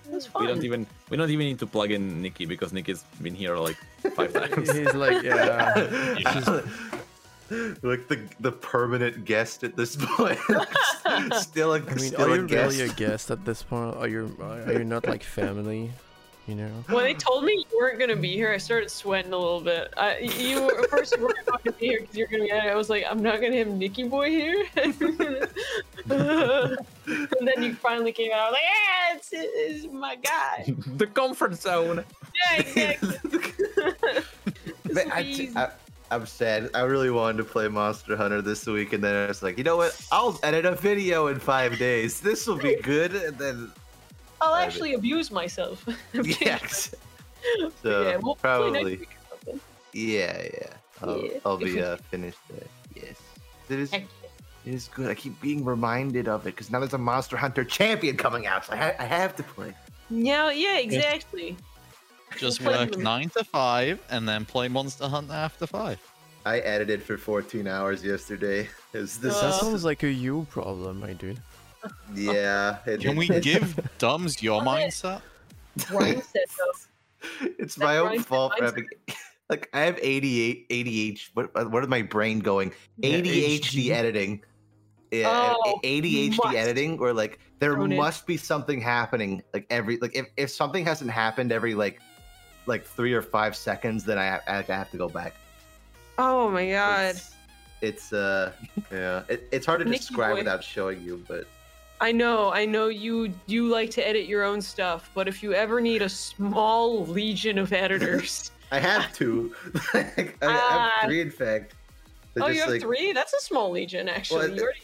C: It was
A: We
C: fun.
A: don't even we don't even need to plug in Nikki because Nikki's been here like [LAUGHS] five
C: [LAUGHS]
A: times.
B: He's like, yeah.
D: Like the the permanent guest at this [LAUGHS] point. still a,
B: I mean,
D: still
B: are
D: a
B: you
D: guest.
B: really a guest at this point? Are you are you not like family? You know.
C: When they told me you weren't gonna be here, I started sweating a little bit. I, you were, at first you weren't going to be here because you're gonna be. out. I was like, I'm not gonna have Nikki Boy here. [LAUGHS] and then you finally came out. I was like, yeah, it's, it's my guy.
A: the comfort zone.
C: Yeah,
D: [LAUGHS]
C: exactly.
D: Man, I, t- I, I'm sad. I really wanted to play Monster Hunter this week, and then I was like, you know what? I'll edit a video in five days. This will be good.
C: [LAUGHS]
D: And then,
C: I'll actually abuse myself. [LAUGHS]
D: yes. So
C: Yeah, we'll play next
D: uh, probably,
C: week or something.
D: yeah, yeah. I'll,
C: Yeah.
D: I'll
C: [LAUGHS]
D: be uh, finished there. Yes, it is.
C: Heck
D: It is good. I keep being reminded of it because now there's a Monster Hunter champion coming out, so I, ha- I have to play.
C: Yeah, yeah, exactly.
E: Just
C: Play
A: [LAUGHS]
E: work
C: them.
E: nine to five and then play Monster Hunter after five.
F: I edited for 14 hours yesterday. Is this?
B: That
C: Uh,
B: sounds like a you problem, my dude.
F: yeah. it-
E: Can [LAUGHS] we
F: it-
E: give Dumbs your mindset?
C: Rhyme set though.
D: It's
C: That
D: my own
C: grinds my
D: fault for
C: mindset.
D: having. [LAUGHS] Like I have 88 ADH. What what is my brain going?
B: Yeah,
D: ADHD editing. Yeah, uh,
C: Oh,
D: a- ADHD
C: must.
D: editing, or like there
C: Own it.
D: must be something happening. Like every like if, if something hasn't happened every like like three or five seconds, then I ha- I, I have to go back.
C: Oh my god.
D: It's, it's, uh yeah, it, it's hard to
C: Nikki
D: describe
C: boy.
D: without showing you, but
C: I know, I know you you like to edit your own stuff, but if you ever need a small legion of editors.
F: I have
D: [LAUGHS]
F: two. Like, I, I
C: Ah.
F: have three, in fact. [LAUGHS] They're
C: oh,
F: just
C: you have
F: like-
C: three? That's a small legion actually.
F: Well,
C: you already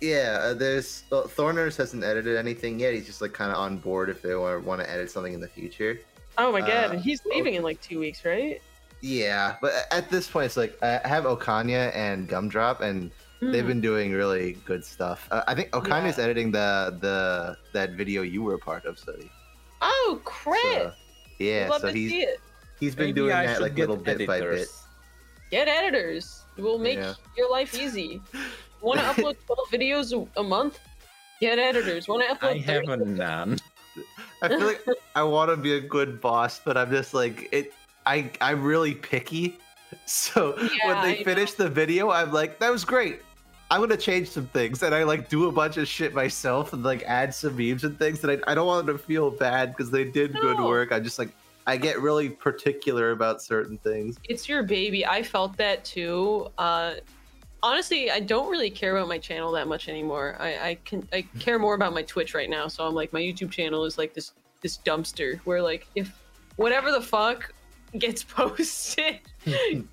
F: Yeah, uh, there's uh, Thorners hasn't edited anything yet. He's just like kind of on board if they want want to edit something in the future.
C: Oh my god,
F: uh,
C: and he's leaving in like two weeks, right?
F: Yeah, but a- at this point, it's like I I have Okanya and Gumdrop, and
C: Hmm.
F: they've been doing really good stuff. Uh, I think Okanya's editing the the that video you were a part of, Sody.
C: Oh crap!
F: So, yeah,
C: Love
F: so
C: to
F: he's
C: see it.
F: he's been
A: Maybe
F: doing
A: I
F: that
A: should
F: like
A: get
F: little bit by bit.
A: editors.
C: Get editors. We'll make
F: Yeah.
C: your life easy.
F: [LAUGHS]
C: Want to upload 12 videos a, a month? Get editors. Want to
A: I
C: upload 30
A: have a none.
D: I feel like I want to be a good boss, but I'm just like it. I I'm really picky, [LAUGHS] so
C: Yeah,
D: when
C: I
D: they
C: know.
D: finish the video, I'm like, that was great. I'm gonna change some things, and I like do a bunch of shit myself and like add some memes and things. And I, I don't want them to feel bad because they did good
C: No.
D: work. I'm just like, I get really particular about certain things.
C: It's your baby. I felt that too. Uh, honestly, I don't really care about my channel that much anymore. I, I can I care more about my Twitch right now. So I'm like, my YouTube channel is like this this dumpster where like if whatever the fuck gets [LAUGHS] posted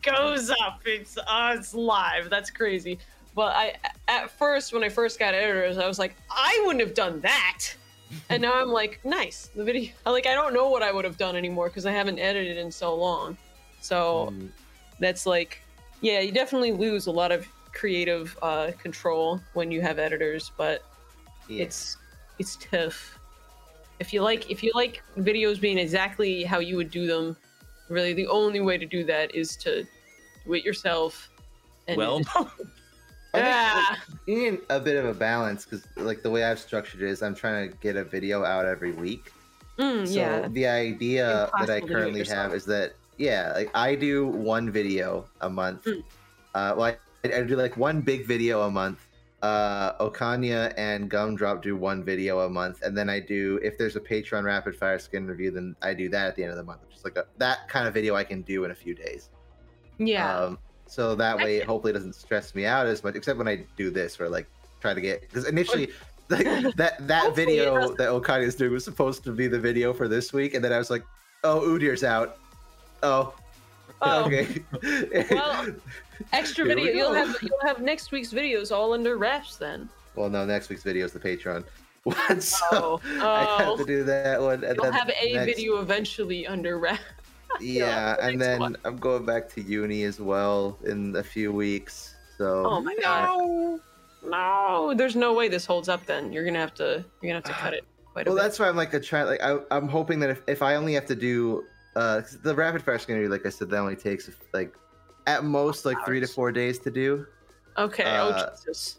C: goes up. It's uh, it's live. That's crazy. But I at first when I first got editors, I was like, I wouldn't have done that. And now I'm like, nice. The video like I don't know what I would have done anymore because I haven't edited in so long. So
D: Mm.
C: that's like yeah, you definitely lose a lot of creative uh, control when you have editors, but
D: Yeah.
C: it's it's tough. If you like if you like videos being exactly how you would do them, really the only way to do that is to do it yourself. And Ah,
A: Well,
D: [LAUGHS] I think, like,
C: yeah,
D: you need a bit of a balance because like the way i've structured it is i'm trying to get a video out every week
C: Mm,
D: so
C: yeah.
D: the idea that i
C: Impossible to do it
D: currently have
C: yourself.
D: is that yeah like i do one video a month
C: Mm.
D: uh well I, I do like one big video a month uh okanya and gumdrop do one video a month and then i do if there's a patreon rapid fire skin review then i do that at the end of the month just like a, that kind of video i can do in a few days
C: Yeah.
D: um, so that way, it hopefully, doesn't stress me out as much. Except when I do this, where like try to get
C: [LAUGHS]
D: because initially, like that that
C: Hopefully it
D: video
C: doesn't.
D: that Okada is doing was supposed to be the video for this week, and then I was like, oh, Udir's out. Oh, [LAUGHS]
C: Oh.
D: okay.
C: Well-
D: [LAUGHS] well,
C: Extra
D: Here we
C: video. You'll
D: go.
C: have you'll have next week's videos all under wraps
D: [LAUGHS]
C: then.
D: no, next week's video is the Patreon. [LAUGHS] one,
C: Oh,
D: so I
C: oh.
D: have to do that one. And
C: You'll
D: then
C: have a
D: next-
C: video eventually under wraps.
D: Yeah,
C: the
D: and
C: next
D: then
C: one.
D: I'm going back to uni as well in a few weeks. So
C: Oh my god. No, there's no way this holds up. Then you're gonna have to you're gonna have to cut it quite a
D: well
C: bit.
D: that's why i'm like a try like I, i'm hoping that if, if i only have to do uh 'cause the rapid fire scenario like i said that only takes like at most like three to four days to do
C: okay. oh
D: uh,
C: Jesus,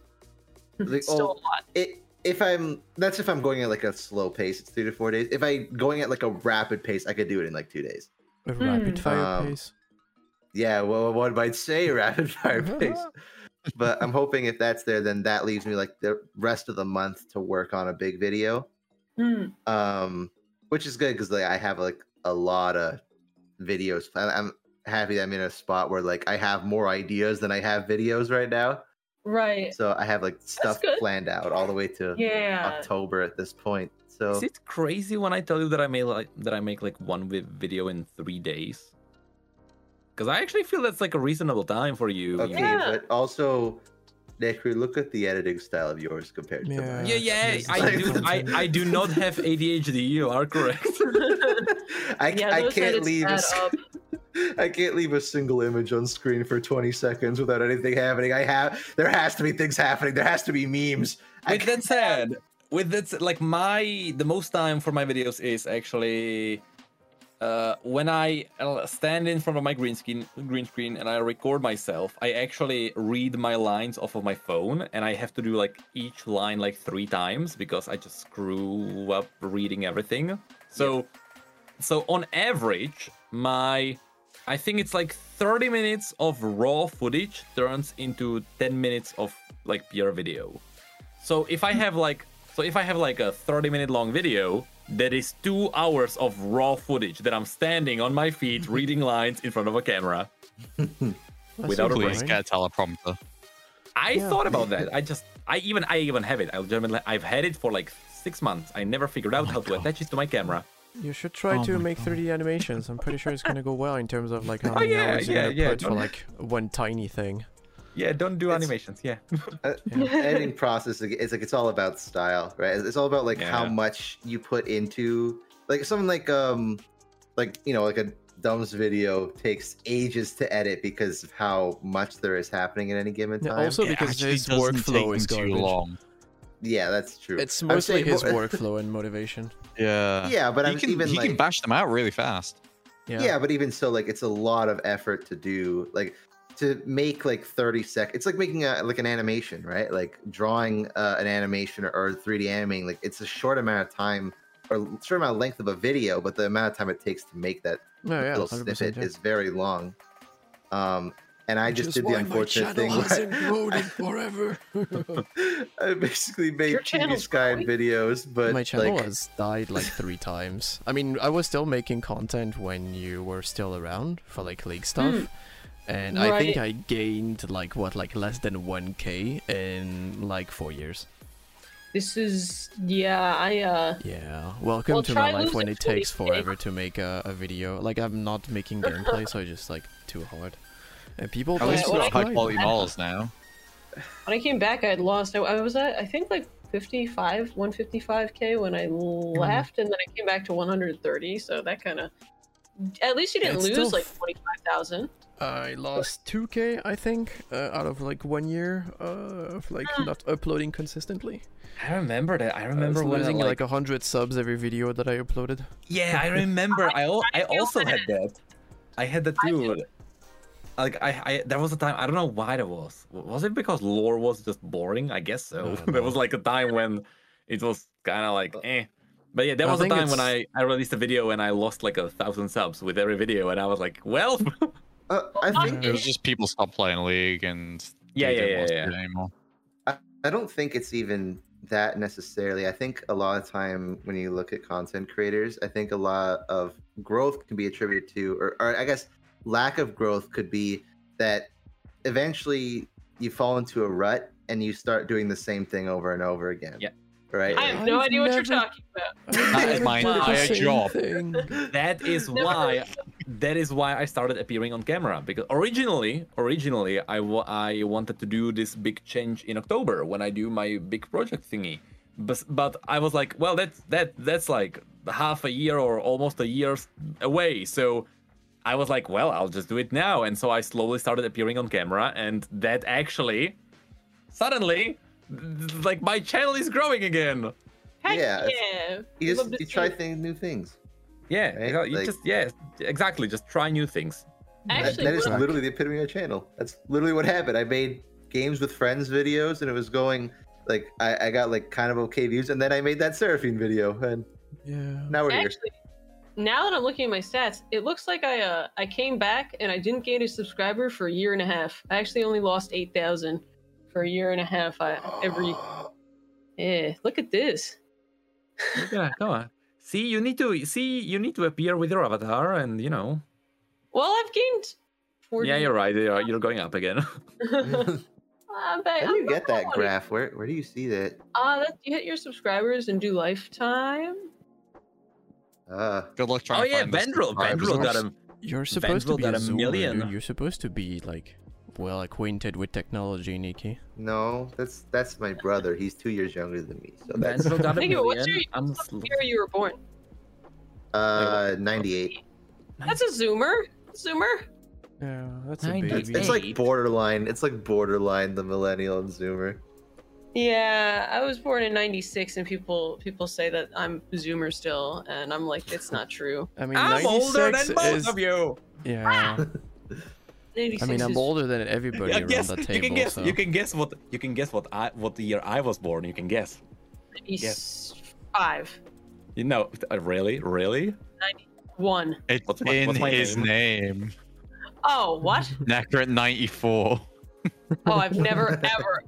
D: like,
C: still a
D: oh,
C: lot.
D: it, if i'm that's if i'm going at like a slow pace it's three to four days if i going at like a rapid pace i could do it in like two days
B: A rapid fire
D: Um,
B: pace.
D: yeah well one might say [LAUGHS] rapid
B: [LAUGHS]
D: fire pace but i'm hoping if that's there then that leaves me like the rest of the month to work on a big video
C: Hmm.
D: um which is good because like i have like a lot of videos I- i'm happy that i'm in a spot where like i have more ideas than i have videos right now
C: Right.
D: so i have like stuff
C: good.
D: planned out all the way to
C: Yeah.
D: october at this point so
F: Oh.
A: is it crazy when I tell you that I made like that I make like one vi- video in three days? Because I actually feel that's like a reasonable time for you.
D: okay
A: you-
C: Yeah.
D: but also Nekru, look at the editing style of yours compared
C: [LAUGHS]
D: to mine [LAUGHS]
A: Yeah, yeah,
B: Yes,
A: I
B: it's
A: do.
B: like-
A: I, I do not have ADHD. You are correct.
D: I,
C: Yeah,
D: I
C: those
D: can't
C: edits
D: leave a
C: add
D: s-
C: up.
D: [LAUGHS] I can't leave a single image on screen for 20 seconds without anything happening. I have there has to be things happening. There has to be memes. I
A: With that said, with that s- like my the most time for my videos is actually uh, when I uh, stand in front of my green screen green screen and I record myself. I actually read my lines off of my phone, and I have to do like each line like three times because I just screw up reading everything. So. So on average, my I think it's like 30 minutes of raw footage turns into 10 minutes of like pure video. So if I have like so if I have like a 30 minute long video, that is 2 hours of raw footage that I'm standing on my [LAUGHS] feet reading lines in front of a camera.
B: That's
A: without a
B: alright.
A: brain.
E: Please get a teleprompter.
A: I
B: Yeah.
A: thought about that. I just I even I even have it. I legitimately I've had it for like 6 months. I never figured out how to attach it to Oh my camera.
B: You should try
E: Oh
B: to
E: my
B: make 3D animations. I'm pretty sure it's gonna go well in terms of like how
A: Oh,
B: many
A: yeah,
B: hours you're
A: yeah,
B: gonna
A: yeah,
B: put for
A: don't-
B: like one tiny thing.
A: Yeah, don't do
D: It's-
A: animations. Yeah.
D: uh, editing process like, it's like it's all about style right it's it's all about like how
A: Yeah.
D: much you put into like something like um like you know like a dumb's video takes ages to edit because of how much there is happening at any given
B: Yeah,
D: time
B: also because
E: actually
B: his
E: doesn't
B: workflow
E: take
B: is
E: him
B: garbage.
E: too long.
D: yeah that's true
B: It's
D: I'm
B: mostly
D: saying [LAUGHS]
B: his
D: more-
B: workflow and motivation.
E: Yeah.
D: yeah but
E: he
D: i'm
E: can
D: even
E: he
D: like
E: can bash them out really fast.
B: Yeah.
D: yeah. but even so like it's a lot of effort to do like to make like 30 sec it's like making a like an animation right like drawing uh, an animation or, or 3d animating like it's a short amount of time or short amount of length of a video but the amount of time it takes to make that
B: No, Oh, yeah,
D: little
B: 100%,
D: snippet
B: yeah.
D: is very long um and I just, did the unfortunate thing. where
B: forever.
D: [LAUGHS] I basically made
C: Your
D: TV
C: channel's
D: Sky
C: growing.
D: videos, but
B: My channel
D: like,
B: has died like three times. I mean, I was still making content when you were still around for like league stuff,
F: Hmm.
B: and I think
C: Right.
B: I gained like what like less than one k in like four years.
C: This is yeah. I uh.
B: Yeah, welcome
C: Well,
B: to my
C: try
B: life when
C: losing
B: it takes
C: 20K.
B: forever to make a, a video. Like I'm not making gameplay, so I just like too hard. And people
E: At least
C: Yeah,
E: we
C: well,
E: got
C: I-
E: high quality
C: I-
E: models now.
C: When I came back, I had lost. I, I was at I think like 55, 155k when
D: Hmm.
C: I left, and then I came back to 130. So that kind of. At least you didn't
B: It's
C: lose
B: still
C: like
B: f-
C: 25,000.
B: I lost 2k, I think, uh, out of like one year uh, of like not uploading consistently.
A: I remember that. I
B: I was
A: remember when I,
B: losing
A: like,
B: like a hundred subs every video that I uploaded.
A: yeah, [LAUGHS] I remember. I al- I
C: feel
A: also
C: bad.
A: had that. I had that too. Like I, I, there was a time I don't know why that was. Was it because lore was just boring? I guess so. [LAUGHS]
B: don't
A: there was like a time when it was kind of like eh. But yeah, there
B: I
A: was a
B: think
A: time when I
B: it's-
A: I released a video and I lost like a thousand subs with every video, and I was like, well, [LAUGHS]
D: uh, I think
E: It was just people stopped playing League and
A: Yeah,
E: they
A: yeah,
E: didn't
A: yeah,
E: want to
A: yeah.
E: do it anymore.
D: I don't think it's even that necessarily. I think a lot of time when you look at content creators, I think a lot of growth can be attributed to, or, or I guess lack of growth could be that eventually you fall into a rut and you start doing the same thing over and over again.
A: Yeah.
D: Right.
C: I have no
B: I've
C: idea what you're
B: never-
C: talking about.
E: That is my entire job.
A: that is
D: [LAUGHS]
C: Never
A: why that is why I started appearing on camera because originally originally I wa- I wanted to do this big change in October when I do my big project thingy but but I was like well that's that that's like half a year or almost a year away so I was like well I'll just do it now and so I slowly started appearing on camera and that actually suddenly th- th- like my channel is growing again
C: Heck yeah.
D: Yeah, it's- You,
C: Love
D: just,
C: to
D: you
C: see
D: try
C: it.
D: things, new things.
A: yeah
D: Right,
A: you, know, you
D: like-
A: just yeah exactly just try new things
D: That-
C: Actually,
D: that is
C: what-
D: literally the epitome of a channel. That's literally what happened. I made games with friends videos, and it was going like I, I got like kind of okay views, and then I made that Seraphine video, and
B: Yeah.
D: now we're here.
C: actually, now that I'm looking at my stats, it looks like I uh, I came back and I didn't gain a subscriber for a year and a half. I actually only lost eight thousand for a year and a half. I,
D: [GASPS]
C: every yeah, look at this.
A: Yeah, come on. See, you need to see you need to appear with your avatar, and you know.
C: Well, I've gained. 40.
A: Yeah, you're right. You're, you're going up again.
C: [LAUGHS] I'm back.
D: How do
C: Uh, I'm
D: you get
C: back
D: that
C: on it.
D: graph? Where where do you see that?
C: Uh, that you hit your subscribers and do lifetime.
D: Uh,
E: Good luck trying
A: oh
E: to
A: yeah,
E: find this
A: Vendril.
E: subscribers.
A: Vendril got him.
B: You're supposed
A: Vengeful
B: to be a,
A: got a
B: zoomer,
A: million.
B: dude. You're supposed to be like well acquainted with technology, Nikki.
D: no, that's that's my brother. He's two years younger than me,
A: [LAUGHS]
D: so that's
A: Vendril got a
C: Think of what's
A: million.
C: your-
A: I'm
C: What
A: sl-
C: year you were born?
D: uh 98.
C: That's a zoomer. Zoomer.
B: Yeah, that's
A: a
B: a
A: Ninety-
B: baby.
A: baby.
D: It's like borderline. It's like borderline the millennial and Zoomer.
C: Yeah, I was born in '96, and people people say that I'm zoomer still, and I'm like, it's not true.
B: I mean,
A: I'm
B: 96
A: older than both
B: is...
A: of you.
B: Yeah. I
C: 96
B: mean, I'm
C: is-
B: older than everybody
A: Yeah,
B: around
A: yes,
B: the table.
A: you can guess.
B: So.
A: You can guess what you can guess what I what year I was born. You can guess.
C: He's five,
A: You know, uh, really, really.
C: one.
E: It's
A: What's my-
E: in
A: what's my
E: his name. [LAUGHS]
C: Oh, what?
E: Necker at 94.
C: Oh, I've never,
B: [LAUGHS]
C: ever,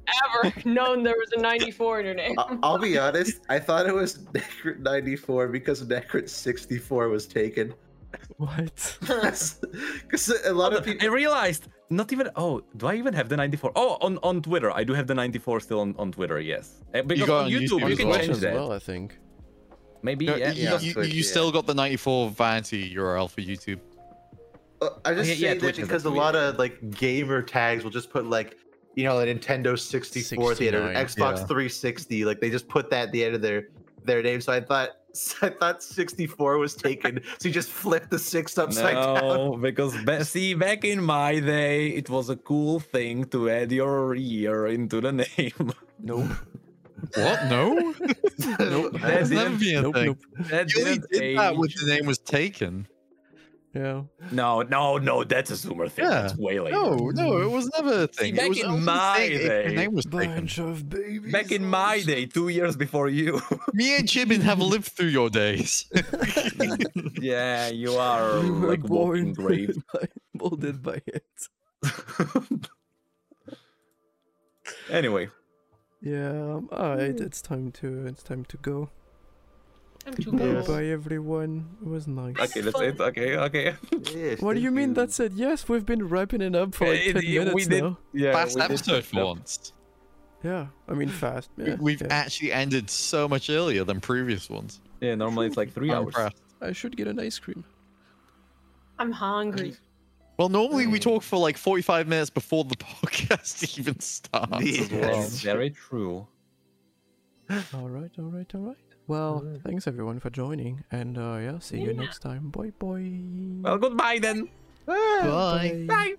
C: ever known there was a 94 in your name.
D: I- I'll be honest. I thought it was Necrit 94 because Necrit 64 was taken. [LAUGHS]
B: What?
D: Because
A: [LAUGHS]
D: a lot of
A: I
D: people.
A: realized. Not even. Oh, do I even have the 94? Oh, on on Twitter, I do have the 94 still on, on Twitter. Yes, Uh, because
E: got
A: on
E: on
A: YouTube,
E: YouTube
A: you
E: as
A: can
E: well.
A: change
B: as
A: that.
B: well, I think.
A: Maybe.
E: No,
A: yeah,
E: you,
A: yeah.
E: you-
D: Twitch,
E: you
D: yeah.
E: still got the 94 vanity URL for YouTube.
D: Uh, I just
A: yeah,
D: say
A: yeah, Twitch
D: that
A: is a
D: because a
A: tweet.
D: lot of like gamer tags will just put like, you know, the Nintendo 64 theater,
B: 69,
D: Xbox
E: yeah.
D: 360. Like they just put that at the end of their their name. So I thought [LAUGHS] so I thought 64 was taken. so you just flip the six upside down.
A: No, because ba- see, back in my day, it was a cool thing to add your year into the [LAUGHS] name.
B: Nope.
E: What?
A: [LAUGHS]
E: No?
D: [LAUGHS]
A: That
D: Nope.
E: That's never
A: didn't,
E: been a
B: nope,
E: thing.
B: nope.
A: that
E: You only
A: didn't
E: did that
A: age.
E: when the name was taken.
B: Yeah.
A: No, no, no, that's a Zoomer thing. That's way later.
E: No, no, it was never a thing. It
A: back
E: was
A: in
E: only a
A: my
E: thing if
A: day-
E: the name was taken.
B: Bunch of babies.
A: Back in my day, two years before you. [LAUGHS]
E: [LAUGHS] Me and Jibin have lived through your days.
A: yeah, you are [LAUGHS]
B: You were
A: like walking
B: [LAUGHS] born
A: grave.
B: molded by it.
A: [LAUGHS] Anyway,
B: Yeah. Um, all right. It's time to. It's time to go.
C: I'm too
B: Goodbye,
C: yes.
B: everyone. It was nice.
A: okay, that's it. Okay,
B: [LAUGHS]
A: okay.
F: Yes,
B: What do
F: thank
B: you mean that's it? Yes, we've been wrapping it up for like
A: It-
B: ten
A: it-
B: minutes
A: we did-
B: now.
A: Yeah,
E: Last
A: we did-
E: episode for once.
B: Yeah. I mean, fast.
E: We-
B: Yeah,
E: [LAUGHS] We've
B: yeah.
E: actually ended so much earlier than previous ones.
A: Yeah, normally it's like three
E: I'm
A: hours.
E: impressed.
B: I should get an ice cream.
C: I'm hungry.
E: Well, normally we talk for like 45 minutes before the [LAUGHS] podcast even starts. as
D: Yeah.
E: well.
A: That's very true.
B: All right. All right. All right. Well, thanks everyone for joining, and uh, yeah, see you
K: Yeah.
B: next time. Bye, boy.
A: Well, goodbye then.
B: Bye.
A: Bye.